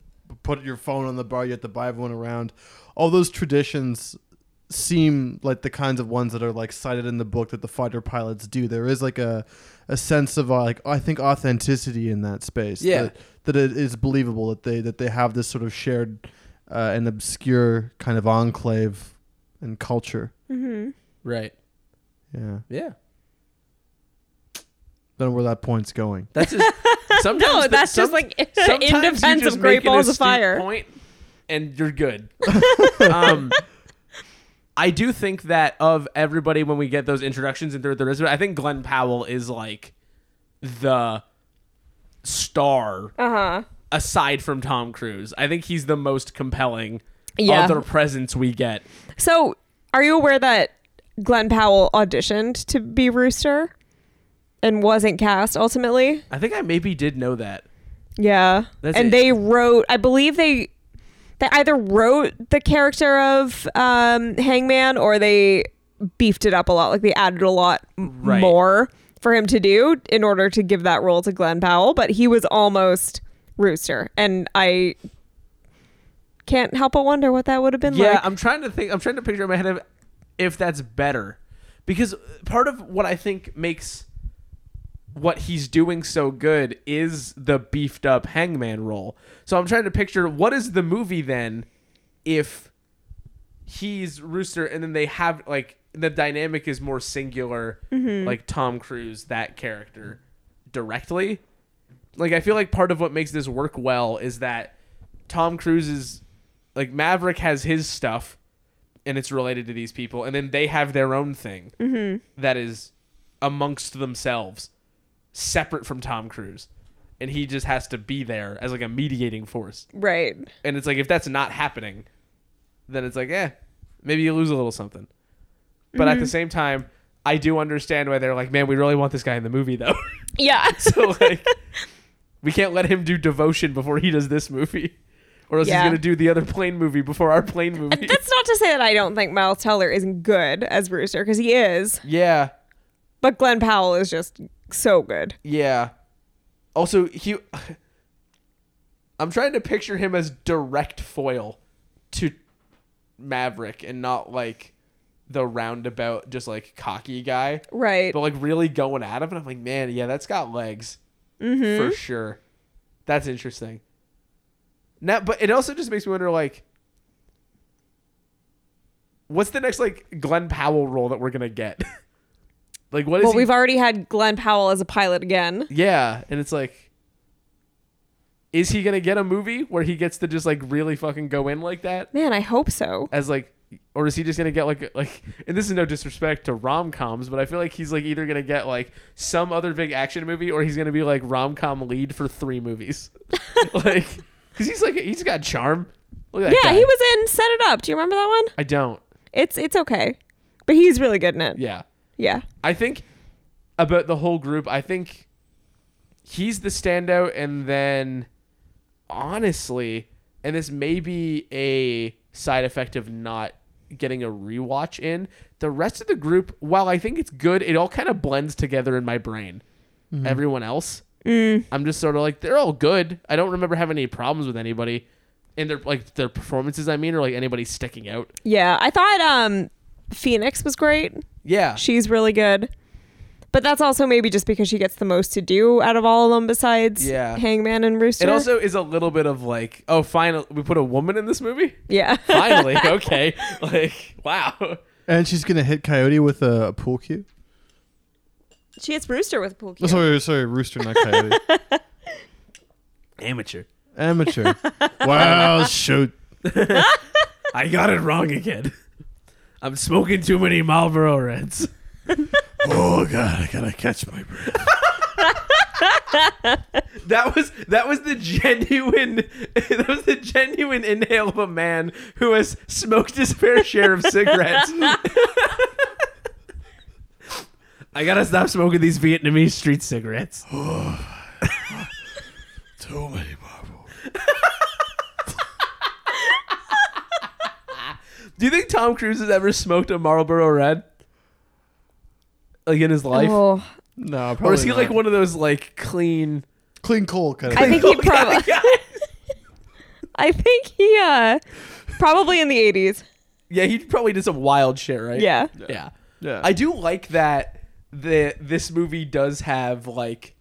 [SPEAKER 2] put your phone on the bar, you have to buy everyone around. All those traditions seem like the kinds of ones that are like cited in the book that the fighter pilots do. There is like a a sense of uh, like I think authenticity in that space.
[SPEAKER 1] Yeah.
[SPEAKER 2] that, that it is believable that they that they have this sort of shared uh, and obscure kind of enclave and culture.
[SPEAKER 1] Right.
[SPEAKER 2] Yeah,
[SPEAKER 1] Yeah.
[SPEAKER 2] don't know where that point's going.
[SPEAKER 1] That's just sometimes.
[SPEAKER 3] No,
[SPEAKER 1] the-
[SPEAKER 3] that's
[SPEAKER 1] some-
[SPEAKER 3] just, like, in
[SPEAKER 1] sometimes you
[SPEAKER 3] defense
[SPEAKER 1] just
[SPEAKER 3] of Great
[SPEAKER 1] make an
[SPEAKER 3] Balls of
[SPEAKER 1] astute
[SPEAKER 3] Fire.
[SPEAKER 1] Point, and you're good. um, I do think that of everybody when we get those introductions and through the resume, I think Glenn Powell is like the star.
[SPEAKER 3] Uh huh.
[SPEAKER 1] Aside from Tom Cruise, I think he's the most compelling
[SPEAKER 3] Yeah.
[SPEAKER 1] other presence we get.
[SPEAKER 3] So, are you aware that Glenn Powell auditioned to be Rooster and wasn't cast ultimately?
[SPEAKER 1] I think I maybe did know that.
[SPEAKER 3] Yeah.
[SPEAKER 1] That's
[SPEAKER 3] and
[SPEAKER 1] it.
[SPEAKER 3] they wrote, I believe they they either wrote the character of um, Hangman or they beefed it up a lot, like they added a lot m-
[SPEAKER 1] Right.
[SPEAKER 3] more for him to do in order to give that role to Glenn Powell, but he was almost Rooster and I can't help but wonder what that would have been
[SPEAKER 1] Yeah,
[SPEAKER 3] like.
[SPEAKER 1] I'm trying to think. I'm trying to picture in my head of if that's better, because part of what I think makes what he's doing so good is the beefed up Hangman role. So I'm trying to picture what is the movie then if he's Rooster and then they have like the dynamic is more singular, like Tom Cruise that character directly like I feel like part of what makes this work well is that Tom Cruise's like Maverick has his stuff and it's related to these people and then they have their own thing that is amongst themselves separate from Tom Cruise and he just has to be there as like a mediating force
[SPEAKER 3] right.
[SPEAKER 1] and it's like if that's not happening then it's like eh maybe you lose a little something but at the same time I do understand why they're like man we really want this guy in the movie though
[SPEAKER 3] Yeah.
[SPEAKER 1] so like, we can't let him do devotion before he does this movie, or else
[SPEAKER 3] Yeah.
[SPEAKER 1] he's gonna do the other plane movie before our plane movie.
[SPEAKER 3] That's not to say that I don't think Miles Teller isn't good as Brewster because he is,
[SPEAKER 1] yeah,
[SPEAKER 3] but Glenn Powell is just so good.
[SPEAKER 1] yeah. Also, he. I'm trying to picture him as direct foil to Maverick and not like the roundabout, just like cocky guy,
[SPEAKER 3] Right.
[SPEAKER 1] but like really going at him. And I'm like, man, yeah, that's got legs
[SPEAKER 3] Mm-hmm.
[SPEAKER 1] for sure. That's interesting. Now, but it also just makes me wonder, like, what's the next like Glenn Powell role that we're gonna get? like, what is?
[SPEAKER 3] Well,
[SPEAKER 1] he-
[SPEAKER 3] we've already had Glenn Powell as a pilot again.
[SPEAKER 1] yeah, and it's like, is he gonna get a movie where he gets to just like really fucking go in like that?
[SPEAKER 3] Man, I hope so.
[SPEAKER 1] as like or is he just gonna get like like and this is no disrespect to rom coms, but I feel like he's like either gonna get like some other big action movie or he's gonna be like rom com lead for three movies. like because he's like he's got charm. Look at that
[SPEAKER 3] Yeah,
[SPEAKER 1] guy.
[SPEAKER 3] he was in Set It Up. Do you remember that one?
[SPEAKER 1] I don't.
[SPEAKER 3] It's it's okay. But he's really good in it.
[SPEAKER 1] Yeah.
[SPEAKER 3] Yeah.
[SPEAKER 1] I think about the whole group, I think he's the standout and then honestly, and this may be a side effect of not getting a rewatch in, the rest of the group, while I think it's good, it all kind of blends together in my brain. Everyone else, I'm just sort of like they're all good. I don't remember having any problems with anybody. And their like their performances, I mean, or like anybody sticking out.
[SPEAKER 3] Yeah. I thought um Phoenix was great.
[SPEAKER 1] Yeah,
[SPEAKER 3] She's really good. But that's also maybe just because she gets the most to do out of all of them besides
[SPEAKER 1] Yeah.
[SPEAKER 3] Hangman and Rooster.
[SPEAKER 1] It also is a little bit of like, oh, finally, we put a woman in this movie.
[SPEAKER 3] yeah.
[SPEAKER 1] Finally, okay, like wow.
[SPEAKER 2] And she's gonna hit Coyote with a pool cue.
[SPEAKER 3] she hits Rooster with a pool
[SPEAKER 2] Oh,
[SPEAKER 3] cue.
[SPEAKER 2] sorry, sorry, Rooster, not Coyote.
[SPEAKER 1] Amateur.
[SPEAKER 2] Amateur. wow, shoot.
[SPEAKER 1] I got it wrong again. I'm smoking too many Marlboro Reds.
[SPEAKER 2] Oh god, I gotta catch my breath.
[SPEAKER 1] That was that was the genuine that was the genuine inhale of a man who has smoked his fair share of cigarettes. I gotta stop smoking these Vietnamese street cigarettes.
[SPEAKER 2] Too many marbles.
[SPEAKER 1] Do you think Tom Cruise has ever smoked a Marlboro Red? Like in his life?
[SPEAKER 3] Oh,
[SPEAKER 2] No, probably
[SPEAKER 1] or is he like
[SPEAKER 2] not.
[SPEAKER 1] one of those like clean?
[SPEAKER 2] clean coal kind of?
[SPEAKER 3] I
[SPEAKER 2] thing.
[SPEAKER 3] think he probably I think he uh probably in the 80s.
[SPEAKER 1] yeah, he probably did some wild shit, right?
[SPEAKER 3] Yeah.
[SPEAKER 1] yeah.
[SPEAKER 4] Yeah.
[SPEAKER 1] I do like that the this movie does have like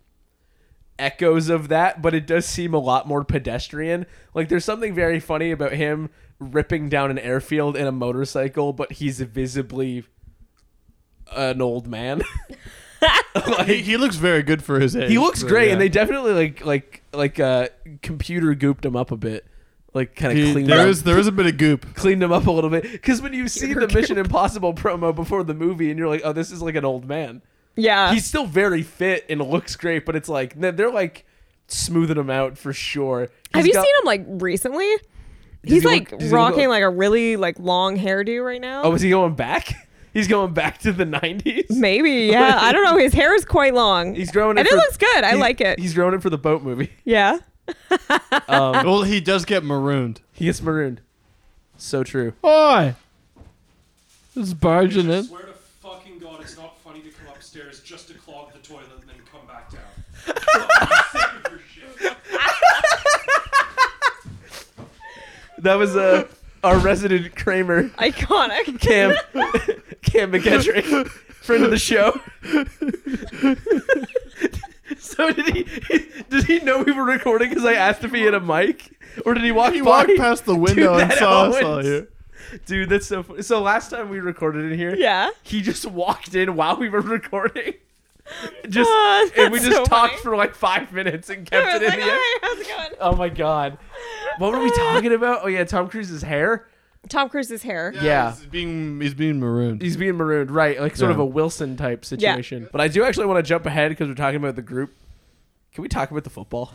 [SPEAKER 1] echoes of that, but it does seem a lot more pedestrian. Like there's something very funny about him ripping down an airfield in a motorcycle, but he's visibly an old man.
[SPEAKER 4] he, he looks very good for his age.
[SPEAKER 1] he looks
[SPEAKER 4] so,
[SPEAKER 1] great,
[SPEAKER 4] yeah.
[SPEAKER 1] and they definitely like like like uh computer gooped him up a bit, like kind of
[SPEAKER 2] He-
[SPEAKER 1] cleaned
[SPEAKER 2] there
[SPEAKER 1] up,
[SPEAKER 2] is there is a bit of goop.
[SPEAKER 1] cleaned him up a little bit. Because when you see the Mission Impossible promo before the movie, and you're like, oh, this is like an old man.
[SPEAKER 3] Yeah.
[SPEAKER 1] He's still very fit and looks great, but it's like they're they're, like smoothing him out for sure.
[SPEAKER 3] Have
[SPEAKER 1] He's
[SPEAKER 3] you
[SPEAKER 1] got-
[SPEAKER 3] seen him like recently? He's
[SPEAKER 1] he look-
[SPEAKER 3] like
[SPEAKER 1] does he look-
[SPEAKER 3] rocking like a really like long hairdo right now.
[SPEAKER 1] Oh, is he going back? He's going back to the nineties.
[SPEAKER 3] Maybe, yeah. I don't know. His hair is quite long.
[SPEAKER 1] He's growing it.
[SPEAKER 3] and it
[SPEAKER 1] for-
[SPEAKER 3] looks good. I
[SPEAKER 1] he's-
[SPEAKER 3] like it.
[SPEAKER 1] He's growing it for the boat movie.
[SPEAKER 3] Yeah.
[SPEAKER 1] Um,
[SPEAKER 4] Well, he does get marooned.
[SPEAKER 1] he gets marooned. So true.
[SPEAKER 2] Oi! This is barging
[SPEAKER 5] I
[SPEAKER 2] in.
[SPEAKER 5] swear to fucking god, it's not funny to come upstairs just to clog the toilet and then come back down. Fucking sick of your shit.
[SPEAKER 1] That was uh, our resident Kramer.
[SPEAKER 3] Iconic.
[SPEAKER 1] Cam Cam McKendrick, friend of the show. so did he, Did he know we were recording? Because I asked if he had a mic, or did he walk?
[SPEAKER 2] He walked
[SPEAKER 1] by?
[SPEAKER 2] past the window
[SPEAKER 1] Dude,
[SPEAKER 2] and
[SPEAKER 1] that
[SPEAKER 2] saw us
[SPEAKER 1] Owens.
[SPEAKER 2] all here.
[SPEAKER 1] Dude, that's so. Funny. So last time we recorded in here,
[SPEAKER 3] Yeah.
[SPEAKER 1] he just walked in while we were recording. Just
[SPEAKER 3] Oh,
[SPEAKER 1] and we
[SPEAKER 3] that's
[SPEAKER 1] just
[SPEAKER 3] so
[SPEAKER 1] talked
[SPEAKER 3] funny.
[SPEAKER 1] for like five minutes and
[SPEAKER 3] I
[SPEAKER 1] kept
[SPEAKER 3] was
[SPEAKER 1] it in
[SPEAKER 3] like,
[SPEAKER 1] the
[SPEAKER 3] "Hi,
[SPEAKER 1] end.
[SPEAKER 3] how's it going?
[SPEAKER 1] Oh my god, what were we talking about? Oh yeah, Tom Cruise's hair.
[SPEAKER 3] Oh, Tom Cruise's hair.
[SPEAKER 1] Yeah.
[SPEAKER 4] He's being he's being marooned.
[SPEAKER 1] He's being marooned, right? Like sort
[SPEAKER 4] Yeah.
[SPEAKER 1] of a Wilson type situation. But I do actually want to jump ahead because we're talking about the group. Can we talk about the football?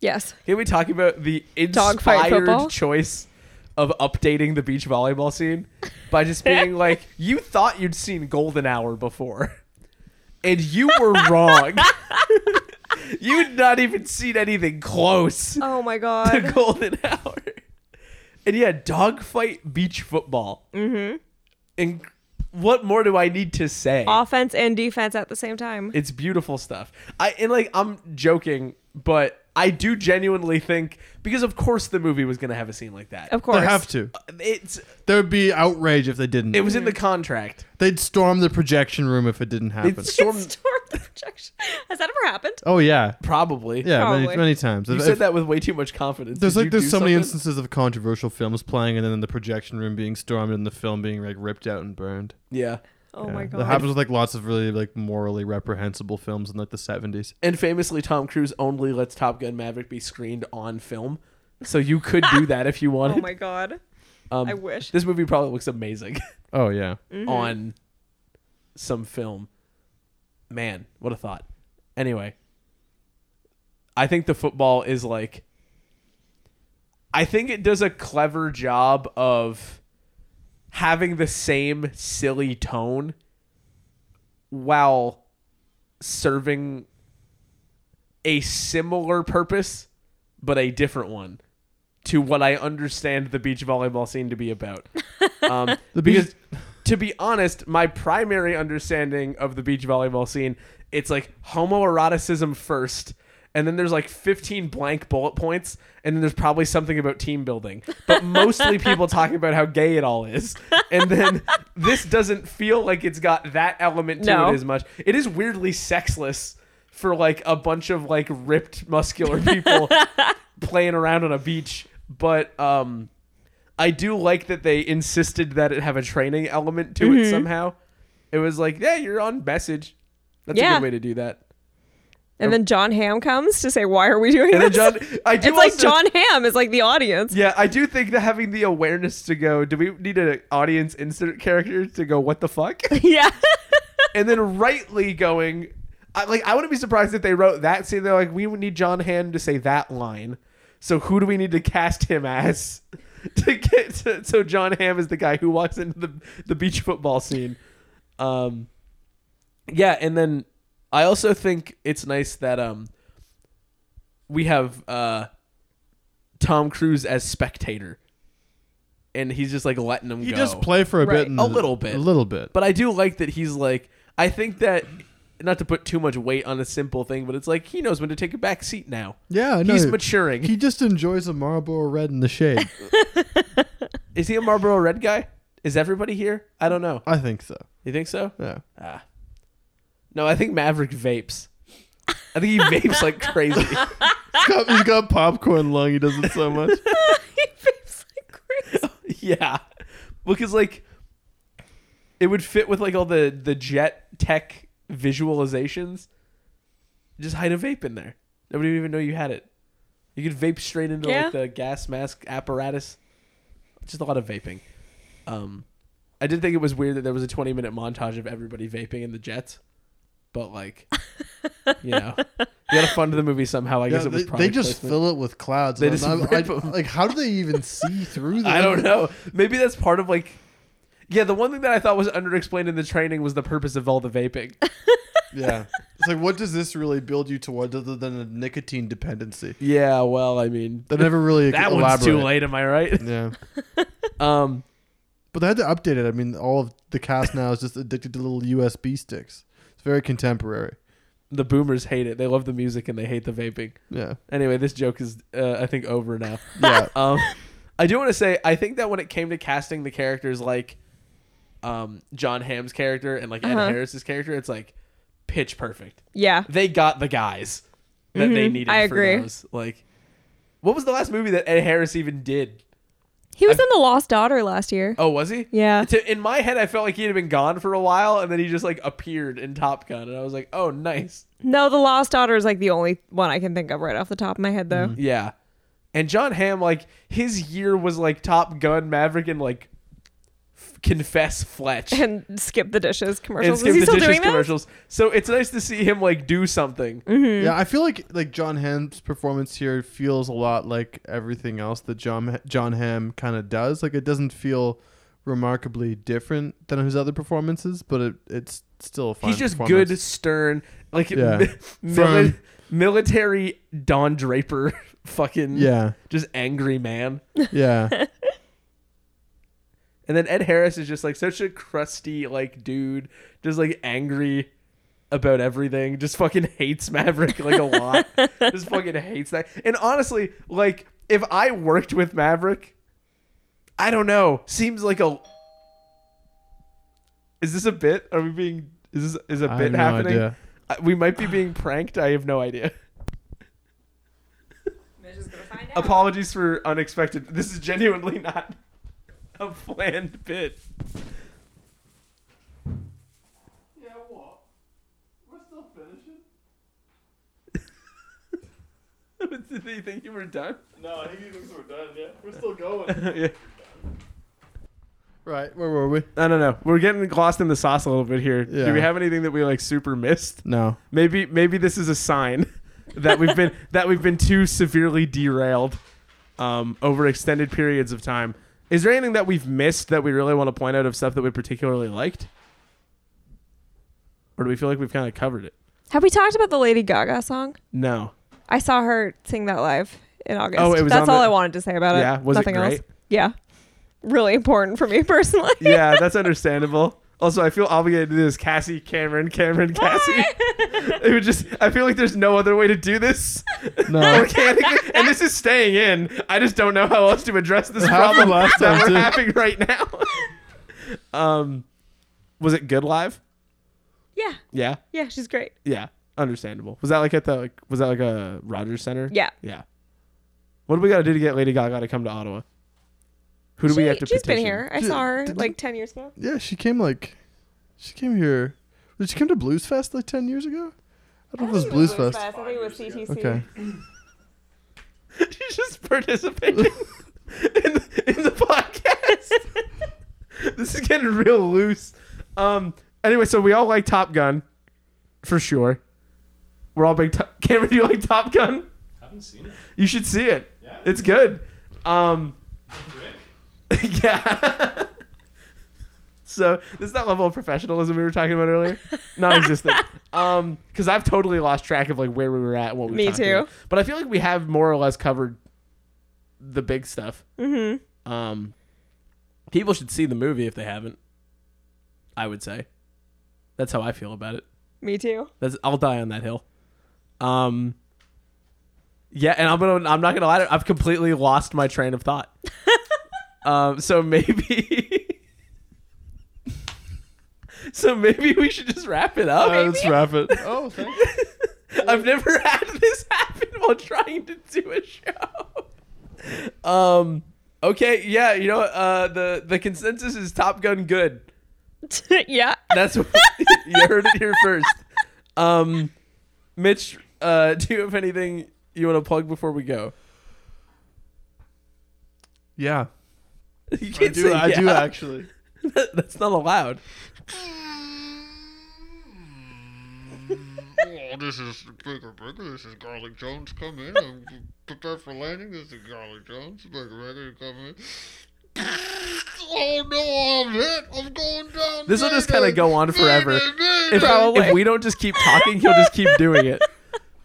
[SPEAKER 3] Yes.
[SPEAKER 1] Can we talk about the
[SPEAKER 3] Dogfight football?
[SPEAKER 1] inspired choice of updating the beach volleyball scene by just being like, you thought you'd seen Golden Hour before, and you were wrong. You'd not even seen anything close
[SPEAKER 3] Oh my
[SPEAKER 1] the
[SPEAKER 3] god.
[SPEAKER 1] golden hour. And yeah, dogfight beach football. Mm-hmm. And what more do I need to say?
[SPEAKER 3] Offense and defense at the same time.
[SPEAKER 1] It's beautiful stuff. I and like I'm joking, but I do genuinely think because of course the movie was going to have a scene like that.
[SPEAKER 3] Of course.
[SPEAKER 4] They have to.
[SPEAKER 1] It's
[SPEAKER 4] There would be outrage if they didn't.
[SPEAKER 1] it was in the
[SPEAKER 3] Mm.
[SPEAKER 1] contract.
[SPEAKER 4] They'd storm the projection room if it didn't happen.
[SPEAKER 1] It's-
[SPEAKER 3] Storm
[SPEAKER 1] Storm-
[SPEAKER 3] the projection. Has that ever happened?
[SPEAKER 4] oh yeah,
[SPEAKER 1] Probably.
[SPEAKER 4] yeah,
[SPEAKER 3] Probably.
[SPEAKER 4] many, many times.
[SPEAKER 1] You
[SPEAKER 4] If-
[SPEAKER 1] said
[SPEAKER 4] if-
[SPEAKER 1] that with way too much confidence.
[SPEAKER 4] There's
[SPEAKER 1] Did
[SPEAKER 4] like
[SPEAKER 1] you
[SPEAKER 4] there's
[SPEAKER 1] do
[SPEAKER 4] so many
[SPEAKER 1] something?
[SPEAKER 4] instances of controversial films playing and then the projection room being stormed and the film being like ripped out and burned.
[SPEAKER 1] Yeah.
[SPEAKER 3] Oh
[SPEAKER 4] Yeah.
[SPEAKER 3] my god.
[SPEAKER 4] That happens with like lots of really like morally reprehensible films in like the 70s.
[SPEAKER 1] And famously Tom Cruise only lets Top Gun Maverick be screened on film. So you could do that if you
[SPEAKER 3] Oh
[SPEAKER 1] wanted.
[SPEAKER 3] my god.
[SPEAKER 1] um,
[SPEAKER 3] I wish.
[SPEAKER 1] This movie probably looks amazing
[SPEAKER 4] Oh yeah.
[SPEAKER 1] on some film. Man, what a thought. Anyway, I think the football is like. I think it does a clever job of having the same silly tone while serving a similar purpose, but a different one to what I understand the beach volleyball scene to be about. Um, because, to be honest, my primary understanding of the beach volleyball scene, it's like homoeroticism first. And then there's like 15 blank bullet points, and then there's probably something about team building, but mostly people talking about how gay it all is. And then this doesn't feel like it's got that element to
[SPEAKER 3] No.
[SPEAKER 1] it as much. It is weirdly sexless for like a bunch of like ripped muscular people playing around on a beach but um i do like that they insisted that it have a training element to
[SPEAKER 3] Mm-hmm.
[SPEAKER 1] it somehow it was like yeah you're on message that's a
[SPEAKER 3] Yeah.
[SPEAKER 1] good way to do that
[SPEAKER 3] and then John Ham comes to say, "Why are we doing
[SPEAKER 1] and then
[SPEAKER 3] this?"
[SPEAKER 1] john i do
[SPEAKER 3] it's like
[SPEAKER 1] also-
[SPEAKER 3] John Ham is like the audience.
[SPEAKER 1] yeah i do think that having the awareness to go do we need an audience insert character to go what the fuck
[SPEAKER 3] Yeah.
[SPEAKER 1] and then rightly going I, like i wouldn't be surprised if they wrote that scene they're like we would need john Hamm to say that line so who do we need to cast him as to get to, so john Hamm is the guy who walks into the, the beach football scene um yeah and then i also think it's nice that um we have uh tom cruise as spectator and he's just like letting him
[SPEAKER 4] He
[SPEAKER 1] go
[SPEAKER 4] does play for a
[SPEAKER 3] Right.
[SPEAKER 4] bit in
[SPEAKER 1] A
[SPEAKER 4] the-
[SPEAKER 1] little bit.
[SPEAKER 4] A little bit.
[SPEAKER 1] but I do like that he's like I think that not to put too much weight on a simple thing, but it's like he knows when to take a back seat now.
[SPEAKER 4] yeah, no.
[SPEAKER 1] He's maturing.
[SPEAKER 4] he just enjoys a Marlboro Red in the shade.
[SPEAKER 1] Is he a Marlboro Red guy? Is everybody here? I don't know.
[SPEAKER 4] I think so.
[SPEAKER 1] You think so?
[SPEAKER 4] Yeah.
[SPEAKER 1] Ah. No, I think Maverick vapes. I think he vapes like crazy.
[SPEAKER 4] He's got, he's got popcorn lung. He does it so much.
[SPEAKER 3] he vapes like crazy.
[SPEAKER 1] yeah. Because like it would fit with like all the the jet tech visualizations. Just hide a vape in there. Nobody would even know you had it. You could vape straight into
[SPEAKER 3] Yeah.
[SPEAKER 1] like the gas mask apparatus. Just a lot of vaping. Um I did think it was weird that there was a 20 minute montage of everybody vaping in the jets. But like you know, you got to fund the movie somehow. I guess
[SPEAKER 2] Yeah,
[SPEAKER 1] it was
[SPEAKER 2] they,
[SPEAKER 1] product
[SPEAKER 2] they just
[SPEAKER 1] placement.
[SPEAKER 2] fill it with clouds.
[SPEAKER 1] They
[SPEAKER 2] and
[SPEAKER 1] just
[SPEAKER 2] I'm-
[SPEAKER 1] rip
[SPEAKER 2] I-
[SPEAKER 1] 'em.
[SPEAKER 2] like, how do they even see through that?
[SPEAKER 1] I don't know. Maybe that's part of like. Yeah, the one thing that I thought was underexplained in the training was the purpose of all the vaping.
[SPEAKER 4] Yeah.
[SPEAKER 2] It's like, what does this really build you towards other than a nicotine dependency?
[SPEAKER 1] yeah, well, I mean,
[SPEAKER 2] They never really
[SPEAKER 1] that
[SPEAKER 2] elaborate.
[SPEAKER 1] one's too late. Am I right?
[SPEAKER 2] Yeah,
[SPEAKER 1] Um,
[SPEAKER 2] but they had to update it. I mean, all of the cast now is just addicted to little USB sticks. It's very contemporary.
[SPEAKER 1] the boomers hate it. They love the music and they hate the vaping.
[SPEAKER 2] Yeah,
[SPEAKER 1] Anyway, this joke is, uh, I think, over now.
[SPEAKER 2] yeah.
[SPEAKER 1] um, I do want to say I think that when it came to casting the characters like um, John Hamm's character and like
[SPEAKER 3] Uh-huh.
[SPEAKER 1] Ed Harris's character, it's like pitch perfect.
[SPEAKER 3] Yeah.
[SPEAKER 1] they got the guys that they needed.
[SPEAKER 3] Mm-hmm. I agree.
[SPEAKER 1] For those. Like, what was the last movie that Ed Harris even did?
[SPEAKER 3] He was in The Lost Daughter last year.
[SPEAKER 1] Oh, was he?
[SPEAKER 3] Yeah.
[SPEAKER 1] To, in my head, I felt like he had been gone for a while, and then he just like appeared in Top Gun, and I was like, oh, nice.
[SPEAKER 3] No, The Lost Daughter is like the only one I can think of right off the top of my head though.
[SPEAKER 1] Yeah. And John Hamm, like his year was like Top Gun, Maverick, and like f- Confess Fletch.
[SPEAKER 3] And skip the dishes
[SPEAKER 1] And
[SPEAKER 3] commercials.
[SPEAKER 1] skip
[SPEAKER 3] Is he
[SPEAKER 1] the
[SPEAKER 3] still
[SPEAKER 1] dishes
[SPEAKER 3] doing that?
[SPEAKER 1] commercials. So it's nice to see him like do something.
[SPEAKER 4] Yeah, I feel like like John Hamm's performance here feels a lot like everything else that John John Hamm kind of does. Like it doesn't feel remarkably different than his other performances, but it, it's still a fine.
[SPEAKER 1] He's just
[SPEAKER 4] performance.
[SPEAKER 1] good, stern, like
[SPEAKER 4] Yeah.
[SPEAKER 1] mi- mili-
[SPEAKER 4] Firm.
[SPEAKER 1] military Don Draper, fucking
[SPEAKER 4] Yeah,
[SPEAKER 1] just angry man.
[SPEAKER 4] yeah,
[SPEAKER 1] And then Ed Harris is just like such a crusty like dude, just like angry, about everything. Just fucking hates Maverick like a lot. just fucking hates that. And honestly, like if I worked with Maverick, I don't know. Seems like a. Is this a bit? Are we being? Is this is a
[SPEAKER 2] I
[SPEAKER 1] bit
[SPEAKER 2] have no
[SPEAKER 1] happening?
[SPEAKER 2] idea.
[SPEAKER 1] Uh, We might be being pranked. I have no idea. Apologies for unexpected. This is genuinely not a planned bit.
[SPEAKER 5] Yeah, what? We're still finishing.
[SPEAKER 1] Did they think you were done?
[SPEAKER 4] No, I think Oh, he thinks we're done. Yeah, we're still going.
[SPEAKER 1] yeah.
[SPEAKER 2] Right, where were we?
[SPEAKER 1] I don't know. We're getting lost in the sauce a little bit here. Do
[SPEAKER 2] Yeah.
[SPEAKER 1] we have anything that we like super missed?
[SPEAKER 2] No.
[SPEAKER 1] Maybe maybe this is a sign that we've been that we've been too severely derailed um, over extended periods of time. Is there anything that we've missed that we really want to point out of stuff that we particularly liked? Or do we feel like we've kind of covered it?
[SPEAKER 3] Have we talked about the Lady Gaga song?
[SPEAKER 1] No.
[SPEAKER 3] I saw her sing that live in August.
[SPEAKER 1] Oh, it was
[SPEAKER 3] That's
[SPEAKER 1] on
[SPEAKER 3] all
[SPEAKER 1] the-
[SPEAKER 3] I wanted to say about it.
[SPEAKER 1] Yeah, was it
[SPEAKER 3] Nothing
[SPEAKER 1] great?
[SPEAKER 3] else. Yeah. Really important for me personally.
[SPEAKER 1] Yeah, that's understandable. Also, I feel obligated to do this. Cassie, Cameron, Cameron, Cassie. it would just I feel like there's no other way to do this.
[SPEAKER 2] No.
[SPEAKER 1] organically. and this is staying in. I just don't know how else to address this
[SPEAKER 2] happened
[SPEAKER 1] problem
[SPEAKER 2] last
[SPEAKER 1] that
[SPEAKER 2] time,
[SPEAKER 1] we're
[SPEAKER 2] too.
[SPEAKER 1] having right now. um, was it good live?
[SPEAKER 3] yeah.
[SPEAKER 1] Yeah,
[SPEAKER 3] Yeah, she's great.
[SPEAKER 1] yeah, understandable. Was that like at the like, was that like a Rogers Center?
[SPEAKER 3] Yeah.
[SPEAKER 1] yeah. What do we got to do to get Lady Gaga to come to Ottawa? Who do we
[SPEAKER 3] She-
[SPEAKER 1] have to
[SPEAKER 3] She's
[SPEAKER 1] petition?
[SPEAKER 3] been here. I
[SPEAKER 2] Ju-
[SPEAKER 3] saw her
[SPEAKER 2] did-
[SPEAKER 3] like 10 years ago.
[SPEAKER 2] Yeah, she came like, she came here. Did she come to Blues Fest like ten years ago? I don't know if it was Blues Fest.
[SPEAKER 3] I think it was CTC.
[SPEAKER 2] Okay.
[SPEAKER 1] She's just participating in, the, in the podcast. this is getting real loose. Um. Anyway, so we all like Top Gun, for sure. We're all big. Top- Cameron, do you like Top Gun?
[SPEAKER 5] Haven't seen it.
[SPEAKER 1] You should see it.
[SPEAKER 5] Yeah.
[SPEAKER 1] It's good. Um.
[SPEAKER 5] Rick.
[SPEAKER 1] yeah. so this is that level of professionalism we were talking about earlier, non-existent. um, because I've totally lost track of like where we were at, and what we.
[SPEAKER 3] Me
[SPEAKER 1] talked
[SPEAKER 3] too.
[SPEAKER 1] about. But I feel like we have more or less covered the big stuff. Mm-hmm. Um, people should see the movie if they haven't. I would say, that's how I feel about it.
[SPEAKER 3] Me too.
[SPEAKER 1] That's I'll die on that hill. Um. Yeah, and I'm gonna I'm not gonna lie, to you, I've completely lost my train of thought. um. So maybe. so maybe we should just wrap it up.
[SPEAKER 2] Alright, let's wrap it. Oh, thank you.
[SPEAKER 1] I've never had this happen while trying to do a show. Um. Okay. Yeah. You know. Uh. The the consensus is Top Gun good.
[SPEAKER 3] yeah.
[SPEAKER 1] That's what you heard it here first. Um, Mitch, uh, do you have anything you want to plug before we go?
[SPEAKER 2] Yeah,
[SPEAKER 1] You
[SPEAKER 2] I
[SPEAKER 1] can't
[SPEAKER 2] do.
[SPEAKER 1] say
[SPEAKER 2] I do
[SPEAKER 1] yeah.
[SPEAKER 2] actually.
[SPEAKER 1] That's not allowed.
[SPEAKER 6] oh, this is Baker Baker. This is Garlic Jones. Come in. I'm prepared for landing. This is Garlic Jones. Baker Baker, come in. Oh no, I'm hit. I'm going down.
[SPEAKER 1] This will just kind of go on forever. If,
[SPEAKER 3] Probably.
[SPEAKER 1] if we don't just keep talking, he'll just keep doing it.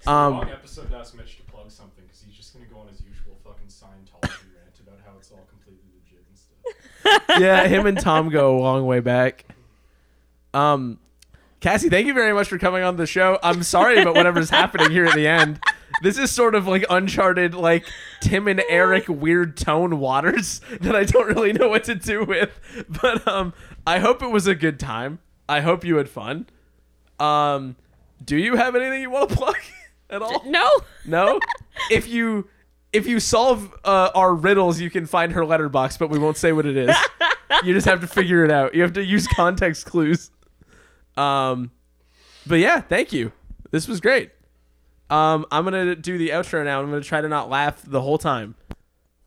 [SPEAKER 1] Um,
[SPEAKER 5] Wrong episode to ask Mitch to plug something because he's just gonna go on his usual fucking Scientology rant about how it's all completely legit and stuff.
[SPEAKER 1] yeah, him and Tom go a long way back. Um, Cassie, thank you very much for coming on the show. I'm sorry about whatever's happening here at the end. This is sort of like uncharted, like Tim and Eric weird tone waters that I don't really know what to do with. But um, I hope it was a good time. I hope you had fun. Um, do you have anything you want to plug at all?
[SPEAKER 3] No.
[SPEAKER 1] No. If you if you solve uh, our riddles, you can find her letterbox, but we won't say what it is. you just have to figure it out. You have to use context clues. Um, but yeah, thank you. This was great. Um, I'm gonna do the outro now. I'm gonna try to not laugh the whole time.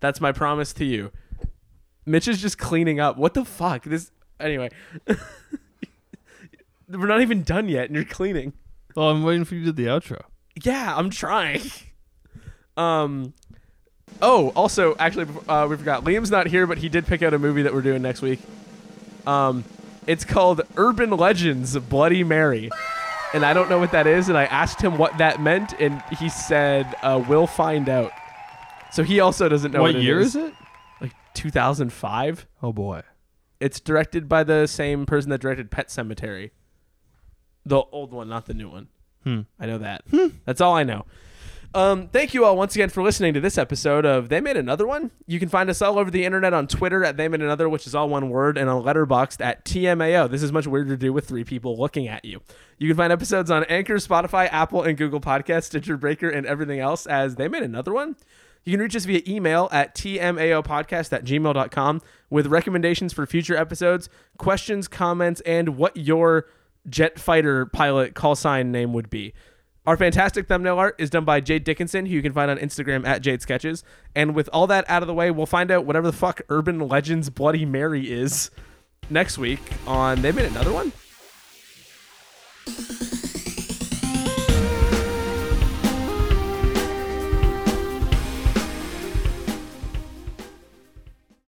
[SPEAKER 1] That's my promise to you. Mitch is just cleaning up. What the fuck? This anyway. We're not even done yet, and you're cleaning.
[SPEAKER 4] Well, I'm waiting for you to do the outro.
[SPEAKER 1] Yeah, I'm trying. Um. Oh, also, actually, uh, we forgot. Liam's not here, but he did pick out a movie that we're doing next week. Um, it's called Urban Legends: Bloody Mary, and I don't know what that is. And I asked him what that meant, and he said, uh, "We'll find out." So he also doesn't know
[SPEAKER 4] what
[SPEAKER 1] what,
[SPEAKER 4] year is
[SPEAKER 1] it?
[SPEAKER 4] it?
[SPEAKER 1] is. Like 2005.
[SPEAKER 4] Oh boy.
[SPEAKER 1] It's directed by the same person that directed Pet Cemetery. The old one, not the new one. I know that. That's all I know. Um, thank you all once again for listening to this episode of They Made Another One. You can find us all over the internet on Twitter at They Made Another, which is all one word, and on Letterboxd at TMAO. This is much weirder to do with three people looking at you. You can find episodes on Anchor, Spotify, Apple, and Google Podcasts, Stitcher Breaker, and everything else as They Made Another One. You can reach us via email at tmaopodcast at gmail.com with recommendations for future episodes, questions, comments, and what your jet fighter pilot call sign name would be. Our fantastic thumbnail art is done by Jade Dickinson, who you can find on Instagram at Jade Sketches. And with all that out of the way, we'll find out whatever the fuck Urban Legends Bloody Mary is next week on They Made Another One?